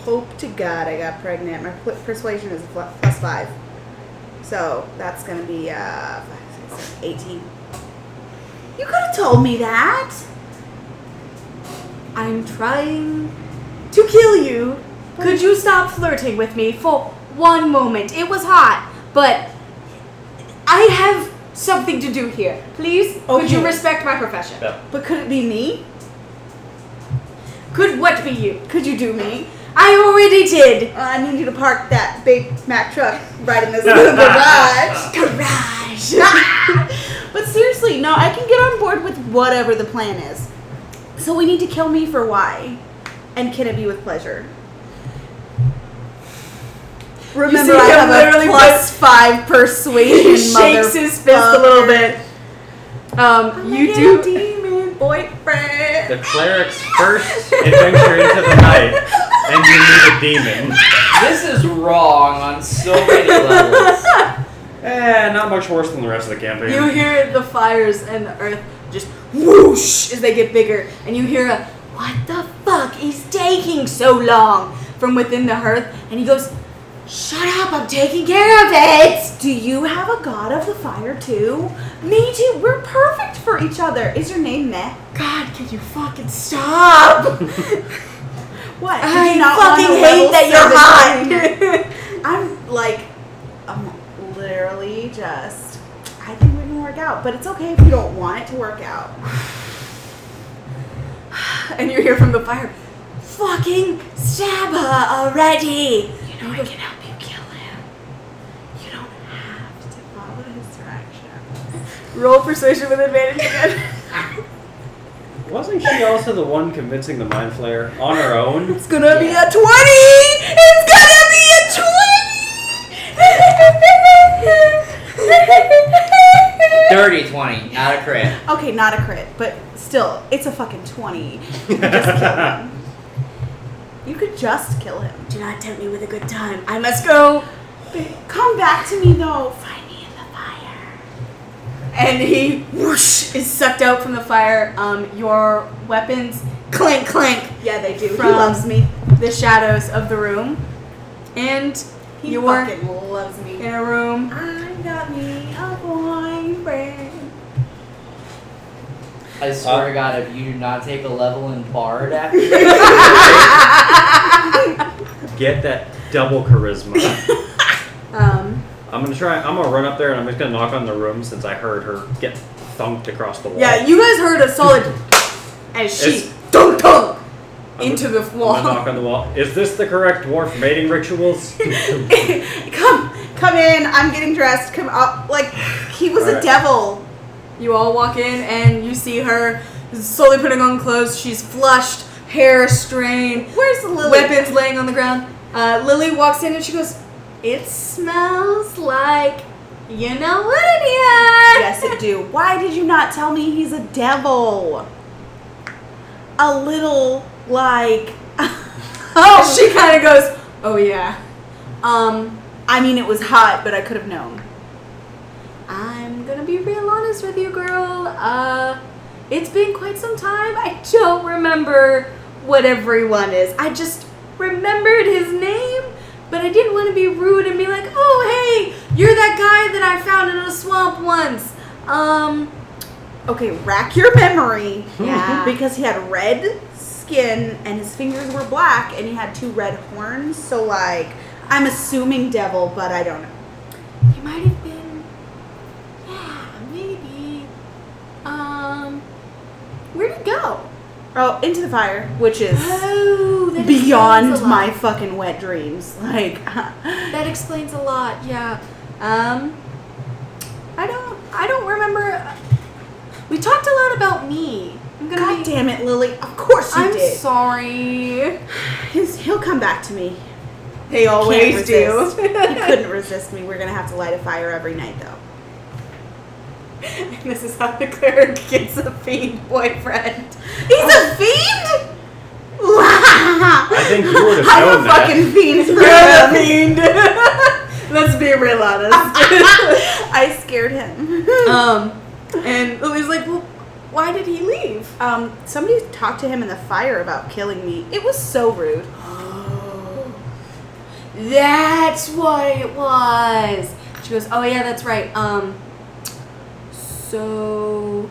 hope to God I got pregnant. My pl- persuasion is pl- plus five, so that's gonna be uh, five, six, seven, eighteen. You could have told me that.
I'm trying to kill you. Could you stop flirting with me for one moment? It was hot, but I have something to do here. Please, could you
Okay.
respect my profession?
No.
But could it be me?
Could what be you?
Could you do me?
I already did.
Uh, I need you to park that big Mack truck right in this little garage.
Garage.
but seriously, no, I can get on board with whatever the plan is. So we need to kill me for why? And can it be with pleasure? Remember,
see
I
him
have
literally
a plus five persuasion.
He shakes his fist a little bit. Um, you do.
demon boyfriend.
The cleric's first adventure into the night, and you meet a demon.
This is wrong on so many levels.
Eh, not much worse than the rest of the campaign.
You hear the fires and the earth just whoosh as they get bigger, and you hear a "What the fuck is taking so long?" from within the hearth, and he goes, "Shut up! I'm taking care of it."
Do you have a god of the fire too? Me too. We're perfect for each other. Is your name Meh?
God, can you fucking stop?
What? Did
I
you not want
fucking
a level
hate that
seven
you're
thing?
hot.
I'm like, I'm literally just. I think we can work out, but it's okay if you don't want it to work out.
and you hear from the fire, "Fucking stab her already!"
You know I can help you kill him. You don't have to follow his direction.
Roll persuasion with advantage again.
Wasn't she also the one convincing the mind flayer on her own?
It's gonna be
Yeah.
a twenty. It's gonna be a twenty.
Dirty 20, not a crit.
okay, not a crit, but still, it's a fucking twenty. You could just kill him.
Do not tempt me with a good time. I must go.
Come back to me though. Find me in the fire.
And he whoosh is sucked out from the fire. Um, your weapons clank clank.
Yeah, they do.
From-
he loves me.
The shadows of the room, and
He
you are
fucking loves me.
in a room.
I got me a boyfriend.
I swear to God, if you do not take a level in Bard after this,
Get that double charisma.
Um,
I'm gonna try. I'm gonna run up there and I'm just gonna knock on the room since I heard her get thunked across the wall.
yeah, you guys heard a solid as she
It's-
dunk dunk
I'm
into the
gonna- I'm gonna
wall.
knock on the wall. Is this the correct dwarf mating rituals?
Come, come in. I'm getting dressed. Come up. Like he was a
Alright.
devil.
You all walk in and you see her slowly putting on clothes. She's flushed, hair strained,
Where's Lily?
weapons laying on the ground. Uh, Lily walks in and she goes, "It smells like you know what in here."
Yes, it do. Why did you not tell me he's a devil? A little like.
Oh, she kind of goes, "Oh yeah." Um,
I mean, it was hot, but I could have known.
I'm gonna be real honest with you, girl. Uh, it's been quite some time. I don't remember what everyone is. I just remembered his name, but I didn't want to be rude and be like, "Oh hey, you're that guy that I found in a swamp once." Um,
Okay, rack your memory.
Yeah.
Because he had red skin and his fingers were black and he had two red horns. So, like, I'm assuming devil, but I don't know.
He might have been. Yeah, maybe. Um, where'd he go?
Oh, into the fire, which is
Oh, that
beyond
explains a
my
lot.
fucking wet dreams. Like,
That explains a lot. Yeah. Um, I don't. I don't remember. uh, We talked a lot about me. I'm gonna.
God
be,
damn it, Lily. Of course you
I'm
did.
sorry.
His, he'll come back to me.
They
always do. He couldn't resist me. We're gonna have to light a fire every night, though.
this is how the cleric gets a fiend boyfriend.
He's a fiend.
I think you would have
I'm
known
a
that.
fucking fiend. for
You're the
him.
fiend. Let's be real honest.
I scared him.
um, and Lily's like, well, why did he leave?
Um, somebody talked to him in the fire about killing me. It was so rude.
That's what it was. She goes, Oh yeah, that's right. Um so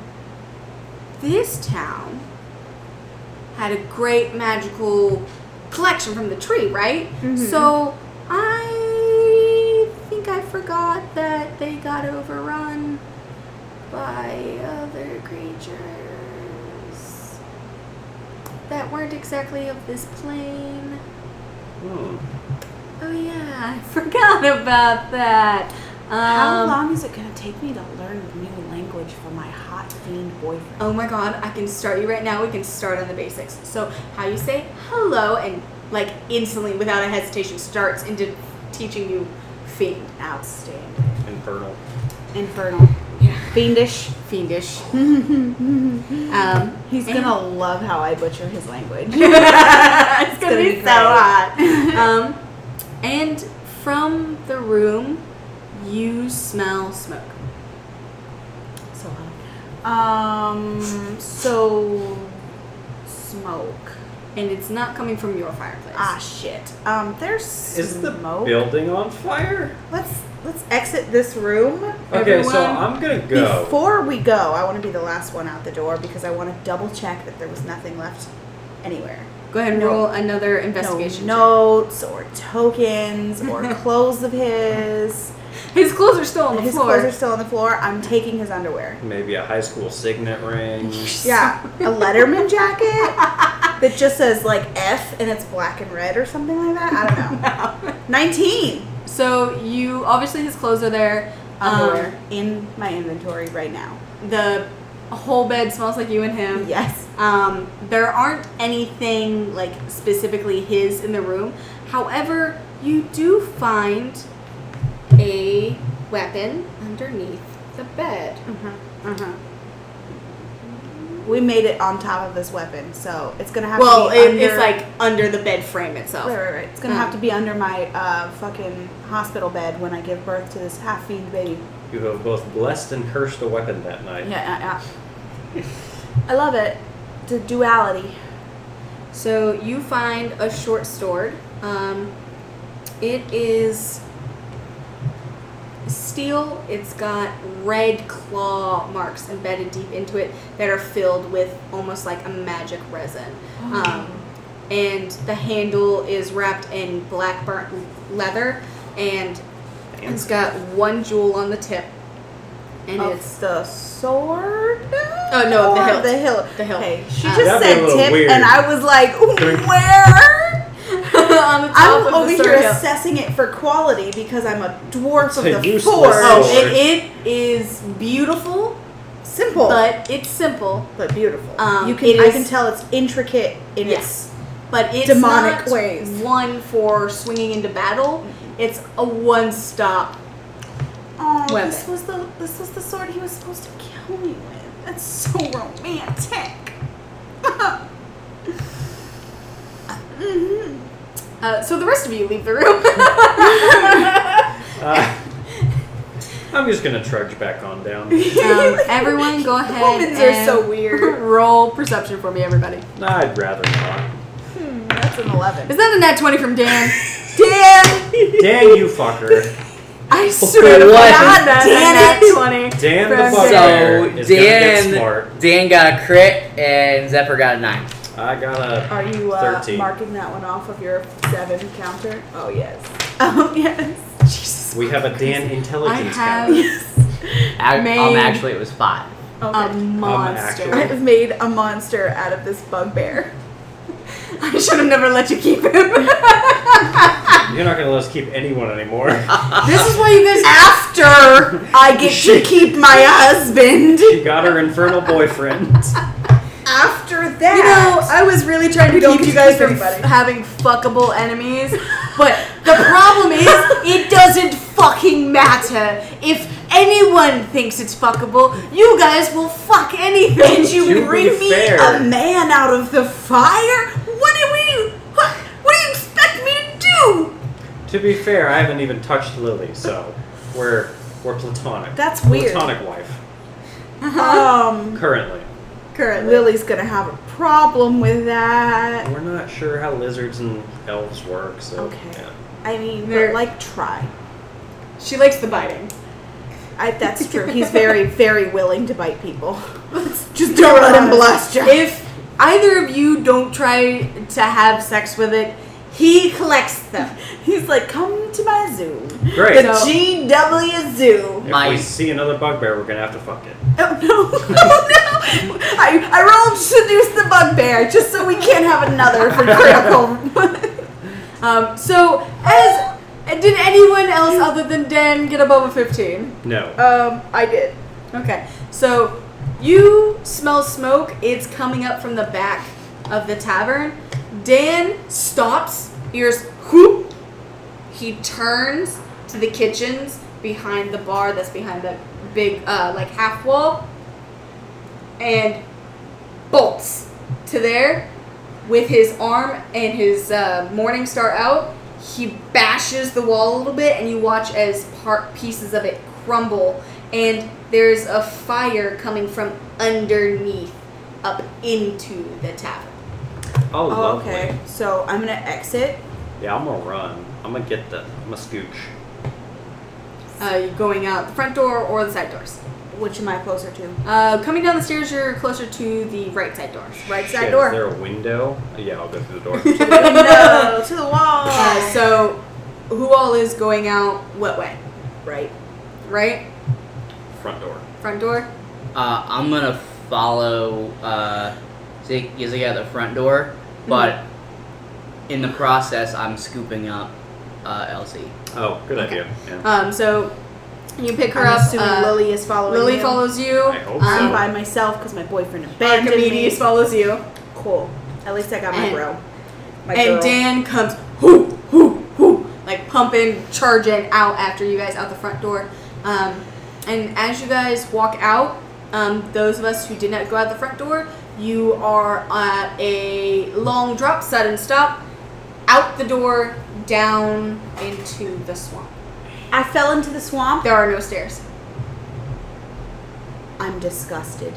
this town had a great magical collection from the tree, right? So I think I forgot that they got overrun by other creatures that weren't exactly of this plane.
Hmm.
Oh yeah, I forgot about that. Um,
How long is it gonna take me to learn a new language for my hot fiend boyfriend?
Oh my god, I can start you right now. We can start on the basics. So how you say hello and like instantly without a hesitation starts into teaching you Fiend.
Outstanding.
Infernal.
Infernal.
Yeah.
Fiendish.
Fiendish.
He's
Um,
gonna love how I butcher his language.
it's gonna be so
great.
hot. Um, and from the room, you smell smoke.
So hot. Um. So smoke.
And it's not coming from your fireplace.
Ah shit. Um. There's smoke.
Is the building on fire?
Let's let's exit this room.
Okay, so
Everyone,
I'm gonna go.
Before we go, I want to be the last one out the door because I want to double check that there was nothing left anywhere.
Go ahead and
No.
roll another
No
investigation.
notes or tokens or clothes of his.
check. His clothes are still on the
his
floor.
clothes are still on the floor. I'm taking his underwear.
Maybe a high school signet ring.
Yeah, a Letterman jacket that just says like F and it's black and red or something like that. I don't know. Nineteen
so you obviously his clothes are there. Um,
underwear in my inventory right now.
the whole bed smells like you and him.
Yes.
Um, there aren't anything like specifically his in the room. However, you do find a weapon underneath the bed.
Uh-huh. We made it on top of this weapon, so it's gonna have
Well,
to be
it-
under,
it's like under the bed frame itself.
Right, right, right. It's gonna
Mm.
have to be under my uh, fucking hospital bed when I give birth to this half fiend baby.
You have both blessed and cursed a weapon that night.
yeah, yeah. I love it. The duality.
So you find a short sword. Um, it is steel. It's got red claw marks embedded deep into it that are filled with almost like a magic resin. Um, and the handle is wrapped in black burnt leather, and it's got one jewel on the tip, and
of
it's
the sword.
Oh, no, the
Or
hilt.
The hilt.
The hilt.
Okay, she
Um,
just said
That'd be a little
tip,
weird.
and I was like, where?
on the top
I'm
of the
over here
sword hilt.
assessing it for quality because I'm a dwarf
It's a
of the
useless
forge.
sword.
Oh, it, it is beautiful,
Simple, but,
but it's simple.
beautiful.
Um,
you can
it
I
is-
can tell it's intricate in
Yes, but it's
Demonic
not
ways.
one for swinging into battle. It's a one-stop.
its. Oh, this
Weapon.
was the this was the sword he was supposed to kill me with. That's so romantic. Mhm.
Uh, so the rest of you leave the room.
Uh, I'm just gonna trudge back on down.
um, everyone, go ahead.
Humans are
and
so weird.
Roll perception for me, everybody.
I'd rather not.
Hmm, that's an eleven.
Is that a nat twenty from Dan?
Damn.
Dang you, fucker.
I swear to
What?
God, that's
Damn
a
it.
nat twenty.
Dan the
From
fucker
So
is gonna get smart.
Dan, Dan got a crit and Zephyr got a nine.
I got a.
Are you uh,
13.
marking that one off of your seven counter? Oh yes. Oh yes.
Jesus.
We have a Dan
I
intelligence
have
counter.
Ac-
Main-
Um, actually, it was five.
a
Okay.
monster.
actually-
I've made a monster out of this bugbear.
I should have never let you keep him.
You're not gonna let us keep anyone anymore.
this is why you guys
After I get to keep my husband.
She got her infernal boyfriend.
After
You know,
that,
I was really trying to
We don't
keep you
keep
guys from
anybody.
f- having fuckable enemies, but the problem is, it doesn't fucking matter. If anyone thinks it's fuckable, you guys will fuck anything.
did you
To be
bring me
fair-
a man out of the fire? What do we? What, what do you expect me to do?
To be fair, I haven't even touched Lily, so we're we're platonic.
That's weird.
Platonic wife
Um,
currently.
Currently.
Lily's gonna have a problem with that.
We're not sure how lizards and elves work, so
Okay.
yeah.
I mean,
There-
but like try.
She likes the biting.
I, that's true. He's very, very willing to bite people. Just don't let him blast you.
If either of you don't try to have sex with it, he collects them.
He's like, come to my zoo.
Great.
The GW Zoo.
if
My-
we see another bugbear, we're gonna have to fuck it.
Oh no, no, no! I, I rolled seduce the bugbear just so we can't have another for critical.
Um, so, as did anyone else other than Dan get above a fifteen?
No.
um, I did.
Okay, so you smell smoke. It's coming up from the back of the tavern. Dan stops, ears whoop, he turns to the kitchens behind the bar that's behind the big uh, like half wall and bolts to there with his arm and his uh, morning star out he bashes the wall a little bit and you watch as part pieces of it crumble and there's a fire coming from underneath up into the tavern
Oh,
Oh,
lovely.
okay. So I'm gonna exit.
Yeah, I'm gonna run. I'm gonna get the. I'm gonna scooch.
uh, you're going out the front door or the side doors
Which am I closer to?
uh, coming down the stairs you're closer to the right side door
Right
Shit,
side door.
Is there a window? Yeah, I'll go through the door.
Window to the wall.
uh, so who all is going out what way
right.
right
Front door.
front door
Uh, I'm gonna follow uh, Zig Zig out the front door,
Mm-hmm.
but in the process, I'm scooping up uh, Elsie.
Oh, good
Okay.
idea. Yeah.
um, so you pick her
I'm
up
assuming
uh,
Lily is following.
Lily
you.
follows you.
I hope
um,
I'm by myself because my boyfriend abandoned
Archimedes
me.
follows you.
Cool. At least I got my
And-
bro. My
and
girl.
Dan comes, whoo, whoo, whoo, like pumping, charging out after you guys out the front door. Um, and as you guys walk out, um, those of us who did not go out the front door, you are at a long drop, sudden stop, out the door, down into the swamp.
I fell into the swamp.
There are no stairs.
I'm disgusted.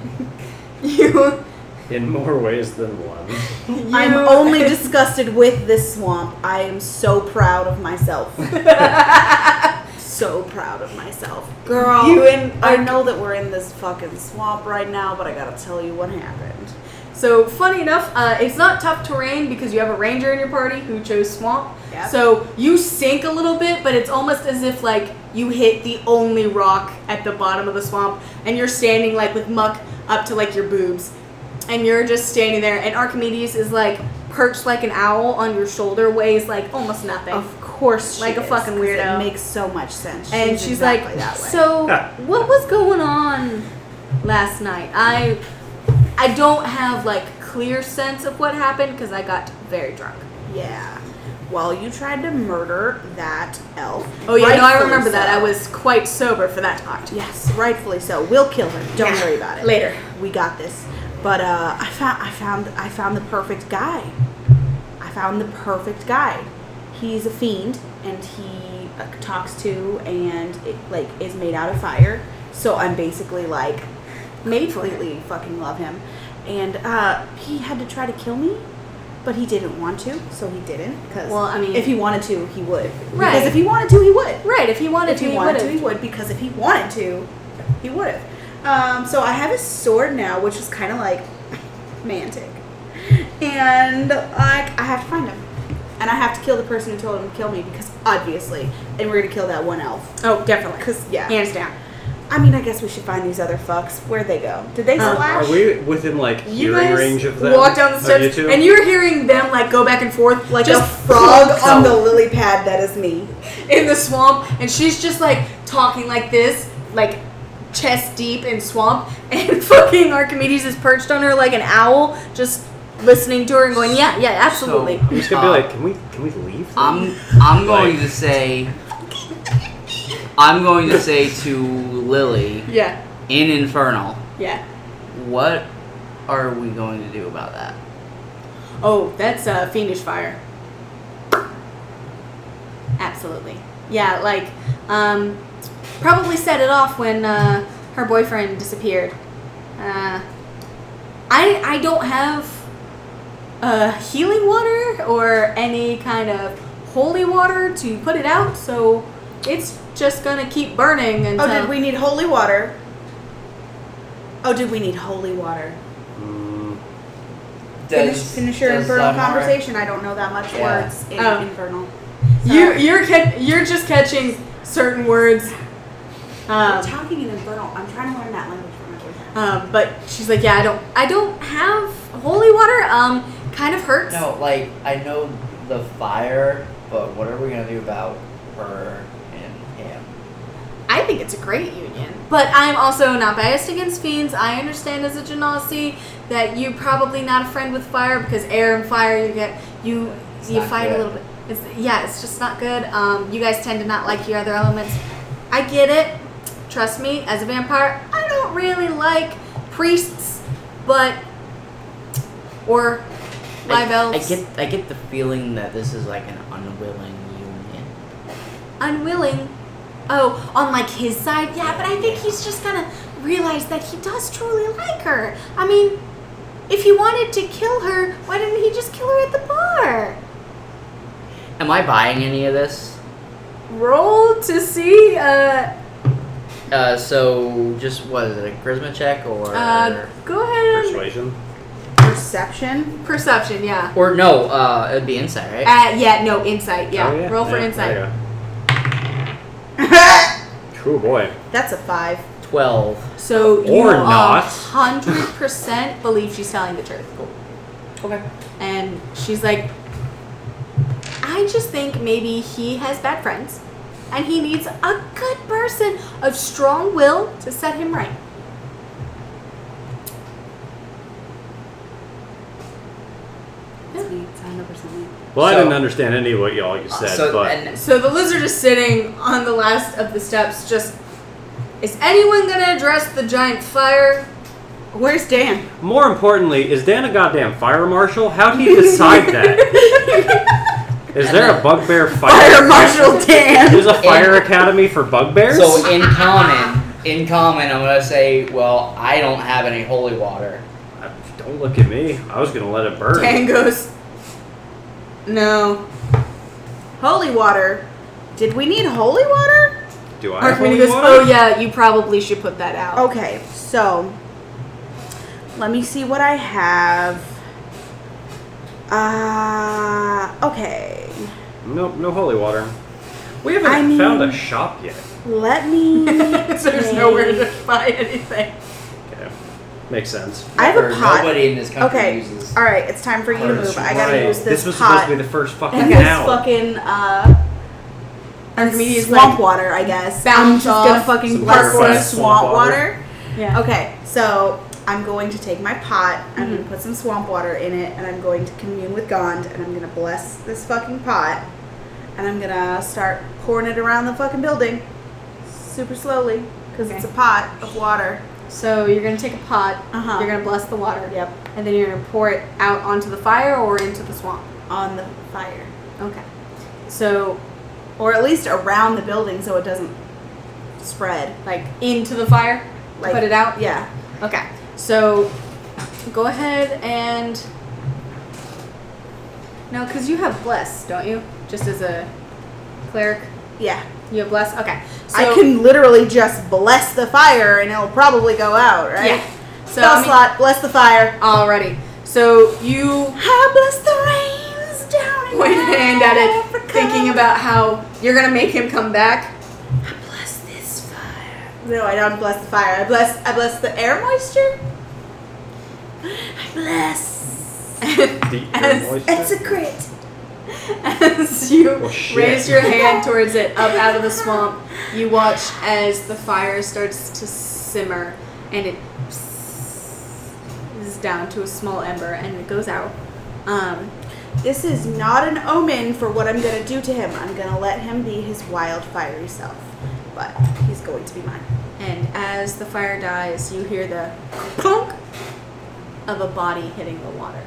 You,
In more ways than one.
you
I'm only disgusted with this swamp. I am so proud of myself. so proud of myself. Girl,
You and-
I know that we're in this fucking swamp right now, but I gotta tell you what happened.
So funny enough, uh, it's not tough terrain because you have a ranger in your party who chose swamp.
Yep.
So you sink a little bit, but it's almost as if like you hit the only rock at the bottom of the swamp, and you're standing like with muck up to like your boobs, and you're just standing there. And Archimedes is like perched like an owl on your shoulder, weighs like almost nothing,
Of course, she
Like a
is,
fucking
'cause
weirdo.
It makes so much sense.
and she's like,
exactly that
"So
way.
what was going on last night? I I don't have like clear sense of what happened because I got very drunk."
yeah. Well, you tried to murder that elf.
Oh yeah, no, I
Rightfully
remember that.
so.
I was quite sober for that talk.
Yes, rightfully so. We'll kill her. Don't
Yeah,
worry about it.
later.
We got this. But uh, I found I found I found the perfect guy. I found the perfect guy. He's a fiend and he uh, talks to and it, like is made out of fire. So I'm basically like made completely fucking love him. And uh, he had to try to kill me, but he didn't want to, so he didn't. Because
Well, I mean-
if he wanted to, he would.
Right.
Because if he wanted to, he would
Right, if he wanted
if
to,
he
he
wanted to, he
would've.
would because if he wanted to, he would have. Um, so I have a sword now, which is kind of like mantic, and like I have to find him, and I have to kill the person who told him to kill me because obviously, and we're gonna kill that one elf.
Oh, definitely.
Cause yeah,
Hands down.
I mean, I guess we should find these other fucks. Where'd they go? Did they
Um,
slash?
Are we within like
You
hearing
guys
range of them?
walk down the
Of
steps,
you two?
and you're hearing them like go back and forth,
like
just
a frog on
clunked
the lily pad? That is me.
in the swamp, and she's just like talking like this, like chest deep in swamp, and fucking Archimedes is perched on her like an owl, just listening to her and going, yeah, yeah, absolutely.
I'm just gonna be like, can we can we leave?
um,
I'm I'm going
Like-
to say I'm going to say to Lily
yeah,
in Infernal,
yeah.
what are we going to do about that?
Oh, that's uh, fiendish fire. Absolutely. Yeah, like, um, probably set it off when uh, her boyfriend disappeared. Uh, I I don't have uh, healing water or any kind of holy water to put it out, so it's just gonna keep burning until.
Oh, did we need holy water? Oh, did we need holy water?
Mm,
Does-
finish, finish your
does
infernal
Zamora-
conversation. I don't know that much
Yeah.
words in
Oh.
infernal.
You you're ca- you're just catching certain words.
I'm
Um,
talking in infernal. I'm trying to learn that language from my boyfriend.
Um, but she's like, yeah, I don't, I don't have holy water. Um, kind of hurts.
No, like I know the fire, but what are we gonna do about her and him?
I think it's a great union. But I'm also not biased against fiends. I understand as a genasi that you're probably not a friend with fire because air and fire, you get you
It's
you
not
fight a
good.
little bit. It's, yeah, it's just not good. Um, you guys tend to not like your other elements. I get it. Trust me, as a vampire, I don't really like priests, but or live
I,
elves.
I get I get the feeling that this is like an unwilling union.
unwilling. Oh, on like his side, yeah, but I think he's just gonna realize that he does truly like her. I mean, if he wanted to kill her, why didn't he just kill her at the bar?
Am I buying any of this?
Roll to see. Uh,
Uh, so just what is it? A charisma check or
uh go ahead. and-
Persuasion.
Perception.
Perception, yeah.
or no? Uh, it'd be insight, right?
Uh, yeah, no insight. Yeah,
Oh,
roll for
Yeah,
insight.
there you go. Oh boy.
That's a five.
Twelve.
So you
Or
are
not.
hundred percent believe she's telling the truth.
Okay.
And she's like, I just think maybe he has bad friends, and he needs a good person of strong will to set him right.
Well, I
So-
didn't understand any of what y'all you said,
so
but
and
So the lizard is sitting on the last of the steps, just. Is anyone gonna address the giant fire?
Where's Dan?
more importantly, is Dan a goddamn fire marshal? How do you decide that? Is there a bugbear fire?
Fire Marshal Dan.
There's a fire academy for bugbears.
So in common, in common, I'm gonna say, well, I don't have any holy water.
Uh, Don't look at me. I was gonna let it burn.
Dan goes. No. Holy water. Did we need holy water?
Do I? have
Archmini
holy
goes,
water?
Oh, yeah, you probably should put that out.
Okay, so let me see what I have. Uh okay.
Nope, no holy water. We haven't
I
found a
mean-
shop yet.
Let me
There's nowhere to find anything.
Okay, makes sense.
I have a
Or
pot.
Nobody in this country
Okay.
uses.
All right, it's time for you to
That's
move. I gotta
right.
use this,
was supposed
pot
to be the first fucking
and this
now.
fucking uh.
Archimedes,
swamp
like,
water, I guess. I'm
bounce
just gonna
off
fucking
some
bless
Gargoyle
some swamp
swamp
water.
Yeah.
Okay, so I'm going to take my pot. I'm gonna put some swamp water in it, and I'm going to commune with Gond, and I'm gonna bless this fucking pot, and I'm gonna start pouring it around the fucking building, super slowly, because it's a
Okay.
pot of water.
So you're gonna take a pot.
Uh-huh.
You're gonna bless the water.
Yep,
And then you're gonna pour it out onto the fire or into the swamp.
on the fire,
Okay. So
or at least around the building, so it doesn't spread.
like into the fire.
Like-
put it out.
Yeah.
Okay. So go ahead and no, because you have bless, don't you? Just as a cleric,
Yeah,
you have bless. Okay. So,
I can literally just bless the fire and it'll probably go out, right?
Yeah. So
Spell
I mean-
slot, bless the fire.
Alrighty. So you
I bless the rains down in
pointed a hand at it,
Africa.
thinking about how you're gonna make him come back.
I bless this fire. No, I don't bless the fire. I bless I bless the air moisture. I bless
Deep
As-
voice.
Execrate.
As you
Well, shit.
raise your hand towards it up out of the swamp, you watch as the fire starts to simmer and it is down to a small ember and it goes out. Um,
This is not an omen for what I'm gonna do to him. I'm gonna let him be his wild fiery self. But he's going to be mine.
and as the fire dies, you hear the clunk of a body hitting the water.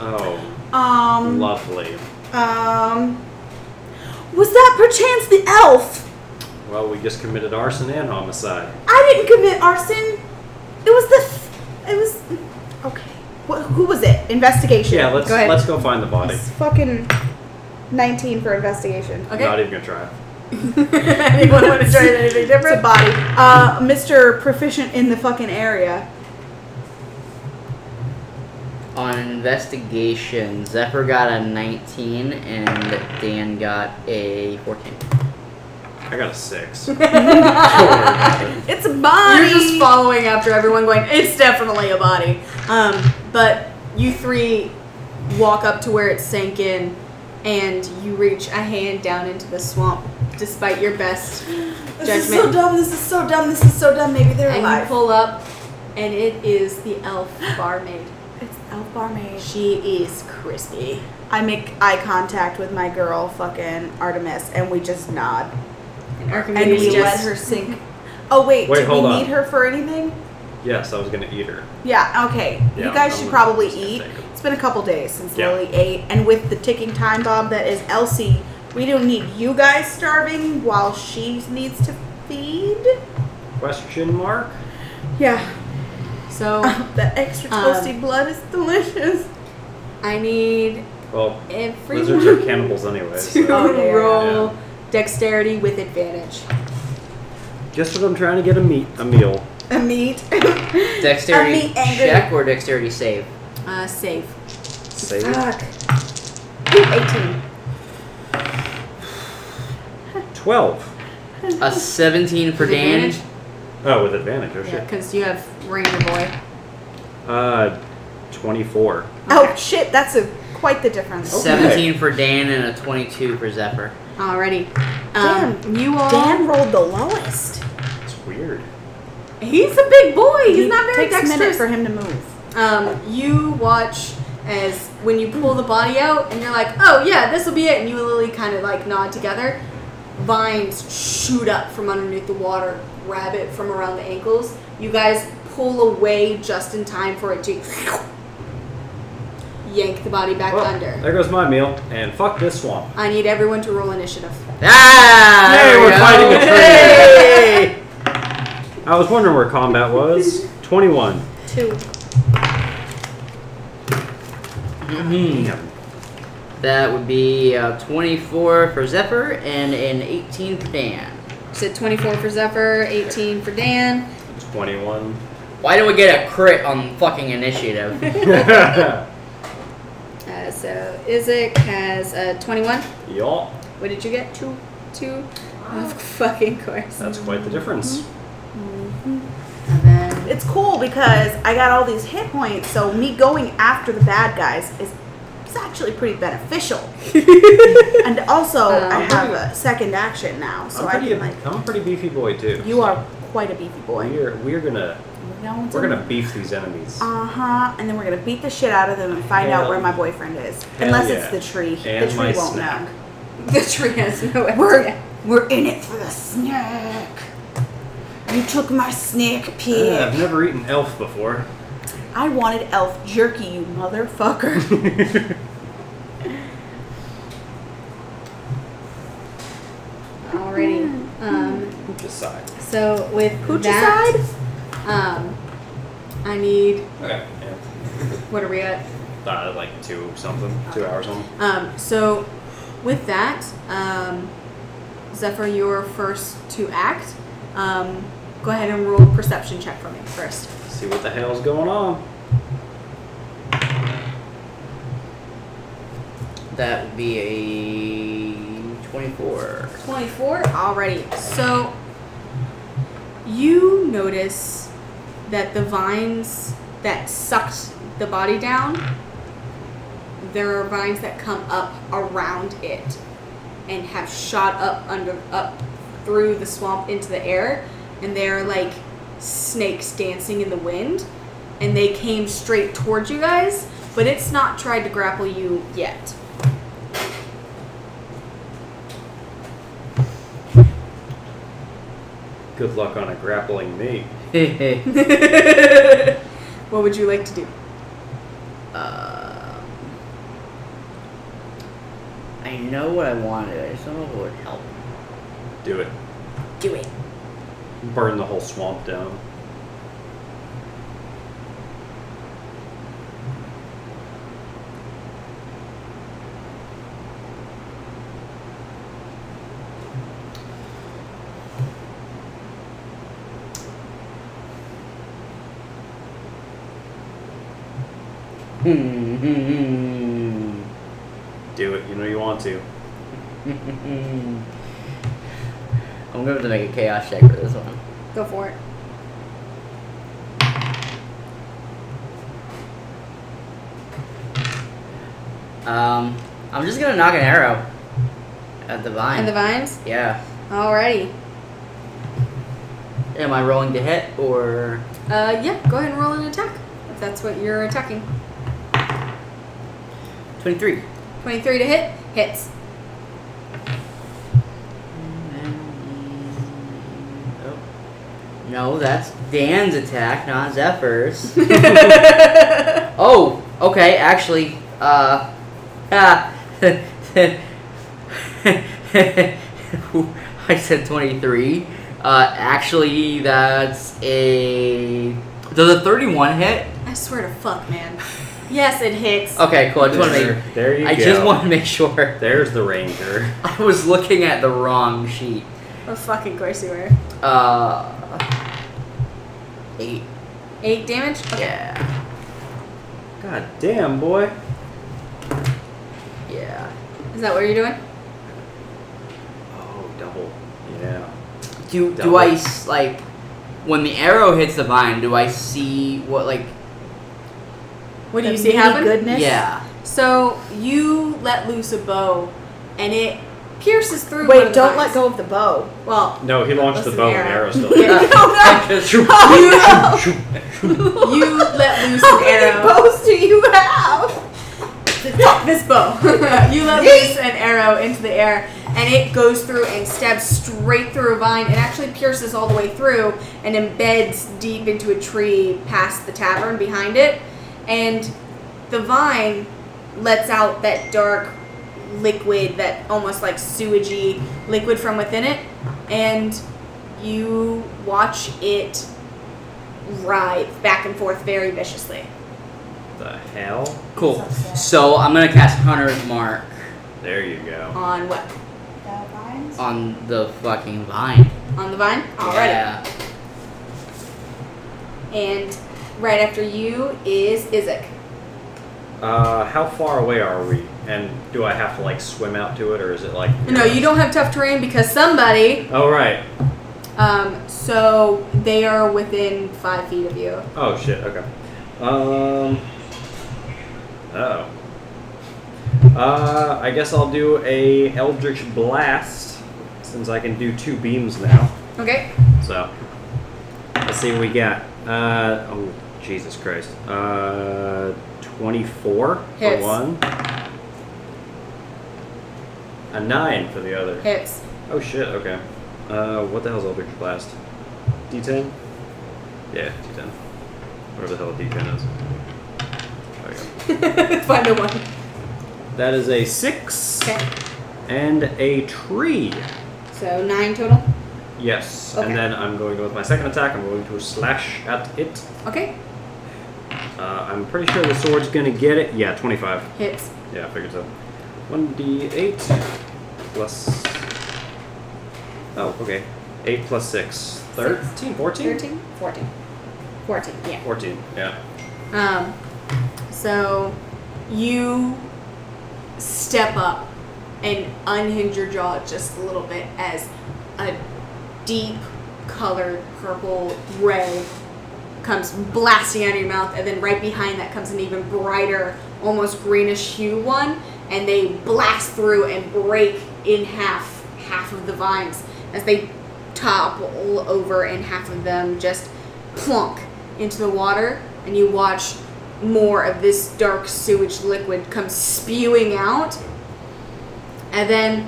Oh,
Um
lovely.
Um, was that perchance the elf?
Well, we just committed arson and homicide.
I didn't commit arson. It was the. F- it was. Okay. What, who was it? Investigation.
Yeah, let's
Go ahead.
let's go find the body.
It's fucking 19 for investigation.
Okay.
Not even gonna try.
Anyone want to try anything different? It's a body. Uh, Mr. Proficient in the fucking area.
On investigation, Zephyr got a 19 and Dan got a 14.
I got a six. Don't worry about it.
It's a body.
You're just following after everyone, going, it's definitely a body. Um, but you three walk up to where it sank in, and you reach a hand down into the swamp, despite your best
this is so
judgment.
dumb. This is so dumb. This is so dumb. Maybe they're
and you
alive.
pull up, and it is the elf barmaid.
it's elf barmaid.
She is crispy.
I make eye contact with my girl, fucking Artemis, and we just nod. And
Archimedes
we let
just
her sink. Oh wait,
Wait,
did we
hold on.
need her for anything?
Yes, I was gonna eat her.
Yeah. Okay.
Yeah,
you guys
I'm
should
gonna-
probably
just gonna
eat.
take 'em.
It's been a couple days since
Yeah.
Lily ate, and with the ticking time bomb that is Elsie, we don't need you guys starving while she needs to feed.
Question mark?
Yeah.
so
Oh, the extra
Um,
toasty blood is delicious.
I need
Well, lizards are
everyone
cannibals anyway.
to
So.
Oh, yeah.
roll dexterity with advantage.
Just as I'm trying to get a meat, a meal.
A meat.
Dexterity
I'm angry.
check or dexterity save?
Uh, save.
Save
Fuck. Ooh, 18.
twelve.
A 17 for
With
Dan.
advantage?
Oh, with advantage. Oh
Yeah,
shit.
because you have Ranger Boy.
Uh, twenty-four.
Oh shit, that's a quite the difference.
Okay.
17 for Dan and a 22 for Zephyr.
Alrighty. Um, you all.
Dan rolled the lowest.
It's weird.
He's a big boy. He's
It
not very
takes a minute
dexterous.
for him to move.
Um, you watch as when you pull the body out, and you're like, "Oh yeah, this will be it." And you and Lily kind of like nod together. Vines shoot up from underneath the water. Grab it from around the ankles. You guys pull away just in time for it to yank the body back
Well,
under.
there goes my meal, and fuck this swamp.
I need everyone to roll initiative.
Ah!
Hey,
there we
we're
go.
fighting a
Hey!
I was wondering where combat was. Twenty-one.
Two.
Damn.
That would be uh, 24 for Zephyr and an 18 for Dan.
Said 24 for Zephyr, 18 for Dan.
Twenty-one.
Why don't we get a crit on fucking initiative?
Uh, so Isaac has uh, 21.
Y'all.
What did you get? Two, two. Of fucking course.
That's quite the difference.
Mm-hmm.
And then
It's cool because I got all these hit points, so me going after the bad guys is is actually pretty beneficial. and also, I
Um,
have a second action now, so I
I'm, pretty,
can like.
I'm a pretty beefy boy too.
You are quite a beefy boy.
We're we're gonna we're gonna beef these enemies.
Uh huh. And then we're gonna beat the shit out of them and find out
Hell.
where my boyfriend is. Unless
yeah.
it's the tree.
And
the tree
my
won't
snack.
the tree has no
know.
idea.
We're we're in it for the snack. You took my snack pig.
I've never eaten elf before.
I wanted elf jerky, you motherfucker.
already. Um,
Decide.
so with
Poochie
that,
side?
um, I need.
Okay. Yeah.
What are we at?
Uh, like two something, two hours on.
Um, so with that, um, Zephyr, you're first to act. Um, go ahead and roll a perception check for me first.
See what the hell's going on.
that would be a 24.
24 already. So you notice that the vines that sucked the body down, there are vines that come up around it and have shot up under up through the swamp into the air and they're like snakes dancing in the wind and they came straight towards you guys, but it's not tried to grapple you yet.
Good luck on a grappling me.
What would you like to do?
Um, I know what I wanted. I just don't know what would help.
Do it.
Do it.
Burn the whole swamp down.
Hmm.
Do it. You know you want to.
I'm going to make a chaos check for this one.
Go for it.
Um, I'm just gonna knock an arrow at the vine.
And the vines?
Yeah.
Alrighty.
Am I rolling to hit or?
Uh, yeah, go ahead and roll an attack if that's what you're attacking.
23.
23 to hit? Hits.
No, that's Dan's attack, not Zephyr's. oh, okay, actually, uh, ah, I said 23. Uh, actually, that's a. Does a 31 hit?
I swear to fuck, man. Yes, it hits.
Okay, cool. I just want to
There, there you
make. I
go.
just want to make sure.
There's the ranger.
I was looking at the wrong sheet.
Of fucking course you were.
Uh, eight.
Eight damage?
Yeah.
God damn, boy.
Yeah.
Is that what you're doing?
Oh, double. Yeah.
Do do
Double.
I s- like when the arrow hits the vine? Do I see what like?
What do
The
you see
meaty
happen?
Goodness.
Yeah.
So you let loose a bow, and it pierces through. one of
Wait,
the
don't
vines.
let go of the bow.
Well,
No, he launched the
Listen,
bow and
Aaron.
arrow still.
Yeah.
Oh,
Shoot.
you let loose an arrow.
bows do you have?
this bow. you let loose an arrow into the air, and it goes through and stabs straight through a vine. It actually pierces all the way through and embeds deep into a tree past the tavern behind it. And the vine lets out that dark liquid, that almost like sewagey liquid from within it. And you watch it writhe back and forth very viciously.
The hell?
Cool. So I'm gonna cast Hunter's Mark
There you go.
On what?
on the fucking vine.
On the vine? Alrighty.
Yeah.
And right after you is Isaac.
Uh, how far away are we? And do I have to like swim out to it, or is it like?
No, you don't have tough terrain because somebody.
Oh right.
Um, so they are within five feet of you.
Oh shit. Okay. Um. Oh. Uh, I guess I'll do a Eldritch Blast since I can do two beams now.
Okay.
So let's see what we got. Uh, oh, Jesus Christ. Uh, 24
Hits.
for one. A 9 for the other.
Hits.
Oh shit, okay. Uh, what the hell's Eldritch Blast? D10? Yeah, D10. Whatever the hell a D10 is. There we
Find the one.
go. That is a 6
Okay.
and a tree.
So nine total.
Yes,
Okay.
and then I'm going with my second attack. I'm going to slash at it.
Okay.
Uh, I'm pretty sure the sword's gonna get it. Yeah, 25.
Hits.
Yeah, I figured so. 1d8 plus. Oh, okay. 8 plus 6. 13? 14?
13? 14. 14, yeah.
14, yeah.
Um, so you step up and unhinge your jaw just a little bit as a deep colored purple ray comes blasting out of your mouth, and then right behind that comes an even brighter, almost greenish hue one, and they blast through and break in half half of the vines as they topple over, and half of them just plunk into the water, and you watch more of this dark sewage liquid come spewing out, and then.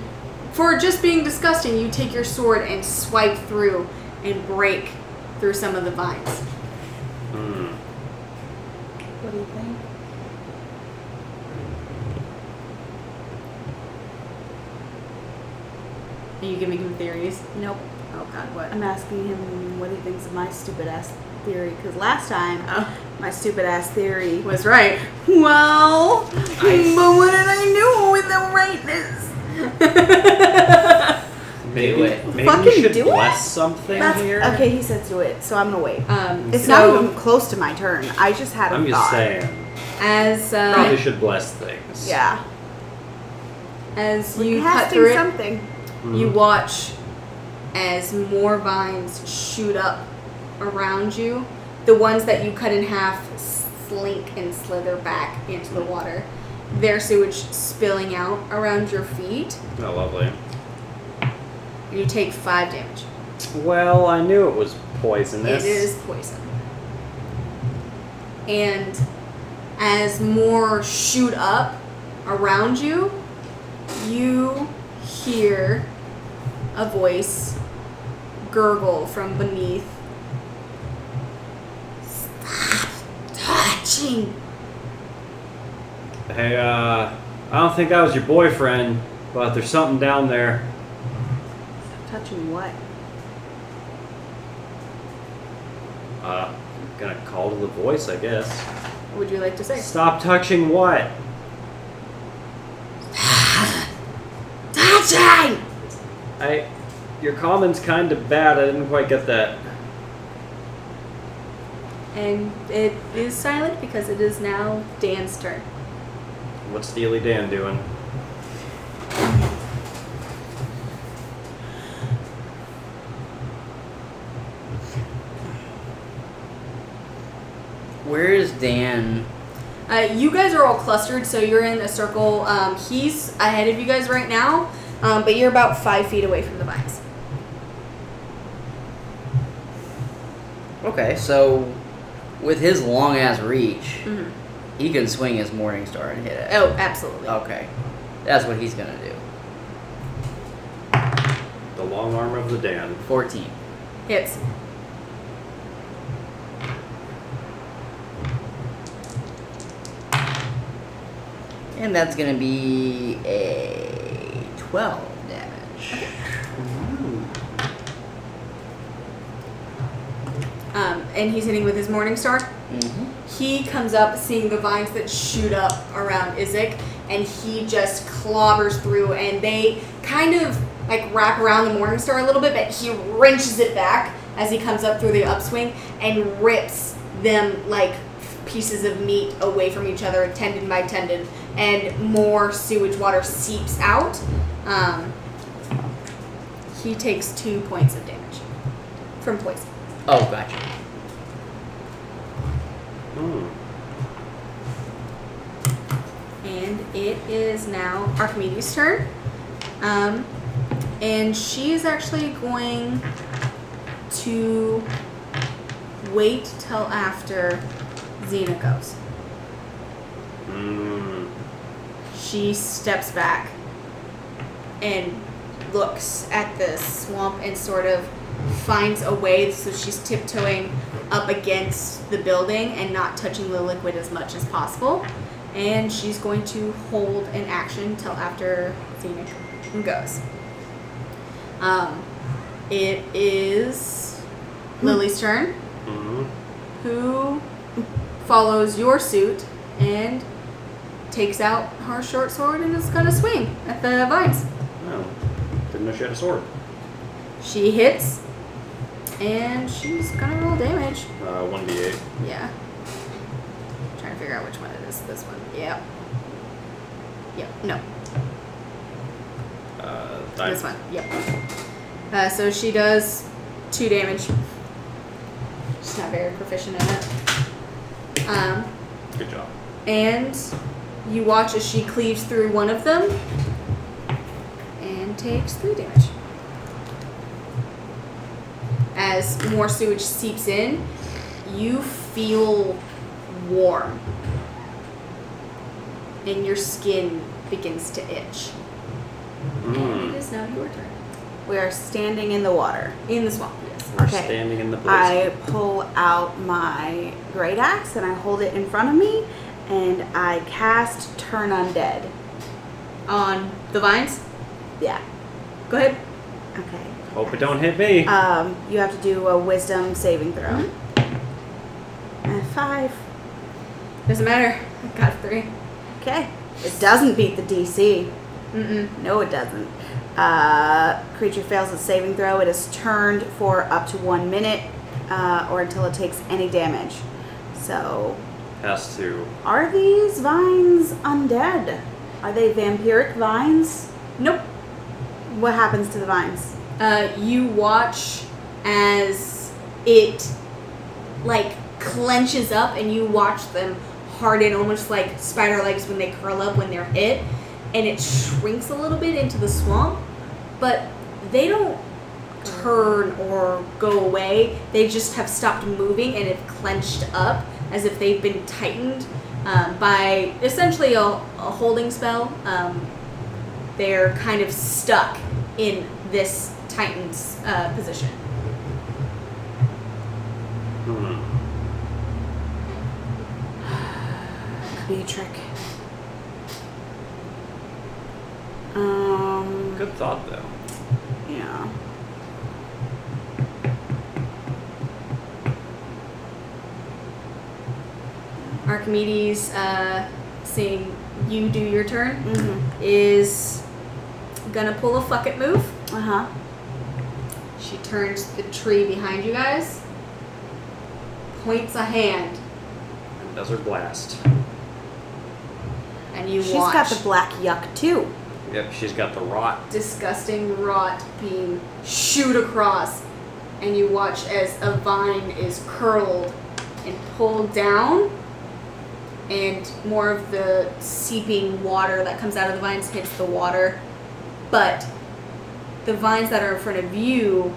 For just being disgusting, you take your sword and swipe through and break through some of the vines.
Hmm.
What do you think?
Are you giving him theories?
Nope.
Oh god, what?
I'm asking him what he thinks of my stupid ass theory because last time
Oh,
my stupid ass theory was
was right.
well, but what did I do with the rightness?
Maybe,
Do it.
maybe
Fucking
we should
do it.
bless something
That's
here.
okay. He said do it, so I'm gonna wait.
um,
It's
so
not even close to my turn. I just had a
I'm just
thought.
saying.
as
Probably
uh,
should bless things.
Yeah,
as
We're
you cut
casting
through it,
something.
Mhm.
you watch as more vines shoot up around you. The ones that you cut in half slink and slither back into the water. Their sewage spilling out around your feet.
Oh, lovely.
You take five damage.
Well, I knew it was poisonous.
It is poison. And as more shoot up, around you, you hear a voice gurgle from beneath. Stop touching!
Hey, uh, I don't think that was your boyfriend, but there's something down there.
Touching what?
Uh, gonna call to the voice, I guess.
What would you like to say?
Stop touching what?
Touching!
I. Your comment's kind of bad. I didn't quite get that.
And it is silent because it is now Dan's turn.
What's Steely Dan doing?
Where is Dan?
Uh, you guys are all clustered, so you're in a circle. Um, he's ahead of you guys right now, um, but you're about five feet away from the vines.
Okay, so with his long ass reach,
Mhm.
he can swing his morning star and hit it.
Oh, absolutely.
Okay, that's what he's gonna do.
The long arm of the Dan.
Fourteen.
Hits.
And that's gonna be a 12 damage.
Um, and he's hitting with his morning star.
hmm
He comes up, seeing the vines that shoot up around Isaac, and he just clobbers through, and they kind of like wrap around the morning star a little bit, but he wrenches it back as he comes up through the upswing and rips them like pieces of meat away from each other, tendon by tendon, and more sewage water seeps out. Um, he takes two points of damage from poison.
Oh, gotcha.
Hmm.
And it is now Archimedes' turn. Um, and she is actually going to wait till after Xena goes.
Mm.
She steps back and looks at the swamp and sort of finds a way so she's tiptoeing up against the building and not touching the liquid as much as possible. And she's going to hold an action till after Xena goes. Um, it is Lily's turn,
Mm.
who follows your suit and takes out her short sword and is going to swing at the vines.
Oh. Didn't know she had a sword.
She hits, and she's gonna roll damage.
Uh, 1d8.
Yeah. trying to figure out which one it is. This one. Yep. Yep. No.
Uh, I-
This one. Yep. Uh, so she does two damage. She's not very proficient in it. Um,
Good job.
and you watch as she cleaves through one of them and takes three damage. As more sewage seeps in, you feel warm and your skin begins to itch. It
Mm.
is now your turn.
We are standing in the water.
In the swamp, yes.
We're
Okay.
standing in the blizzard.
I pull out my great axe and I hold it in front of me and I cast Turn Undead.
On the vines?
Yeah.
Go ahead.
Okay.
Hope it don't hit me.
Um, you have to do a wisdom saving throw.
Mm-hmm.
Uh, five.
Doesn't matter. I got three.
Okay. It doesn't beat the DC.
Mm-mm.
No, it doesn't. Uh, creature fails its saving throw. It is turned for up to one minute uh, or until it takes any damage. So,
Has to.
are these vines undead? Are they vampiric vines?
Nope.
What happens to the vines?
uh, you watch as it like clenches up and you watch them harden almost like spider legs when they curl up when they're hit and it shrinks a little bit into the swamp but they don't turn or go away they just have stopped moving and have clenched up as if they've been tightened um, by essentially a, a holding spell. Um, they're kind of stuck in this Titan's uh, position.
Hmm.
Could be a trick. Um.
Good thought, though.
Yeah.
Archimedes, uh, seeing you do your turn,
Mm-hmm.
is gonna pull a fuck it move.
Uh
Uh-huh.
huh.
She turns to the tree behind you guys, points a hand,
And does her blast.
and you
She's
watch
got the black yuck too.
Yep, she's got the rot.
disgusting rot being shoot across, and you watch as a vine is curled and pulled down, and more of the seeping water that comes out of the vines hits the water, but the vines that are in front of you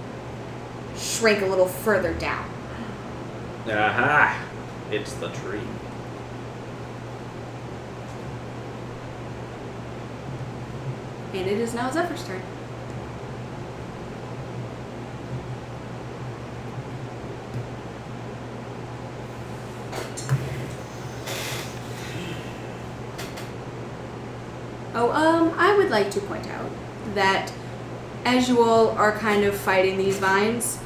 shrink a little further down.
Aha! It's the tree.
And it is now Zephyr's turn. Oh, um, I would like to point out that as you all are kind of fighting these vines,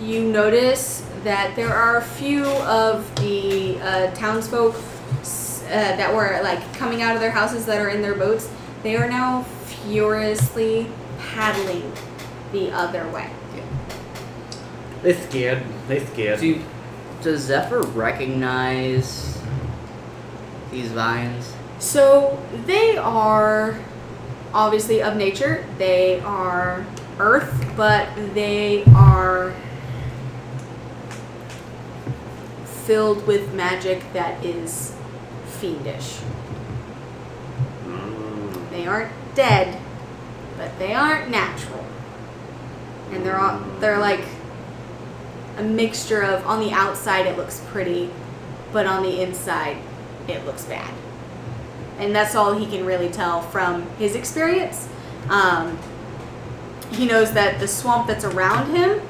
you notice that there are a few of the uh, townsfolk s- uh, that were like coming out of their houses that are in their boats. They are now furiously paddling the other way.
They scared. They scared.
Do, does Zephyr recognize these vines?
So they are obviously of nature. They are earth, but they are filled with magic that is fiendish.
Mm.
They aren't dead, but they aren't natural. And they're all, they're like a mixture of on the outside it looks pretty, but on the inside it looks bad. And that's all he can really tell from his experience. Um, he knows that the swamp that's around him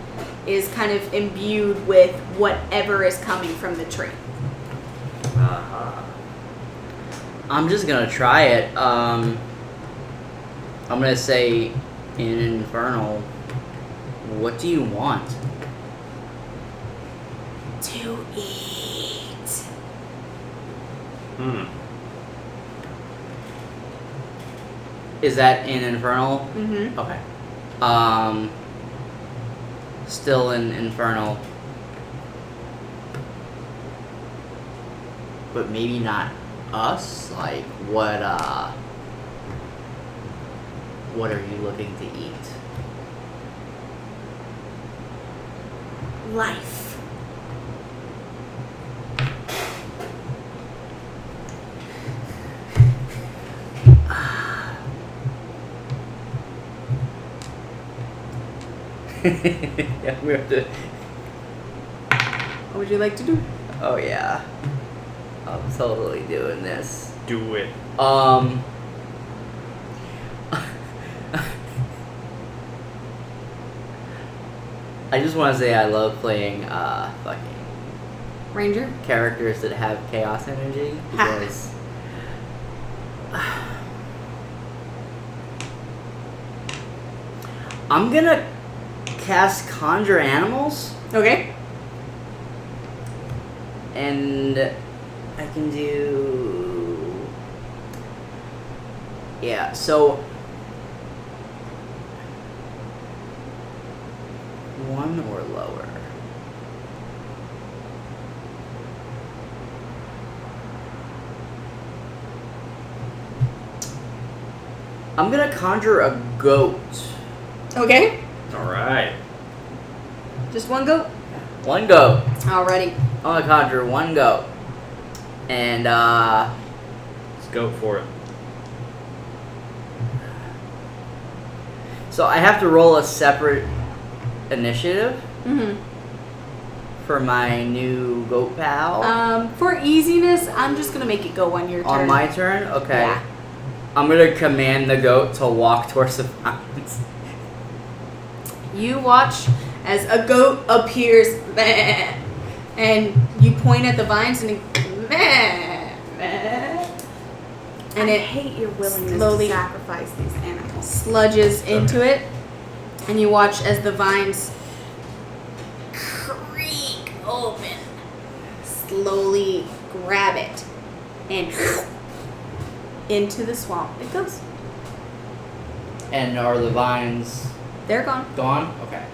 is kind of imbued with whatever is coming from the tree.
Aha.
I'm just gonna try it. Um, I'm gonna say in Infernal, what do you want?
To eat.
Hmm.
Is that in Infernal?
Mm-hmm.
Okay. Um, still in Infernal. But maybe not us? Like, what, uh. What are you looking to eat?
Life.
yeah, we have to.
What would you like to do?
Oh yeah, I'm totally doing this.
Do it.
Um. I just want to say I love playing uh fucking
Ranger?
characters that have chaos energy because I'm gonna cast conjure animals.
Okay.
and I can do. Yeah, so. One or lower. I'm gonna conjure a goat.
Okay.
Alright.
Just one go?
One goat.
Alrighty.
I'm gonna conjure one goat. And, uh.
Let's go for it.
So I have to roll a separate initiative
Mm-hmm.
for my new goat pal?
Um, for easiness, I'm just gonna make it go on your turn.
On my turn? Okay.
Yeah.
I'm gonna command the goat to walk towards the mountains.
You watch as a goat appears, meh, and you point at the vines and it, meh, meh, and
I
it
hate your willingness
slowly-
to sacrifice these animals.
sludges into it, and you watch as the vines creak open. Slowly grab it, and into the swamp it goes.
And are the vines
They're gone.
gone? Okay.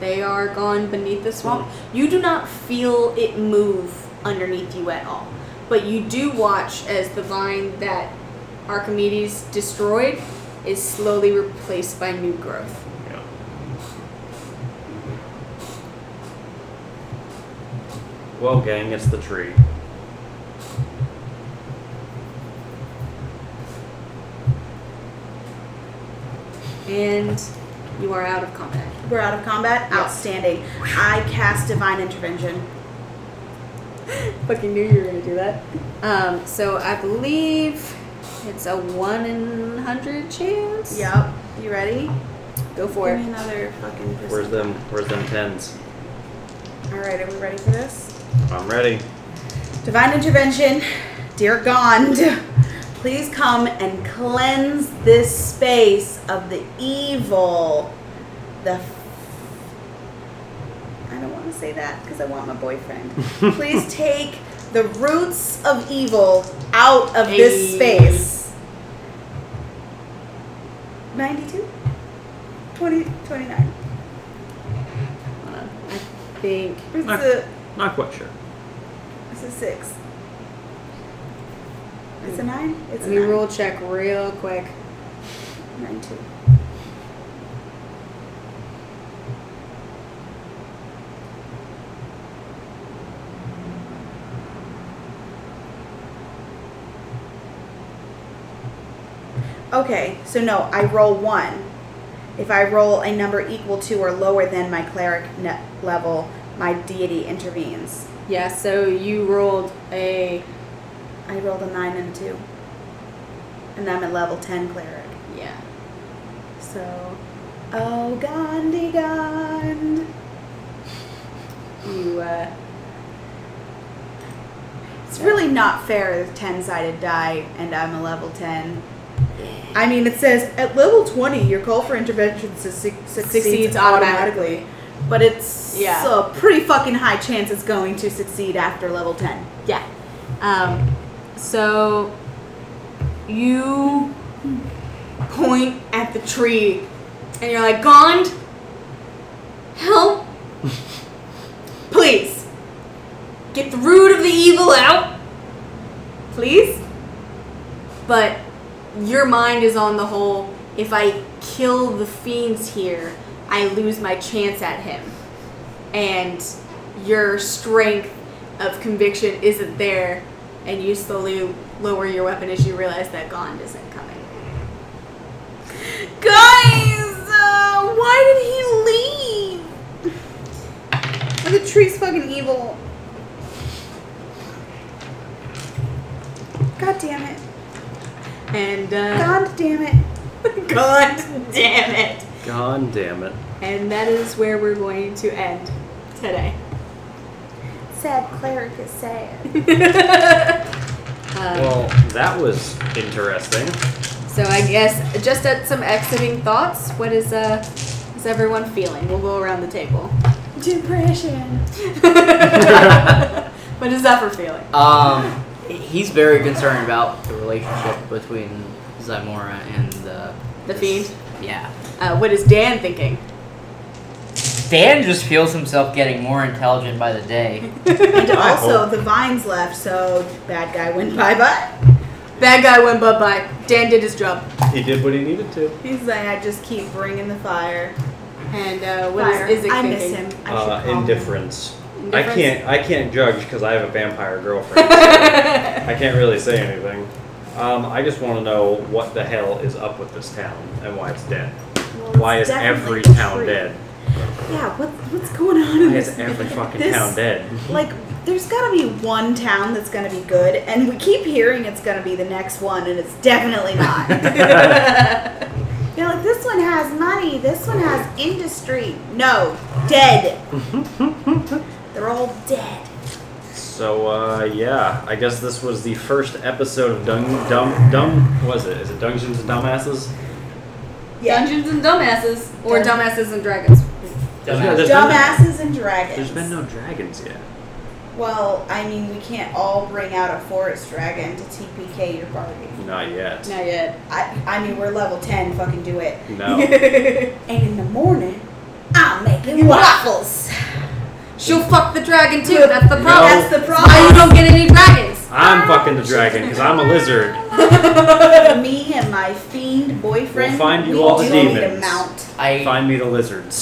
They are gone beneath the swamp. You do not feel it move underneath you at all. But you do watch as the vine that Archimedes destroyed is slowly replaced by new growth.
Yeah. Well, gang, it's the tree.
And you are out of combat.
We're out of combat. Outstanding. I cast divine intervention.
Fucking knew you were gonna do that. Um, so I believe it's a 1 in 100 chance.
Yep. You ready?
Go for
Give
it.
me another fucking.
Where's them? Where's them tens?
All right. Are we ready for this?
I'm ready.
Divine intervention, dear Gond, please come and cleanse this space of the evil. The f- I don't want to say that because I want my boyfriend. please take the roots of evil out of this
Ayy.
space. 92? 20, 29.
Hold on. I think.
It's
Nah.
a,
Not quite sure.
it's a 6. It's a 9? It's
Let
a
me
9.
roll check real quick.
Nine two. Okay, so no, I roll one. If I roll a number equal to or lower than my cleric net level, my deity intervenes.
Yeah, so you rolled a
I rolled a nine and a two, and I'm at level ten cleric.
yeah.
So, oh Gandhi Gond.
You uh
It's really not fair the 10 sided die and I'm a level 10. I mean, it says at level 20, your call for intervention su- su- succeeds,
Succeeds
automatically.
automatically.
But it's
Yeah.
a pretty fucking high chance it's going to succeed after level 10.
yeah. Um so you point at the tree and you're like, Gond, help please get the root of the evil out. Please? But your mind is on the whole, if I kill the fiends here, I lose my chance at him. and your strength of conviction isn't there, and you slowly lower your weapon as you realize that Gond isn't coming.
Guys, uh, why did he leave? The tree's fucking evil. God damn it.
And uh,
God damn it.
God damn it!
God damn it.
And that is where we're going to end today.
Sad cleric is sad.
Um,
Well, that was interesting.
so I guess just at some exiting thoughts, what is uh is everyone feeling? We'll go around the table.
Depression.
what is Zephyr feeling?
Um, he's very concerned about the relationship between Zymora and the
The
this-
fiend?
Yeah.
Uh, what is Dan thinking?
Dan just feels himself getting more intelligent by the day.
And
I
also, the vines left, so bad guy went bye bye.
Bad guy went bye bye. Dan did his job.
He did what he needed to.
He's like, I just keep bringing the fire.
And uh, what
fire.
is Isaac
I miss
thinking?
him. I should
Uh,
call him.
indifference. I
Indifference?
can't. I can't judge because I have a vampire girlfriend. so I can't really say anything. Um, I just want to know what the hell is up with this town and why it's dead.
Well,
Why is
it's
every
definitely
town
true.
dead?
Yeah, what, what's going on in
It's
this?
every fucking
this-
town dead.
Like, there's gotta be one town that's gonna be good, and we keep hearing it's gonna be the next one, and it's definitely not. You're like, this one has money, this one has industry. No, dead. They're all dead.
So uh, yeah, I guess this was the first episode of Dung Dumb Dumb. Was it? Is it Dungeons and Dumbasses?
Yeah.
Dungeons and dumbasses, or
Dun-
dumbasses and dragons.
There's
Dumbass.
no- there's been-
Dumbasses and dragons.
There's been no dragons yet.
Well, I mean, we can't all bring out a forest dragon to TPK your party.
Not yet.
Not yet.
I, I mean, we're level 10, fucking do it.
No.
And in the morning, I'm making waffles.
She'll fuck the dragon too. That's the
No.
problem.
That's the
That's why you
problem.
don't get any dragons.
I'm fucking the dragon because I'm a lizard.
Me and my fiend boyfriend.
We'll find you
we
all
do
the
Need a
demons.
mount.
I
Find me the lizards,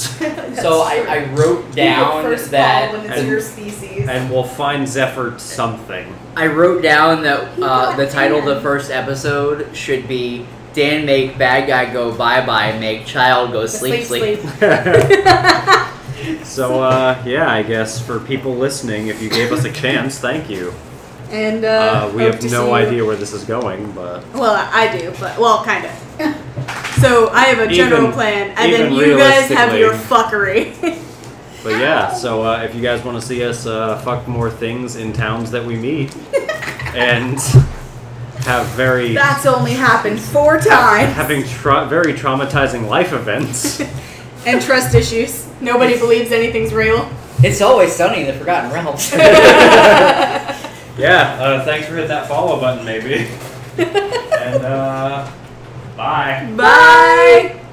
so I, I wrote down
You get first
that
call when it's
and-
your species.
and we'll find Zephyr something.
I wrote down that
He
uh,
got
the title of the
banned.
first episode should be Dan make bad guy go bye bye make child go sleep sleep.
so uh, yeah, I guess for people listening, if you gave us a chance, thank you.
And uh,
Uh, we
hope
have
to
no
see you-
idea where this is going, but
Well, I do, but well, kind of. So I have a general
Even-
plan, and then
even
you guys have
realistically-
your fuckery.
but yeah. So uh, if you guys want to see us uh, fuck more things in towns that we meet, and have very
That's only happened four times.
having tra- very traumatizing life events.
and trust issues. Nobody believes anything's real.
It's always sunny in the Forgotten Realms.
yeah. Uh, thanks for hitting that follow button, maybe. and uh, bye.
Bye.